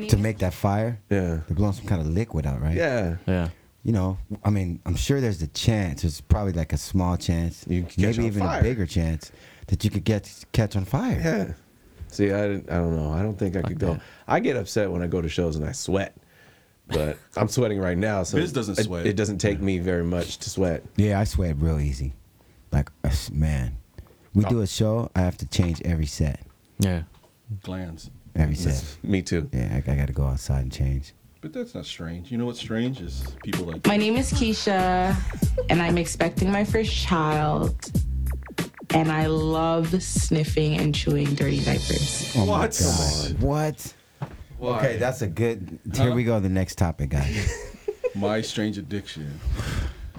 Speaker 7: to make that fire.
Speaker 4: Yeah.
Speaker 7: they're blowing some kind of liquid out, right?
Speaker 4: Yeah.
Speaker 9: <laughs> Yeah.
Speaker 7: You know, I mean, I'm sure there's a chance. There's probably like a small chance,
Speaker 4: catch
Speaker 7: maybe
Speaker 4: on
Speaker 7: even
Speaker 4: fire.
Speaker 7: a bigger chance that you could get catch on fire.
Speaker 4: Yeah. See, I, didn't- I don't know. I don't think I could go. I get upset when I go to shows and I sweat,
Speaker 7: <laughs>
Speaker 4: but I'm sweating right now. So
Speaker 5: Biz doesn't
Speaker 4: it-
Speaker 5: sweat.
Speaker 4: It, doesn't take me very much to sweat.
Speaker 7: Yeah, I sweat real easy. Like, uh, man, we do a show. I have to change every set.
Speaker 9: Yeah.
Speaker 5: Glands.
Speaker 7: Every set.
Speaker 4: <laughs> me too.
Speaker 7: Yeah, I, I got to go outside and change.
Speaker 5: But that's not strange. You know what's strange is people like.
Speaker 21: My name is Keisha, and I'm expecting my first child. And I love sniffing and chewing dirty diapers.
Speaker 7: Oh my
Speaker 5: What?
Speaker 7: God. What?
Speaker 5: Why?
Speaker 7: Okay, that's a good. Here we go. The next
Speaker 4: <laughs>
Speaker 7: topic, guys.
Speaker 5: <laughs> My strange addiction.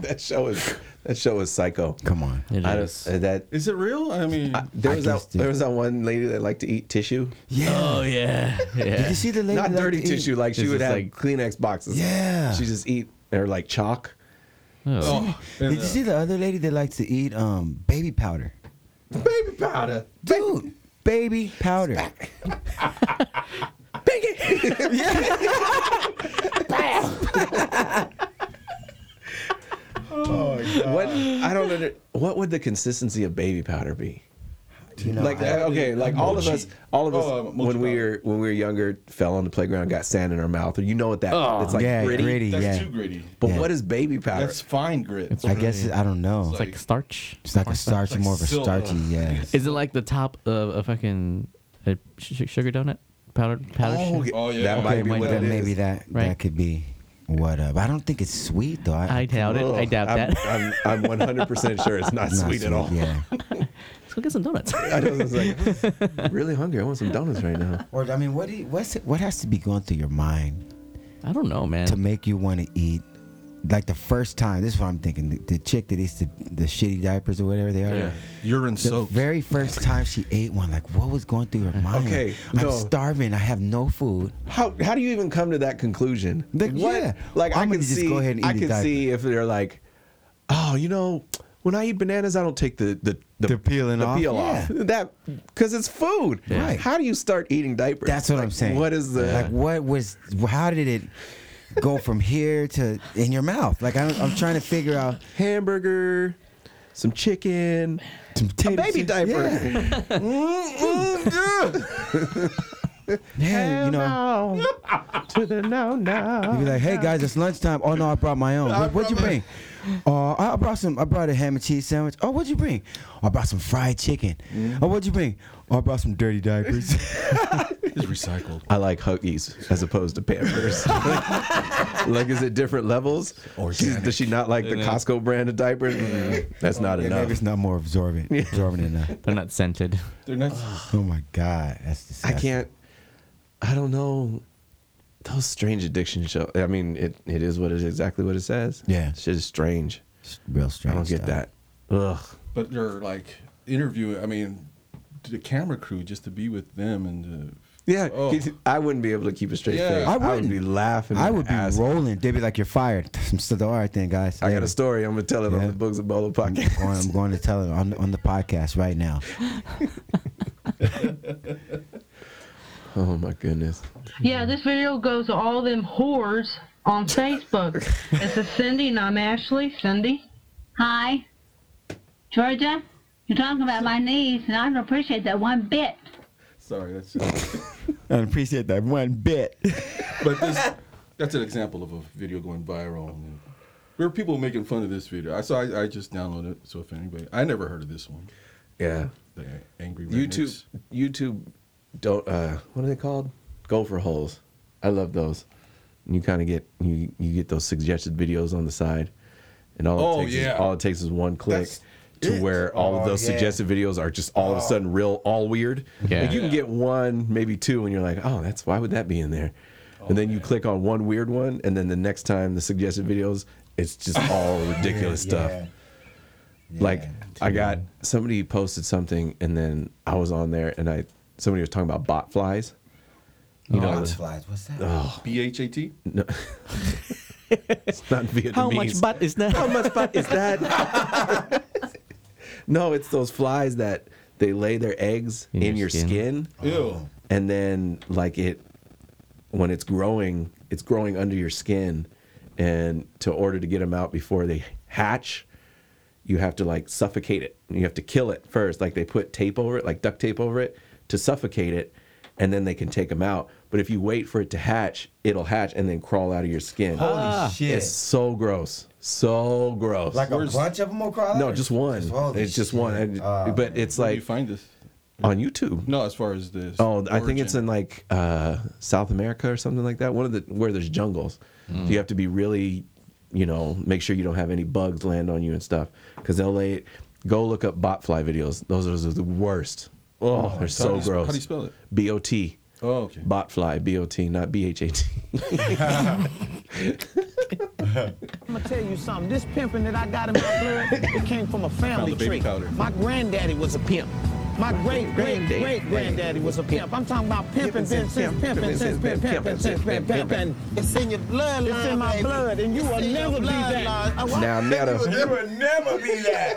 Speaker 4: That show is that show is psycho.
Speaker 7: Come on.
Speaker 9: It
Speaker 4: I
Speaker 9: is.
Speaker 4: don't, uh, that
Speaker 5: Is it real? I mean, oh,
Speaker 4: there was
Speaker 7: guess
Speaker 4: that
Speaker 7: the-
Speaker 4: there was that one lady that liked to eat tissue,
Speaker 7: Yeah.
Speaker 9: Oh yeah. <laughs>
Speaker 7: Did
Speaker 9: Yeah.
Speaker 7: you see the lady?
Speaker 4: not
Speaker 7: that liked
Speaker 4: dirty
Speaker 7: to eat-
Speaker 4: tissue. Like she
Speaker 9: It's
Speaker 4: would
Speaker 9: just
Speaker 4: have
Speaker 9: like-
Speaker 4: Kleenex boxes.
Speaker 7: Yeah.
Speaker 4: she just eat or like chalk.
Speaker 9: Oh.
Speaker 5: oh,
Speaker 7: Did you see the other lady that likes to eat um baby powder?
Speaker 5: baby powder?
Speaker 7: Dude, baby powder.
Speaker 13: <laughs>
Speaker 4: What I don't under, what would the consistency of baby powder be?
Speaker 7: You know,
Speaker 4: like
Speaker 7: I-
Speaker 4: uh, okay, like all of us, all of us
Speaker 5: Oh, uh, mochi
Speaker 4: when we
Speaker 5: powder.
Speaker 4: were when we were younger, fell on the playground, got sand in our mouth. You know what that? it's like
Speaker 7: Oh, yeah,
Speaker 4: gritty.
Speaker 7: gritty.
Speaker 5: That's
Speaker 7: yeah.
Speaker 5: too gritty.
Speaker 4: But
Speaker 7: Yeah.
Speaker 4: what is baby powder?
Speaker 5: That's fine grit.
Speaker 7: I guess I don't know.
Speaker 9: It's like starch.
Speaker 7: It's like a starch, more of a
Speaker 5: silk.
Speaker 7: starchy. Yeah.
Speaker 9: Is it like the top of a fucking a sh- sugar donut? Powdered powder.
Speaker 4: oh,
Speaker 9: shit?
Speaker 5: Oh, yeah.
Speaker 4: that might be
Speaker 9: might
Speaker 4: what
Speaker 9: be.
Speaker 4: it
Speaker 7: That
Speaker 4: is.
Speaker 7: maybe that
Speaker 9: Right.
Speaker 7: that could be what up. I don't think it's sweet though.
Speaker 9: I doubt it. I
Speaker 4: Ugh,
Speaker 9: doubt
Speaker 4: I'm,
Speaker 9: that.
Speaker 4: I'm,
Speaker 7: <laughs>
Speaker 4: I'm 100% sure it's not,
Speaker 7: Not
Speaker 4: sweet, at all. <laughs>
Speaker 7: Yeah.
Speaker 9: <laughs> Let's go get some donuts.
Speaker 4: I know, it's like,
Speaker 7: <laughs>
Speaker 4: I'm really hungry. I want some donuts right now.
Speaker 7: Or I mean, what do you, what's it, what has to be going through your mind
Speaker 9: I don't know, man.
Speaker 7: to make you want to eat? Like the first time, this is what I'm thinking. The, the chick that eats the, the shitty diapers or whatever they are.
Speaker 5: Yeah. Urine
Speaker 7: The
Speaker 5: soaked.
Speaker 7: very first time she ate one, like what was going through her mind?
Speaker 4: Mm. Okay,
Speaker 7: I'm
Speaker 4: no.
Speaker 7: starving. I have no food.
Speaker 4: How how do you even come to that conclusion?
Speaker 7: Like, yeah.
Speaker 4: Like i
Speaker 7: I'm
Speaker 4: can
Speaker 7: gonna just
Speaker 4: see
Speaker 7: go ahead and
Speaker 4: I
Speaker 7: eat a
Speaker 4: can
Speaker 7: diaper.
Speaker 4: see if they're like, oh, you know, when I eat bananas, I don't take the the the,
Speaker 10: peeling
Speaker 4: the
Speaker 10: off?
Speaker 4: peel off. That because it's food.
Speaker 7: Yeah. Right.
Speaker 4: How do you start eating diapers?
Speaker 7: That's what
Speaker 4: Like,
Speaker 7: I'm saying.
Speaker 4: What is the
Speaker 7: like? What was? How did it go from here to in your mouth? Like I'm, I'm trying to figure out
Speaker 4: hamburger, some chicken,
Speaker 7: some
Speaker 4: a baby diaper?
Speaker 7: Yeah, you know. <laughs>
Speaker 4: no. to the no no.
Speaker 7: You'd be like, hey guys, it's lunchtime. Oh no, I brought my own. What, what'd you bring? Uh, I I brought some. I brought a ham and cheese sandwich. Oh, what'd you bring? I brought some fried chicken.
Speaker 4: Mm.
Speaker 7: Oh, what'd you bring? Oh, I brought some dirty
Speaker 4: <laughs>
Speaker 7: diapers.
Speaker 4: It's recycled. I like Huggies as opposed to Pampers. <laughs> like, is it different levels? Or does she not like the Costco brand of diapers? That's not
Speaker 7: Yeah,
Speaker 4: enough.
Speaker 7: <laughs> Maybe it's not more
Speaker 4: <laughs>
Speaker 7: absorbent, absorbent enough.
Speaker 9: They're not scented.
Speaker 5: They're not.
Speaker 7: Oh my god, that's
Speaker 4: I
Speaker 7: disgusting.
Speaker 4: can't. I don't know. Those strange addiction show. I mean, it, it is what it is. Exactly what it says.
Speaker 7: Yeah.
Speaker 4: shit is strange.
Speaker 7: Real strange.
Speaker 4: I don't get
Speaker 7: stuff.
Speaker 4: that. Ugh.
Speaker 5: But they're like interviewing. I mean, the camera crew just to be with them and. To,
Speaker 4: Yeah, I wouldn't be able to keep a straight
Speaker 5: Yeah.
Speaker 4: face.
Speaker 5: I
Speaker 4: would
Speaker 7: Oh. wouldn't.
Speaker 4: be laughing.
Speaker 7: I would be
Speaker 4: ass
Speaker 7: rolling. They'd be like, "You're fired." <laughs> Some stuff. All right, then, guys.
Speaker 4: I got
Speaker 7: Later.
Speaker 4: a story. I'm gonna tell it on the Books of Bolo podcast. <laughs>
Speaker 7: I'm going, I'm going to tell it on on the podcast right now.
Speaker 4: Oh my goodness.
Speaker 1: Yeah, this video goes to all them whores on Facebook. this is Cindy, and I'm Ashley. Cindy.
Speaker 22: Hi, Georgia. You're talking about my knees, and I don't appreciate that one bit.
Speaker 5: Sorry, that's. Just,
Speaker 10: I don't appreciate that one bit.
Speaker 5: but
Speaker 4: <laughs>
Speaker 5: this, that's an example of a video going viral. And there were people making fun of this video. I saw. I, I just downloaded it. So if anybody, I never heard of this one.
Speaker 4: Yeah.
Speaker 5: The angry
Speaker 4: YouTube. YouTube. Don't. Uh, what are they called? Gopher holes. I love those. And you kind of get you you get those suggested videos on the side, and all it
Speaker 5: Oh,
Speaker 4: takes
Speaker 5: yeah.
Speaker 4: is, all it takes is one click. to where all
Speaker 5: Oh,
Speaker 4: of those
Speaker 5: yeah. Oh.
Speaker 4: suggested videos are just all of a sudden real, all weird.
Speaker 9: Yeah.
Speaker 4: Like you can get one, maybe two, and you're like, oh, that's why would that be in there?
Speaker 5: Oh,
Speaker 4: and then you click on one weird one, and then the next time the suggested videos, it's just all <laughs>
Speaker 5: <laughs>
Speaker 4: ridiculous stuff. Like I got somebody posted something, and then I was on there, and I somebody was talking about bot flies. You know, the-
Speaker 7: flies. What's that?
Speaker 4: Oh.
Speaker 5: B H A T.
Speaker 4: No. it's not <laughs> Vietnamese.
Speaker 9: How much butt is that?
Speaker 4: How much butt <laughs> is that? <laughs> no, it's those flies that they lay their eggs in, your, skin.
Speaker 5: Ew.
Speaker 4: and then like it when it's growing, it's growing under your skin, and to order to get them out before they hatch, you have to like suffocate it. You have to kill it first. Like they put tape over it, like duct tape over it, to suffocate it, and then they can take them out. But if you wait for it to hatch, it'll hatch and then crawl out of your skin.
Speaker 7: Holy Ah. shit.
Speaker 4: It's so gross. So gross.
Speaker 7: Like a bunch of them will crawl.
Speaker 4: No, just one. it's just one. And-
Speaker 7: Uh,
Speaker 4: but it's
Speaker 5: Where do
Speaker 4: like
Speaker 5: you find this?
Speaker 4: on YouTube.
Speaker 5: No, as far as this.
Speaker 4: Oh, I think it's in like uh, South America or something like that. One of the where there's jungles. So you have to be really, you know, make sure you don't have any bugs land on you and stuff. Because they'll lay. Go look up botfly videos. Those are the worst. Oh, they're
Speaker 5: How do
Speaker 4: so
Speaker 5: you-
Speaker 4: gross.
Speaker 5: how do you spell it?
Speaker 4: B O T.
Speaker 5: Oh, okay.
Speaker 4: Botfly. B O T. Not B H A T.
Speaker 23: I'm gonna tell you something. This pimping that I got in my blood, it came from a family
Speaker 5: Found the baby
Speaker 23: tree.
Speaker 5: powder.
Speaker 7: <laughs>
Speaker 23: My granddaddy was a pimp. My great great
Speaker 4: <laughs>
Speaker 5: Granddaddy.
Speaker 23: great granddaddy was a pimp. I'm talking about pimping, been since pimping, since pimping, pimping, since pimping, pimping. It's in your blood, It's in my blood, and you will never be that.
Speaker 4: Now, never.
Speaker 23: You will never be that.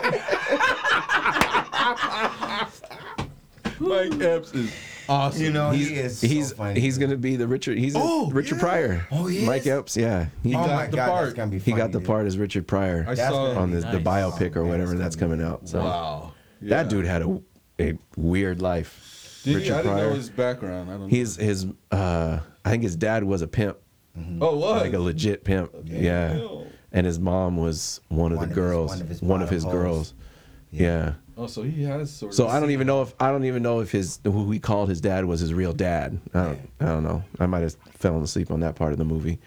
Speaker 5: Mike Epps is awesome.
Speaker 7: <laughs> You know, he is so
Speaker 4: he's
Speaker 7: funny,
Speaker 4: he's gonna be the Richard. He's a
Speaker 5: Oh,
Speaker 4: Richard
Speaker 5: yeah.
Speaker 4: Pryor.
Speaker 5: Oh, he
Speaker 4: Mike
Speaker 5: is?
Speaker 4: Epps. Yeah,
Speaker 5: Oh my God, that's gonna be
Speaker 4: he got
Speaker 5: funny,
Speaker 4: the
Speaker 5: dude.
Speaker 4: part as Richard Pryor
Speaker 5: I That's saw gonna
Speaker 4: on
Speaker 5: be
Speaker 4: the, the
Speaker 5: nice.
Speaker 4: biopic or whatever that's coming out. So
Speaker 5: Wow. Yeah.
Speaker 4: that dude had a, a weird life.
Speaker 5: Did
Speaker 4: Richard
Speaker 5: he? I didn't
Speaker 4: Pryor.
Speaker 5: know his background. I don't know.
Speaker 4: His his uh, I think his dad was a pimp.
Speaker 5: Oh, was?
Speaker 4: like a legit
Speaker 5: Oh,
Speaker 4: pimp. Yeah, and his mom was one of the
Speaker 5: his-
Speaker 4: girls,
Speaker 5: one
Speaker 4: one
Speaker 5: of
Speaker 4: of
Speaker 5: his
Speaker 4: his,
Speaker 5: bottom holes.
Speaker 4: girls. yeah.
Speaker 5: Oh, so he has sort of.
Speaker 4: So I don't even know if I don't even know if his who he called his dad was his real dad. I don't, I don't know. I might have fallen asleep on that part of the movie,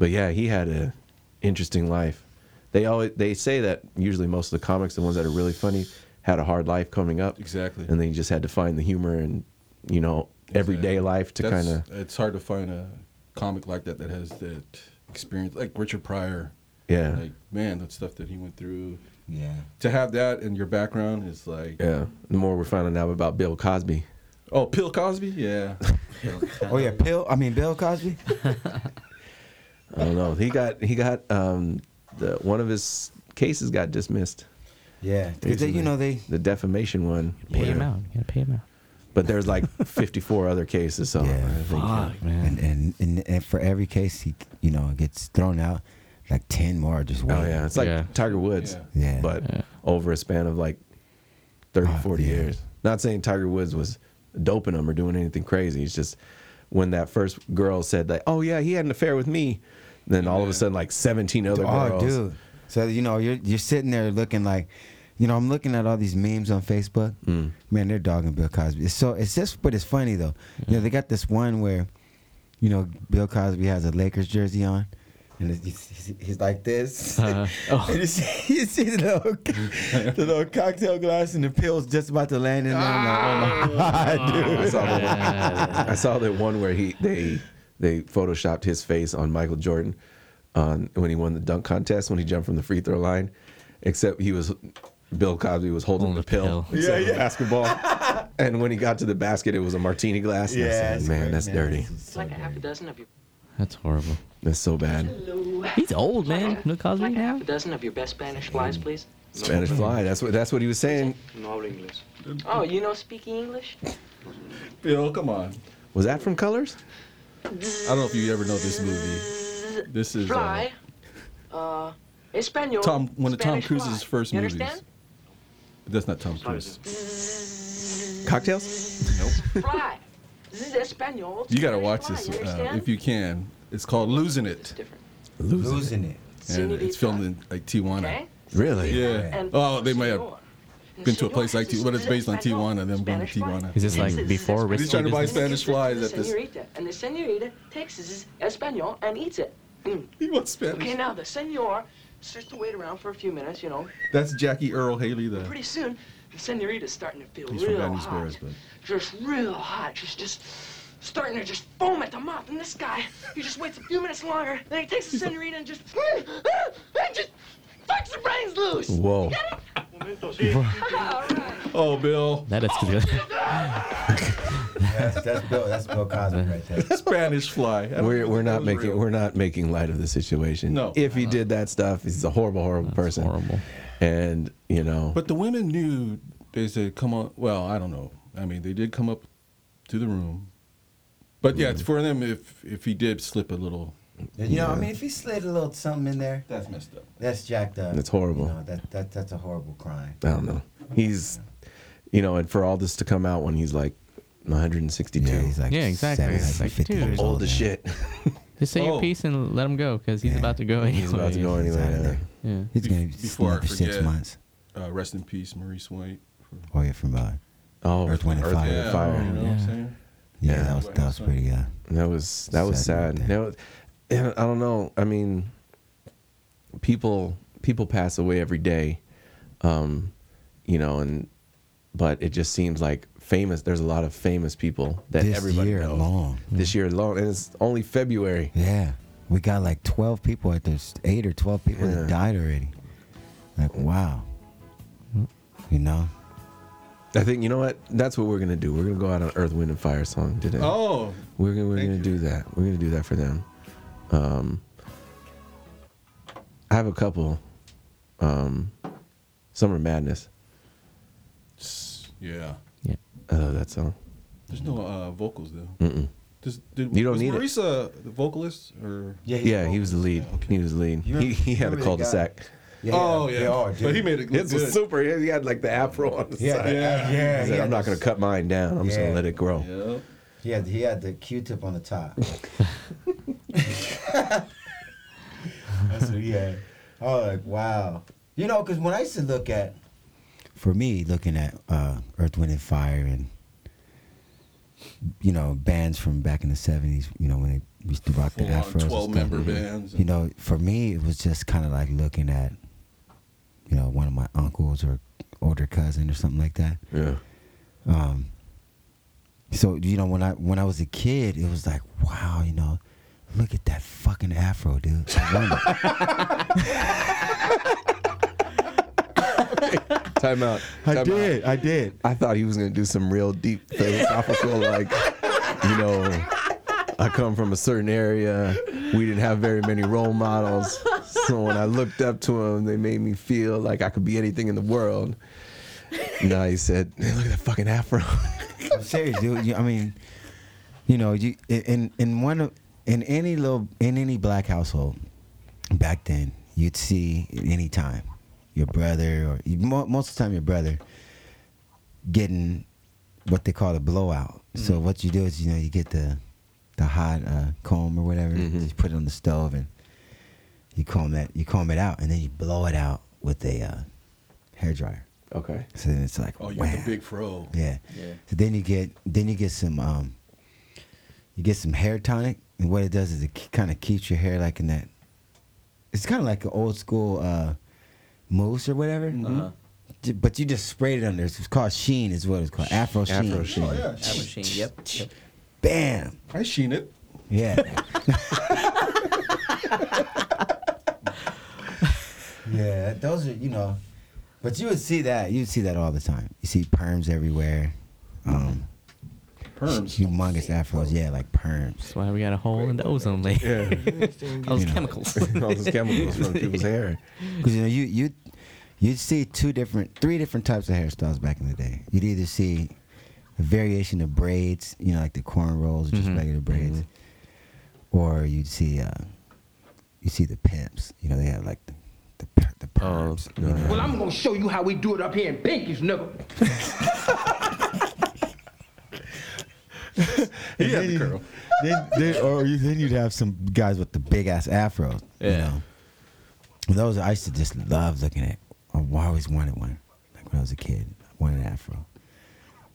Speaker 4: but yeah, he had a interesting life. They always they say that usually most of the comics, the ones that are really funny, had a hard life coming up.
Speaker 5: Exactly.
Speaker 4: And they just had to find the humor and you know everyday life to
Speaker 5: That's-
Speaker 4: kind of
Speaker 5: It's hard to find a comic like that that has that experience, like Richard Pryor.
Speaker 4: Yeah.
Speaker 5: Like man, that stuff that he went through.
Speaker 7: Yeah.
Speaker 5: To have that in your background is like.
Speaker 4: yeah. The more we're finding out about Bill Cosby,
Speaker 5: Oh, Bill Cosby.
Speaker 4: <laughs>
Speaker 5: Yeah.
Speaker 7: Oh yeah, Bill. I mean, Bill Cosby.
Speaker 4: I don't know. He got he got um the one of his cases got dismissed.
Speaker 7: Yeah, 'cause they- you know they
Speaker 4: the defamation one.
Speaker 9: <laughs> Pay him
Speaker 4: where-
Speaker 9: out. You gotta pay him out.
Speaker 4: But there's like
Speaker 7: <laughs>
Speaker 4: 54 other cases. So I think, uh,
Speaker 7: And, and and and for every case he you know gets thrown out, like ten more are just waiting.
Speaker 4: Oh yeah, it's like Tiger Woods.
Speaker 7: Yeah. Oh, Yeah.
Speaker 4: But over a span of like 30, 40 years. Not saying Tiger Woods was doping him or doing anything crazy. It's just when that first girl said that, oh yeah, he had an affair with me. Then all of a sudden, like 17 other
Speaker 7: Oh,
Speaker 4: girls.
Speaker 7: dude. So you know you're you're sitting there looking like, you know, I'm looking at all these memes on Facebook.
Speaker 4: Hmm.
Speaker 7: Man, they're dogging Bill Cosby. It's so it's just, but it's funny though. You know, they got this one where, you know, Bill Cosby has a Lakers jersey on, and it's- he's, he's, he's like this.
Speaker 4: Uh-huh.
Speaker 7: <laughs> and you see, you see the, little, <laughs> the little cocktail glass and the pill's just about to land in there. I'm
Speaker 4: Ah.
Speaker 7: like, oh my God, dude.
Speaker 4: I saw, that one, I saw that one where he they they photoshopped his face on Michael Jordan on when he won the dunk contest when he jumped from the free throw line, except he was Bill Cosby was holding the, pill,
Speaker 3: pill. Yeah,
Speaker 4: instead of a
Speaker 3: yeah.
Speaker 4: basketball, and when he got to the basket, it was a martini glass. And I
Speaker 3: Yeah,
Speaker 4: said,
Speaker 3: it's
Speaker 4: man,
Speaker 3: great,
Speaker 4: that's
Speaker 3: man.
Speaker 4: dirty.
Speaker 8: It's like a half a dozen of your.
Speaker 4: That's horrible. That's so bad.
Speaker 8: He's old, man. No Cosby like a half a dozen of your best Spanish flies, please.
Speaker 4: Spanish fly. That's what that's what he was saying.
Speaker 8: No English. Oh, you know speaking English?
Speaker 5: Bill, come on.
Speaker 4: Was that from Colors?
Speaker 5: I don't know if you ever know this movie. This is uh,
Speaker 8: Fly. Uh, Espanol.
Speaker 5: Tom one of Tom
Speaker 8: Spanish
Speaker 5: Cruise's
Speaker 8: fly.
Speaker 5: first
Speaker 8: You
Speaker 5: movies.
Speaker 8: Understand?
Speaker 5: That's not Tom Cruise.
Speaker 4: Cocktails?
Speaker 5: Nope. <laughs>
Speaker 8: Fly. This is Espanol.
Speaker 5: You gotta
Speaker 8: Spanish
Speaker 5: watch
Speaker 8: fly,
Speaker 5: this
Speaker 8: you
Speaker 5: uh,
Speaker 8: understand?
Speaker 5: if you can. It's called Losing It.
Speaker 4: Losing,
Speaker 7: it.
Speaker 5: And it's filmed in like Tijuana.
Speaker 8: Okay.
Speaker 4: Really?
Speaker 5: Yeah.
Speaker 8: And-
Speaker 5: Oh, they might have been to a place like Tijuana. Well, it's based on Tijuana. Them going to Tijuana.
Speaker 9: Is this like before
Speaker 5: He's
Speaker 9: risky
Speaker 5: trying to buy
Speaker 9: business?
Speaker 5: Spanish flies
Speaker 8: The
Speaker 5: at this.
Speaker 8: senorita. And the senorita takes his Espanol and eats it.
Speaker 5: <laughs>
Speaker 8: Mm,
Speaker 5: He wants Spanish.
Speaker 8: Okay, now the senor starts to wait around for a few minutes, you know.
Speaker 5: That's Jackie Earl Haley, the
Speaker 8: Pretty soon, the senorita's starting to feel
Speaker 5: he's from
Speaker 8: real
Speaker 5: Vanity
Speaker 8: hot.
Speaker 5: Spurs, but
Speaker 8: Just real hot. She's just starting to just foam at the mouth. And this guy, he just waits a few minutes longer. Then he takes the senorita and just. <laughs> And just fucks her brains loose.
Speaker 4: Whoa.
Speaker 5: Oh, Bill.
Speaker 9: That is good. <laughs>
Speaker 7: that's, that's Bill. That's Bill Cosby right
Speaker 4: <laughs>
Speaker 7: there.
Speaker 5: Spanish fly. I don't
Speaker 4: We're,
Speaker 5: know
Speaker 4: we're
Speaker 5: if that
Speaker 4: not
Speaker 5: was
Speaker 4: making
Speaker 5: real.
Speaker 4: we're not making light of the situation.
Speaker 5: No. Uh-huh.
Speaker 4: If he did that stuff, he's a horrible, horrible person. Horrible. And you know,
Speaker 5: But the women knew. They said, "Come on." Well, I don't know. I mean, they did come up to the room, but yeah,
Speaker 4: Mm-hmm.
Speaker 5: it's for them. If if he did slip a little,
Speaker 7: You know, I mean, if he slid a little something in there,
Speaker 5: that's messed up.
Speaker 7: That's jacked up.
Speaker 4: That's horrible. Oh,
Speaker 7: You know, that, that that's a horrible crime.
Speaker 4: I don't know. He's, you know, and for all this to come out when he's like 162. Yeah, he's
Speaker 7: like
Speaker 9: Yeah, exactly. It's like, 750 dude. years
Speaker 4: old
Speaker 9: old
Speaker 4: as shit.
Speaker 9: Just say
Speaker 4: Oh.
Speaker 9: your piece and let him go because he's about to go anyway.
Speaker 4: He's about to go anyway.
Speaker 9: Yeah.
Speaker 7: He's gonna be
Speaker 5: before I
Speaker 7: for six
Speaker 5: forget,
Speaker 7: months.
Speaker 5: Uh, rest in peace, Maurice White.
Speaker 7: Oh yeah, from uh,
Speaker 4: Oh,
Speaker 7: Earth, Wind, and
Speaker 4: Earth,
Speaker 7: Fire.
Speaker 4: Wind, and Fire.
Speaker 5: You know what I'm saying?
Speaker 7: Yeah, that was that was pretty. Uh,
Speaker 4: That was that was sad. That was- and I don't know. I mean, people people pass away every day, um, you know, and but it just seems like famous. There's a lot of famous people that
Speaker 7: This
Speaker 4: everybody
Speaker 7: year
Speaker 4: knows
Speaker 7: alone.
Speaker 4: this year alone, and it's only February.
Speaker 7: yeah, we got like twelve people at this, eight or twelve people
Speaker 4: Yeah.
Speaker 7: that died already. Like wow, you know.
Speaker 4: I think you know what? That's what we're gonna do. We're gonna go out on Earth, Wind, and Fire song today.
Speaker 5: Oh,
Speaker 4: we're gonna we're gonna do that. We're gonna do that for them. Um, I have a couple. Um, Summer Madness.
Speaker 5: yeah.
Speaker 9: Yeah,
Speaker 4: I love Oh, that song.
Speaker 5: There's no uh, vocals though.
Speaker 4: Mm-mm.
Speaker 5: Does, did,
Speaker 4: You don't
Speaker 5: was
Speaker 4: need it.
Speaker 5: Maurice uh, the vocalist or
Speaker 4: yeah, he was the lead. He was the lead. He, he had a
Speaker 5: remember the
Speaker 4: cul-de-sac.
Speaker 5: guy- Oh, yeah. But he made it look
Speaker 4: His was
Speaker 5: good.
Speaker 4: super. He had like the afro on the
Speaker 7: Yeah,
Speaker 4: side.
Speaker 7: yeah, yeah,
Speaker 4: He said,
Speaker 7: he had
Speaker 4: I'm not gonna
Speaker 7: those-
Speaker 4: cut mine down. I'm just gonna
Speaker 7: Yeah.
Speaker 4: let it grow.
Speaker 7: He had he had the Q-tip on the top. <laughs> That's what he had. Oh, like wow. You know, because when I used to look at, for me, looking at uh, Earth, Wind, and Fire, and you know, bands from back in the seventies. You know, when they used to rock the
Speaker 5: Full-on
Speaker 7: afros, and stuff.
Speaker 5: 12-member bands.
Speaker 7: You know, for me, it was just kind of like looking at, you know, one of my uncles or older cousin or something like that.
Speaker 4: Yeah.
Speaker 7: Um, so you know when I when I was a kid, it was like, wow, you know, look at that fucking afro, dude. I wonder.
Speaker 4: Time out. I
Speaker 10: did. <laughs> I did.
Speaker 4: I thought he was gonna do some real deep philosophical, like, you know, I come from a certain area. We didn't have very many role models, So when I looked up to him, they made me feel like I could be anything in the world. Now he said, "Man, look at that fucking afro."
Speaker 7: I'm serious, dude. You- I mean, you know, you in in one of in any little in any black household back then, you'd see at any time your brother or you- mo- most of the time your brother getting what they call a blowout. So what you do is you know you get the the hot uh, comb or whatever, you put it on the stove and you comb that you comb it out and then you blow it out with a uh, hair dryer.
Speaker 4: Okay.
Speaker 7: So then it's like
Speaker 5: Oh, you got
Speaker 7: wham.
Speaker 5: the big fro.
Speaker 7: Yeah.
Speaker 5: Yeah.
Speaker 7: So then you get then you get some um you get some hair tonic and what it does is it kind of keeps your hair like in that it's kind of like an old school uh mousse or whatever.
Speaker 6: Uh-huh.
Speaker 7: J- But you just sprayed it under. It's called Sheen, is what it's called. Afro Sheen.
Speaker 4: Afro Sheen. Oh, yeah.
Speaker 6: Afro Sheen, yep, yep.
Speaker 7: Bam.
Speaker 5: I sheen it.
Speaker 7: Yeah. yeah, those are you know, but you would see that you would see that all the time. You see perms everywhere. Um,
Speaker 5: Perms?
Speaker 7: humongous afros. Yeah, like perms. That's
Speaker 9: why we got a hole in the ozone layer. All <laughs> those
Speaker 7: You know.
Speaker 4: <laughs>
Speaker 9: chemicals.
Speaker 7: <laughs> Because you know, you you you'd see two different, three different types of hairstyles back in the day. You'd either see a variation of braids, you know, like the cornrows, just
Speaker 6: Mhm.
Speaker 7: regular braids, or you'd see uh, you see the pimps. You know, they have like the the, per- the perms. you know.
Speaker 11: Well, I'm gonna show you how we do it up here in Pinkies, nigga.
Speaker 10: He had the curl. Then, then, or you, then you'd have some guys with the
Speaker 7: big ass afros. You
Speaker 10: Yeah.
Speaker 7: know? Those I used to just love looking at. I always wanted one. Like when I was a kid, I wanted an afro.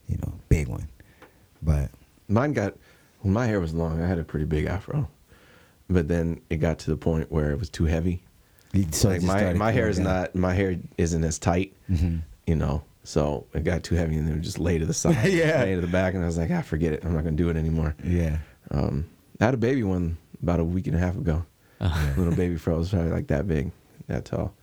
Speaker 7: You know, big one. But
Speaker 4: mine got when my hair was long, I had a pretty big afro, but then it got to the point where it was too heavy.
Speaker 7: So it
Speaker 4: Like,
Speaker 7: just
Speaker 4: my
Speaker 7: started
Speaker 4: my hair
Speaker 7: coming
Speaker 4: is
Speaker 7: down.
Speaker 4: not my hair isn't as tight,
Speaker 7: Mhm.
Speaker 4: you know. So it got too heavy, and then it just lay to
Speaker 7: <laughs>
Speaker 4: the side,
Speaker 7: Yeah.
Speaker 4: lay to the back, and I was like, I forget it. I'm not gonna do it anymore.
Speaker 7: Yeah.
Speaker 4: Um, I had a baby one about a week and a half ago.
Speaker 7: Uh-huh.
Speaker 4: <laughs> Little baby fro was probably like that big, that tall,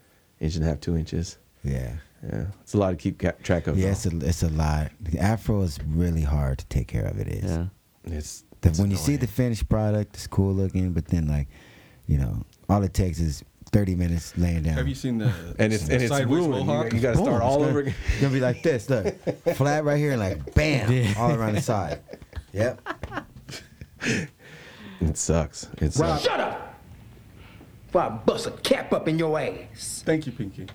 Speaker 4: inch and a half, two inches.
Speaker 7: Yeah.
Speaker 4: Yeah, it's a lot to keep ca- track of.
Speaker 7: yeah, it's a, it's a lot. The afro is really hard to take care of. It is. Yeah.
Speaker 4: It's,
Speaker 7: the, when you see the finished product, it's cool looking, but then like, you know, all it takes is thirty minutes laying down.
Speaker 5: Have you seen the
Speaker 4: <laughs> And it's- and it's
Speaker 5: sideways
Speaker 4: ruined. You-
Speaker 5: mohawk?
Speaker 4: you gotta start
Speaker 7: Boom,
Speaker 4: all
Speaker 7: it's <laughs>
Speaker 4: over
Speaker 7: gonna-
Speaker 4: again.
Speaker 7: It's gonna be like this. Look, flat right here, and like bam,
Speaker 4: Yeah.
Speaker 7: all around the side. Yep.
Speaker 4: <laughs> It sucks. It
Speaker 11: Rob,
Speaker 4: sucks.
Speaker 11: shut up! Before I bust a cap up in your ass.
Speaker 5: Thank you, Pinky.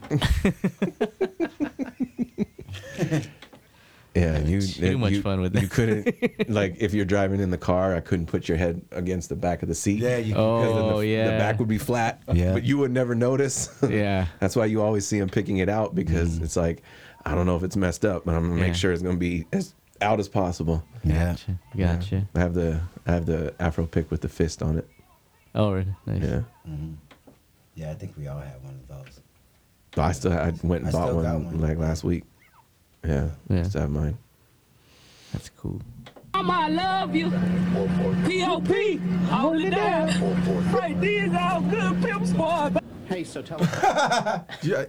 Speaker 4: Yeah, you
Speaker 9: Too
Speaker 4: it-
Speaker 9: much
Speaker 4: you-
Speaker 9: fun with that.
Speaker 4: You <laughs> couldn't like if you're driving in the car, I couldn't put your head against the back of the seat. Yeah,
Speaker 7: you.
Speaker 9: Oh,
Speaker 4: the, the
Speaker 9: yeah.
Speaker 4: back would be <laughs> flat.
Speaker 7: Yeah.
Speaker 4: but you would never notice. <laughs> Yeah, that's why you always see them picking it out because it's like I don't know if it's messed up, but I'm gonna make
Speaker 9: Yeah.
Speaker 4: sure it's gonna be as out as possible.
Speaker 7: Yeah,
Speaker 4: Yeah.
Speaker 9: gotcha.
Speaker 4: I have the I have the afro pick with the fist on it.
Speaker 9: Oh, really? Nice.
Speaker 4: Yeah,
Speaker 7: Yeah, I think we all have one of those.
Speaker 4: but I still I went and
Speaker 7: I
Speaker 4: bought
Speaker 7: still got
Speaker 4: one, like last week. Yeah, yeah, still have mine.
Speaker 9: That's
Speaker 4: <laughs>
Speaker 9: cool.
Speaker 12: Mama, I love you. P.O.P. Hold it down. Right, these all good pimps, boy. Hey, so tell
Speaker 5: <laughs> Yeah,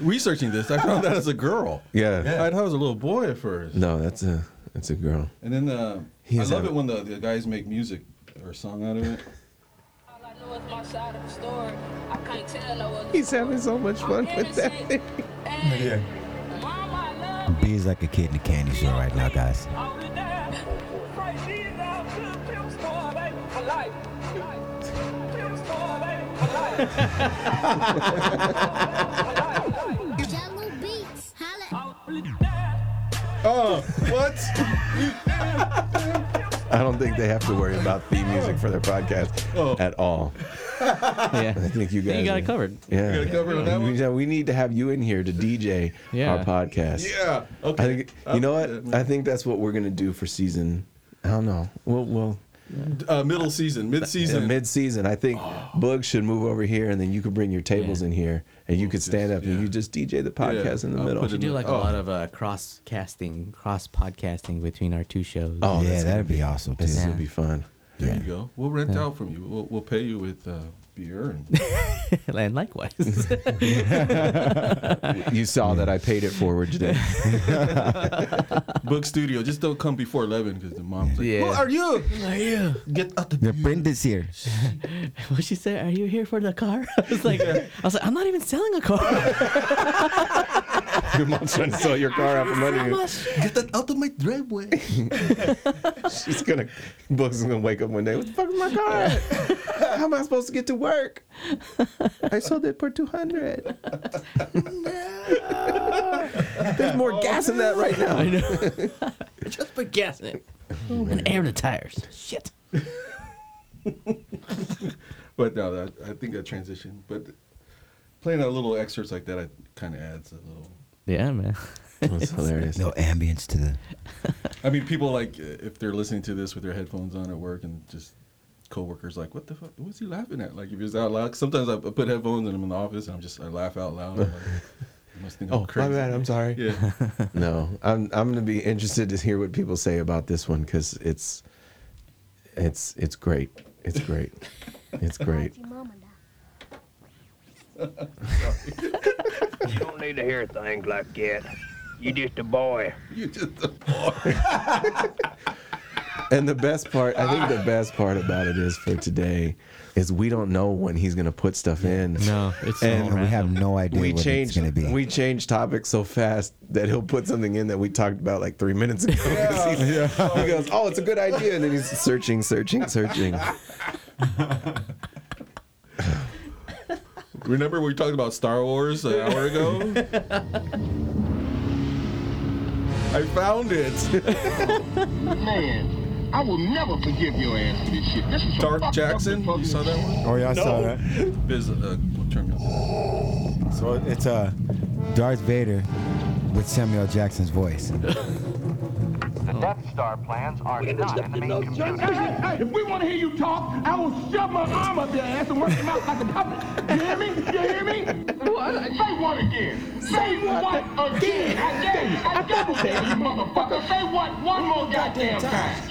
Speaker 5: researching this, I found that as a girl.
Speaker 4: Yeah.
Speaker 5: I thought it was a little boy at first.
Speaker 4: No, that's a that's a girl.
Speaker 5: And then uh, I
Speaker 4: He is
Speaker 5: love
Speaker 4: a-
Speaker 5: it when the, the guys make music or a song out of it.
Speaker 12: my side of the story. I can't tell no other.
Speaker 4: He's having so much fun with that.
Speaker 7: Yeah. B's like a kid in a candy store right now, guys.
Speaker 12: Hold it down. Right, these all good pimps, boy, baby. For life. Pimps, boy, baby. For life. Yellow beats. Holla. Hold it down.
Speaker 5: Oh, what?
Speaker 4: I don't think they have to worry about theme music for their podcast at all.
Speaker 9: Yeah.
Speaker 4: I think you
Speaker 9: Think
Speaker 4: guys
Speaker 9: Oh. you got
Speaker 4: are-
Speaker 9: it covered.
Speaker 4: Yeah,
Speaker 9: You got it covered on that
Speaker 4: we, we need to have you in here to DJ
Speaker 9: Yeah.
Speaker 4: our podcast.
Speaker 9: Yeah,
Speaker 4: I think you know
Speaker 5: Uh,
Speaker 4: what? I think that's what we're gonna do for season. I don't know. Well, well,
Speaker 5: Uh, middle season, mid season.
Speaker 4: mid season. I think
Speaker 9: Oh.
Speaker 4: Bug should move over here, and then you could bring your tables in here, and you could stand up and you just DJ the podcast in the middle.
Speaker 9: We should do like
Speaker 4: Oh.
Speaker 9: a lot of uh, cross casting, cross podcasting between our two shows.
Speaker 4: Oh, that's gonna
Speaker 9: awesome.
Speaker 4: This
Speaker 9: Yeah.
Speaker 4: will be fun.
Speaker 5: There you go. We'll rent out from you. We'll, we'll pay you with uh, beer and
Speaker 4: <laughs>
Speaker 9: <laughs> and likewise.
Speaker 4: you saw that I paid it forward today.
Speaker 9: <laughs>
Speaker 5: book studio. Just don't come before eleven because the mom's like,
Speaker 4: Yeah.
Speaker 5: "Who are you?
Speaker 9: Are you?
Speaker 5: Get out
Speaker 7: the print is here.
Speaker 9: What she say? Are you here for the car? <laughs> I was like, I was like, I'm not even selling a car.
Speaker 4: Your mom's trying to sell your car out
Speaker 9: <laughs>
Speaker 4: for money.
Speaker 5: Get that out of my driveway."
Speaker 4: She's gonna, Books is gonna wake up one day. What the fuck is my car? at? How am I supposed to get to work? <laughs> I sold it for two hundred.
Speaker 9: <laughs>
Speaker 4: There's more gas in that right now. Oh,
Speaker 9: I
Speaker 4: <laughs>
Speaker 9: know. Just put gas in it and air in the tires. Shit.
Speaker 5: But no, that, I think that transition. But playing out little excerpts like that, I kind of adds a little.
Speaker 9: Yeah, man.
Speaker 4: <laughs> That's hilarious.
Speaker 7: No ambience to the.
Speaker 5: I mean, people like uh, if they're listening to this with their headphones on at work and just coworkers like, what the fuck? What's he laughing at? Like if it's out loud. Sometimes I I put headphones and I'm in the office and I'm just I laugh out loud.
Speaker 4: <laughs>
Speaker 5: I'm like, "You must think I'm
Speaker 4: Oh,
Speaker 5: crazy.
Speaker 4: my bad. I'm sorry.
Speaker 5: Yeah.
Speaker 4: no, I'm I'm gonna be interested to hear what people say about this one because it's it's it's great. It's great. It's great.
Speaker 13: you don't need to hear things like that. You just a boy.
Speaker 5: <laughs> You just a boy.
Speaker 4: And the best part, I think the best part about it is for today, is we don't know when he's gonna put stuff in.
Speaker 9: No, it's
Speaker 7: all We have no idea
Speaker 4: We
Speaker 7: what it's
Speaker 4: changed.
Speaker 7: gonna be.
Speaker 4: We changed topics so fast that he'll put something in that we talked about like three minutes ago. <laughs> He goes, "Oh, it's a good idea," and then he's searching, searching, searching.
Speaker 5: Remember we talked about Star Wars an hour ago? I found it.
Speaker 14: <laughs> Man, I will never forgive your ass for this shit. This is
Speaker 5: Dark Jackson. You saw that one?
Speaker 10: Oh yeah, I saw that.
Speaker 5: There's a, uh, what term is that?
Speaker 10: So it's uh,
Speaker 7: Darth Vader with Samuel Jackson's voice.
Speaker 13: The Death Star plans are not in the main computer.
Speaker 14: Hey, hey, if we want to hear you talk, I will shove my arm up your ass and work your mouth like a puppet. You hear me? You hear me? Say what again? Say what again? I dare you. I double dare you, motherfucker. Say what one more goddamn time.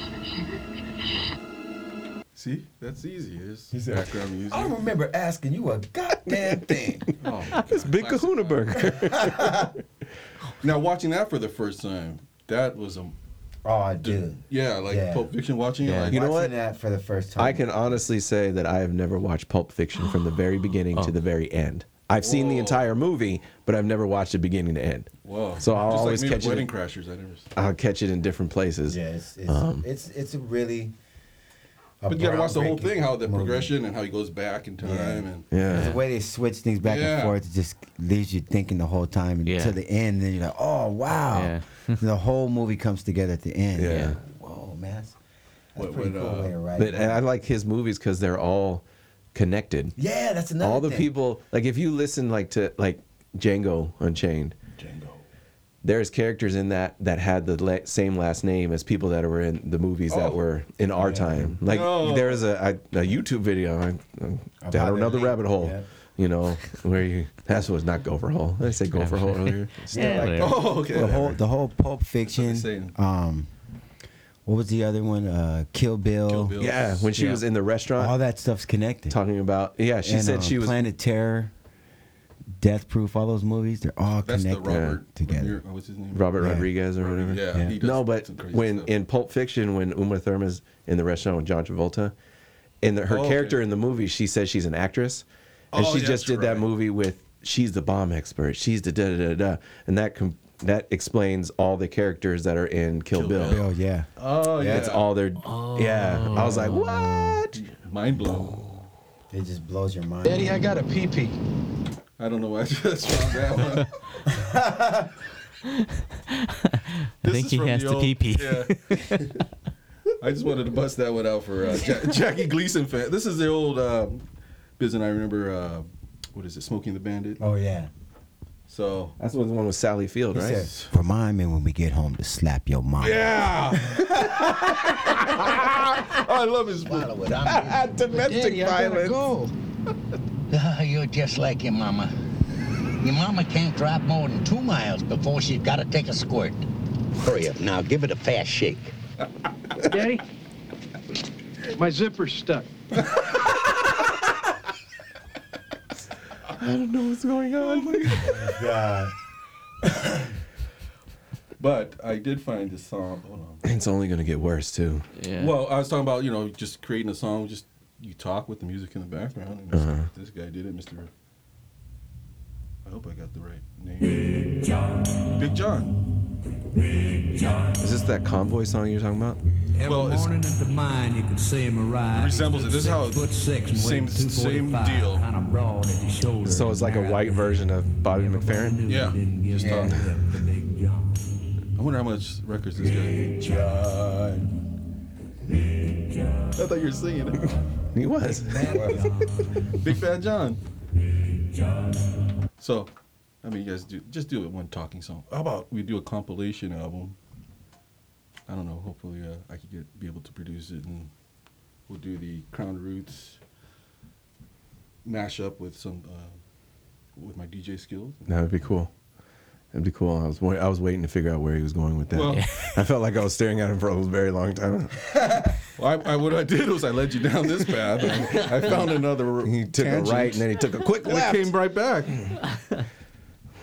Speaker 5: See, that's easy. It's background music.
Speaker 15: I
Speaker 7: "Oh."
Speaker 15: remember asking you a goddamn thing.
Speaker 5: Oh,
Speaker 4: it's Big Kahuna
Speaker 5: Burger. now watching that for the first time, that was a.
Speaker 15: <laughs> Oh, I do.
Speaker 5: Yeah, like
Speaker 15: Yeah.
Speaker 5: Pulp Fiction watching it. Like,
Speaker 4: You know what?
Speaker 15: that for the first
Speaker 4: I can honestly say that I have never watched Pulp Fiction from the very beginning to the very end. I've seen the entire movie, but I've never watched it beginning to end.
Speaker 5: Whoa.
Speaker 4: So I'll
Speaker 5: Just
Speaker 4: always
Speaker 5: like me
Speaker 4: catch
Speaker 5: with Wedding
Speaker 4: it.
Speaker 5: Crashers. I never.
Speaker 4: I'll catch it in different places.
Speaker 15: Yeah, it's it's,
Speaker 4: Um,
Speaker 15: it's, it's a really. a
Speaker 5: But you gotta watch the whole
Speaker 15: groundbreaking
Speaker 5: thing, how the
Speaker 15: movie.
Speaker 5: progression and how he goes back in time and.
Speaker 7: The way they switch things back
Speaker 5: Yeah.
Speaker 7: and forth it just leaves you thinking the whole time
Speaker 5: Yeah.
Speaker 7: until the end. Then you're like, oh, wow. <laughs> the whole movie comes together at the end.
Speaker 4: Yeah. Yeah.
Speaker 7: Whoa, man. That's, that's
Speaker 5: What-
Speaker 7: pretty
Speaker 5: what,
Speaker 7: cool
Speaker 5: uh,
Speaker 7: way to write
Speaker 4: But
Speaker 7: it.
Speaker 4: and I like his movies because they're all connected.
Speaker 7: Yeah, that's another
Speaker 4: All the
Speaker 7: thing.
Speaker 4: people, like if you listen, like to like Django Unchained. Django. There's characters in that that had the la- same last name as people that were in the movies that
Speaker 5: Oh.
Speaker 4: were in our time. Like
Speaker 5: No.
Speaker 4: there was a, a, a YouTube video I, I,
Speaker 5: About
Speaker 4: down another
Speaker 5: it.
Speaker 4: rabbit hole.
Speaker 5: Yeah.
Speaker 4: You know where you that's what's not gopher hole. I said gopher hole earlier.
Speaker 5: Yeah,
Speaker 4: like-
Speaker 5: whatever. Oh, okay.
Speaker 7: The whole the whole Pulp Fiction.
Speaker 5: saying.
Speaker 7: Um, what was the other one? Uh, Kill Bill.
Speaker 5: Kill Bill.
Speaker 4: Yeah, when she was in the restaurant.
Speaker 7: All that stuff's connected.
Speaker 4: Talking about yeah, she
Speaker 7: And,
Speaker 4: said
Speaker 7: uh,
Speaker 4: she was
Speaker 7: Planet Terror, Death Proof. All those movies, they're all
Speaker 5: That's the
Speaker 7: connected uh,
Speaker 5: Robert. uh,
Speaker 7: together.
Speaker 5: What's his name?
Speaker 4: Robert
Speaker 5: Yeah.
Speaker 4: Rodriguez or whatever.
Speaker 5: yeah, Yeah. he does
Speaker 4: no, but
Speaker 5: some crazy
Speaker 4: when in Pulp Fiction, when Uma Thurman's in the restaurant with John Travolta, and the, her
Speaker 5: Oh, okay.
Speaker 4: character in the movie, she says she's an actress, and
Speaker 5: Oh,
Speaker 4: she
Speaker 5: yeah,
Speaker 4: just
Speaker 5: that's
Speaker 4: did that movie with she's the bomb expert, she's the da da da da, and that com- that explains all the characters that are in Kill, Bill.
Speaker 7: Bill, yeah.
Speaker 5: Oh yeah.
Speaker 4: That's all they're. Yeah, I was like, what?
Speaker 5: Mind blown.
Speaker 7: It just blows your mind.
Speaker 5: Daddy, I got a pee pee. I don't know why I just <laughs> found that one. <laughs>
Speaker 9: I think he has to pee pee.
Speaker 5: <laughs> I just wanted to bust that one out for uh, Ja- Jackie Gleason fan. This is the old um, biz, and I remember uh, what is it, Smoking the Bandit?
Speaker 7: Oh yeah.
Speaker 5: So
Speaker 4: That's the one with Sally Field,
Speaker 7: He
Speaker 4: right?
Speaker 7: says, Remind me when we get home to slap your mom.
Speaker 5: Yeah. <laughs> I love his
Speaker 11: <laughs> Domestic
Speaker 14: Daddy, I gotta
Speaker 11: violence.
Speaker 14: go. Ah, <laughs> you're just like your mama. Your mama can't drive more than two miles before she's got to take a squirt.
Speaker 5: Uh,
Speaker 14: Hurry up now, give it a fast shake.
Speaker 11: Daddy,
Speaker 2: My zipper's stuck.
Speaker 4: I don't know what's going on.
Speaker 5: God. but I did find this song. Hold on.
Speaker 4: <laughs> It's only gonna get worse too.
Speaker 5: Well, I was talking about you know just creating a song, just you talk with the music in the background. And this-
Speaker 4: Uh-huh.
Speaker 5: This guy did it, Mister. I hope I got the right name. Big John. Big John. Big John.
Speaker 4: Is this that convoy song you're talking about?
Speaker 16: Every
Speaker 5: Well, it's-
Speaker 16: morning at the mine, you can see him arrive.
Speaker 5: Resembles it. This is how it-
Speaker 16: Foot six and
Speaker 5: same-
Speaker 16: weighs 245,
Speaker 5: same deal.
Speaker 16: Kind of broad at his shoulder.
Speaker 4: So it's like a white version of Bobby McFerrin.
Speaker 5: Yeah. Just
Speaker 4: Yeah.
Speaker 5: thought- I wonder how much records this guy. <laughs> Big John. I thought you were singing it.
Speaker 4: He
Speaker 5: <laughs>
Speaker 4: was.
Speaker 5: Big Fat John. So, I mean, you guys do just do it one talking song. How about we do a compilation album? I don't know. Hopefully, uh, I could get be able to produce it, and we'll do the Crown Roots mash up with some uh, with my DJ skills.
Speaker 4: That would be cool. That'd be cool. I was wa- I was waiting to figure out where he was going with that.
Speaker 5: Well-
Speaker 4: <laughs> I felt like I was staring at him for a very long time. <laughs>
Speaker 5: Well, I, I, what I did was I led you down this path. I found another.
Speaker 4: <laughs> He took
Speaker 5: tangent,
Speaker 4: a right and then he took a
Speaker 5: <laughs>
Speaker 4: quick
Speaker 5: and
Speaker 4: left.
Speaker 5: It came right
Speaker 4: <laughs>
Speaker 5: back.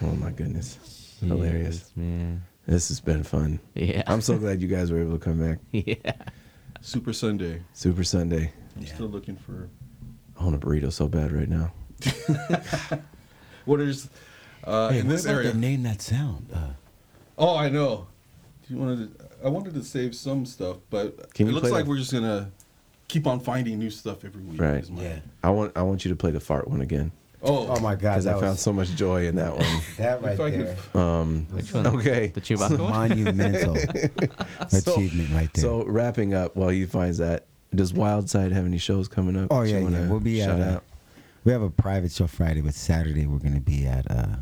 Speaker 4: Oh my goodness. Hilarious. man. This has been fun. Yeah. I'm so glad you guys were able to come
Speaker 5: <laughs>
Speaker 4: back. Yeah.
Speaker 5: Super Sunday.
Speaker 4: Super Sunday.
Speaker 5: I'm still looking for
Speaker 4: I want a burrito so bad right now.
Speaker 5: what is uh,
Speaker 7: Hey,
Speaker 5: in
Speaker 7: what
Speaker 5: this
Speaker 7: about
Speaker 5: area.
Speaker 7: the name that sound. Uh,
Speaker 5: Oh, I know. Do you wanted to, I wanted to save some stuff, but
Speaker 4: Can
Speaker 5: it
Speaker 4: you
Speaker 5: looks
Speaker 4: play
Speaker 5: like
Speaker 4: the-
Speaker 5: we're just gonna keep on finding new stuff every week.
Speaker 4: Right.
Speaker 5: is my-
Speaker 4: I want I want you to play the fart one again.
Speaker 5: Oh. Oh my God,
Speaker 4: Because I
Speaker 5: that
Speaker 4: found
Speaker 5: was-
Speaker 4: so much joy in that
Speaker 5: <laughs>
Speaker 4: one.
Speaker 15: That right
Speaker 5: If I could-
Speaker 11: <laughs>
Speaker 15: there.
Speaker 4: Um,
Speaker 15: Which one?
Speaker 4: Okay.
Speaker 15: The Chewbacca one? Monumental
Speaker 4: achievement right there. So wrapping up while he finds that, does Wildside have any shows coming up?
Speaker 7: Oh
Speaker 4: that you
Speaker 7: yeah, yeah.
Speaker 4: wanna
Speaker 7: We'll be at.
Speaker 4: shout
Speaker 7: Uh,
Speaker 4: out?
Speaker 7: we have a private show Friday, but Saturday we're gonna be at uh,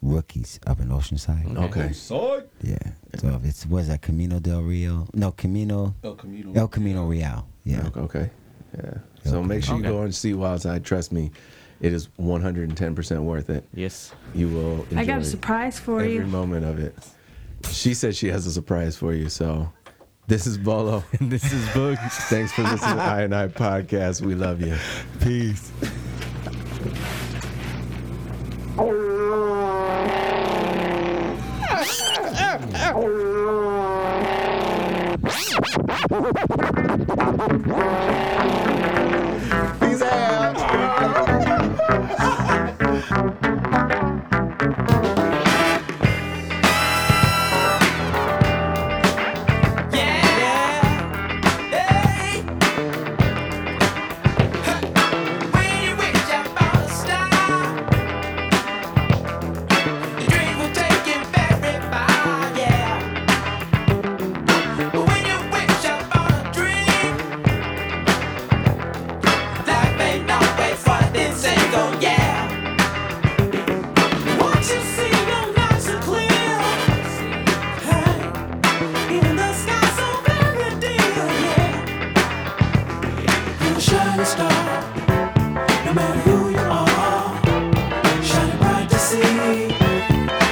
Speaker 7: Rookies up in Oceanside.
Speaker 4: Okay.
Speaker 5: Oceanside?
Speaker 7: Yeah. So it's was that Camino del Rio? No, Camino.
Speaker 5: El Camino.
Speaker 7: El Camino Real. Yeah.
Speaker 4: Oh. Okay. okay. Yeah. So make sure you
Speaker 7: Okay.
Speaker 4: go and see Wildside. Trust me, it is 110% worth it. Yes. You will enjoy
Speaker 17: I got a surprise for
Speaker 4: every
Speaker 17: you.
Speaker 4: moment of it. She said she has a surprise for you, so this is
Speaker 7: <laughs>
Speaker 4: Bolo. and this is Boog. Thanks for listening to I and I Podcast. We love you. Peace.
Speaker 14: Peace out.
Speaker 24: Shining star, no matter who you are, shining bright to see.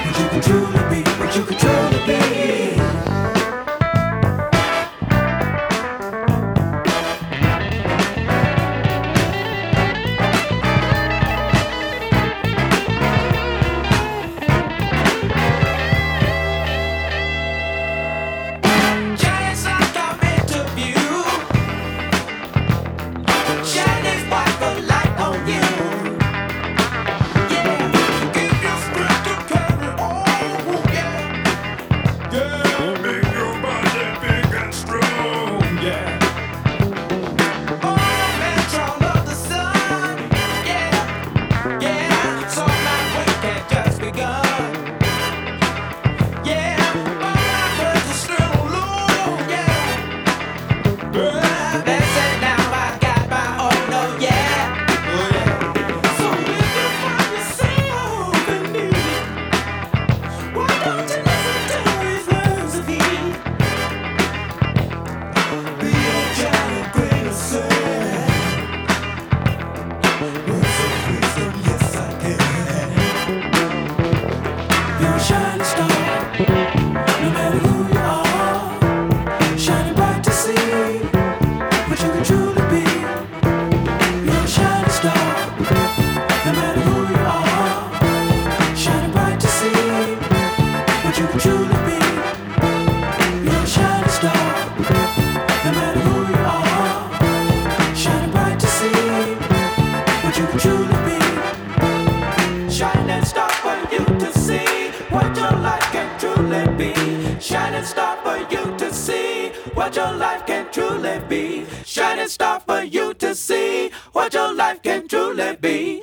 Speaker 24: What you can truly be, what you can truly be. Giants like I'm into view. Shining white the light on you. Yeah, give your strength to carry on. Yeah, yeah, make your body big and strong. Yeah. Oh, Metron of the sun. Yeah, yeah, it's all my work had just begun. Yeah, all I heard was slow low. Yeah. Shining star, no matter who you are, shining bright to see. But you can truly what you truly be. Shine and star for you to see what your life can truly be. Shine and star for you to see what your life can truly be. Shine and star for you to see what your life can truly be.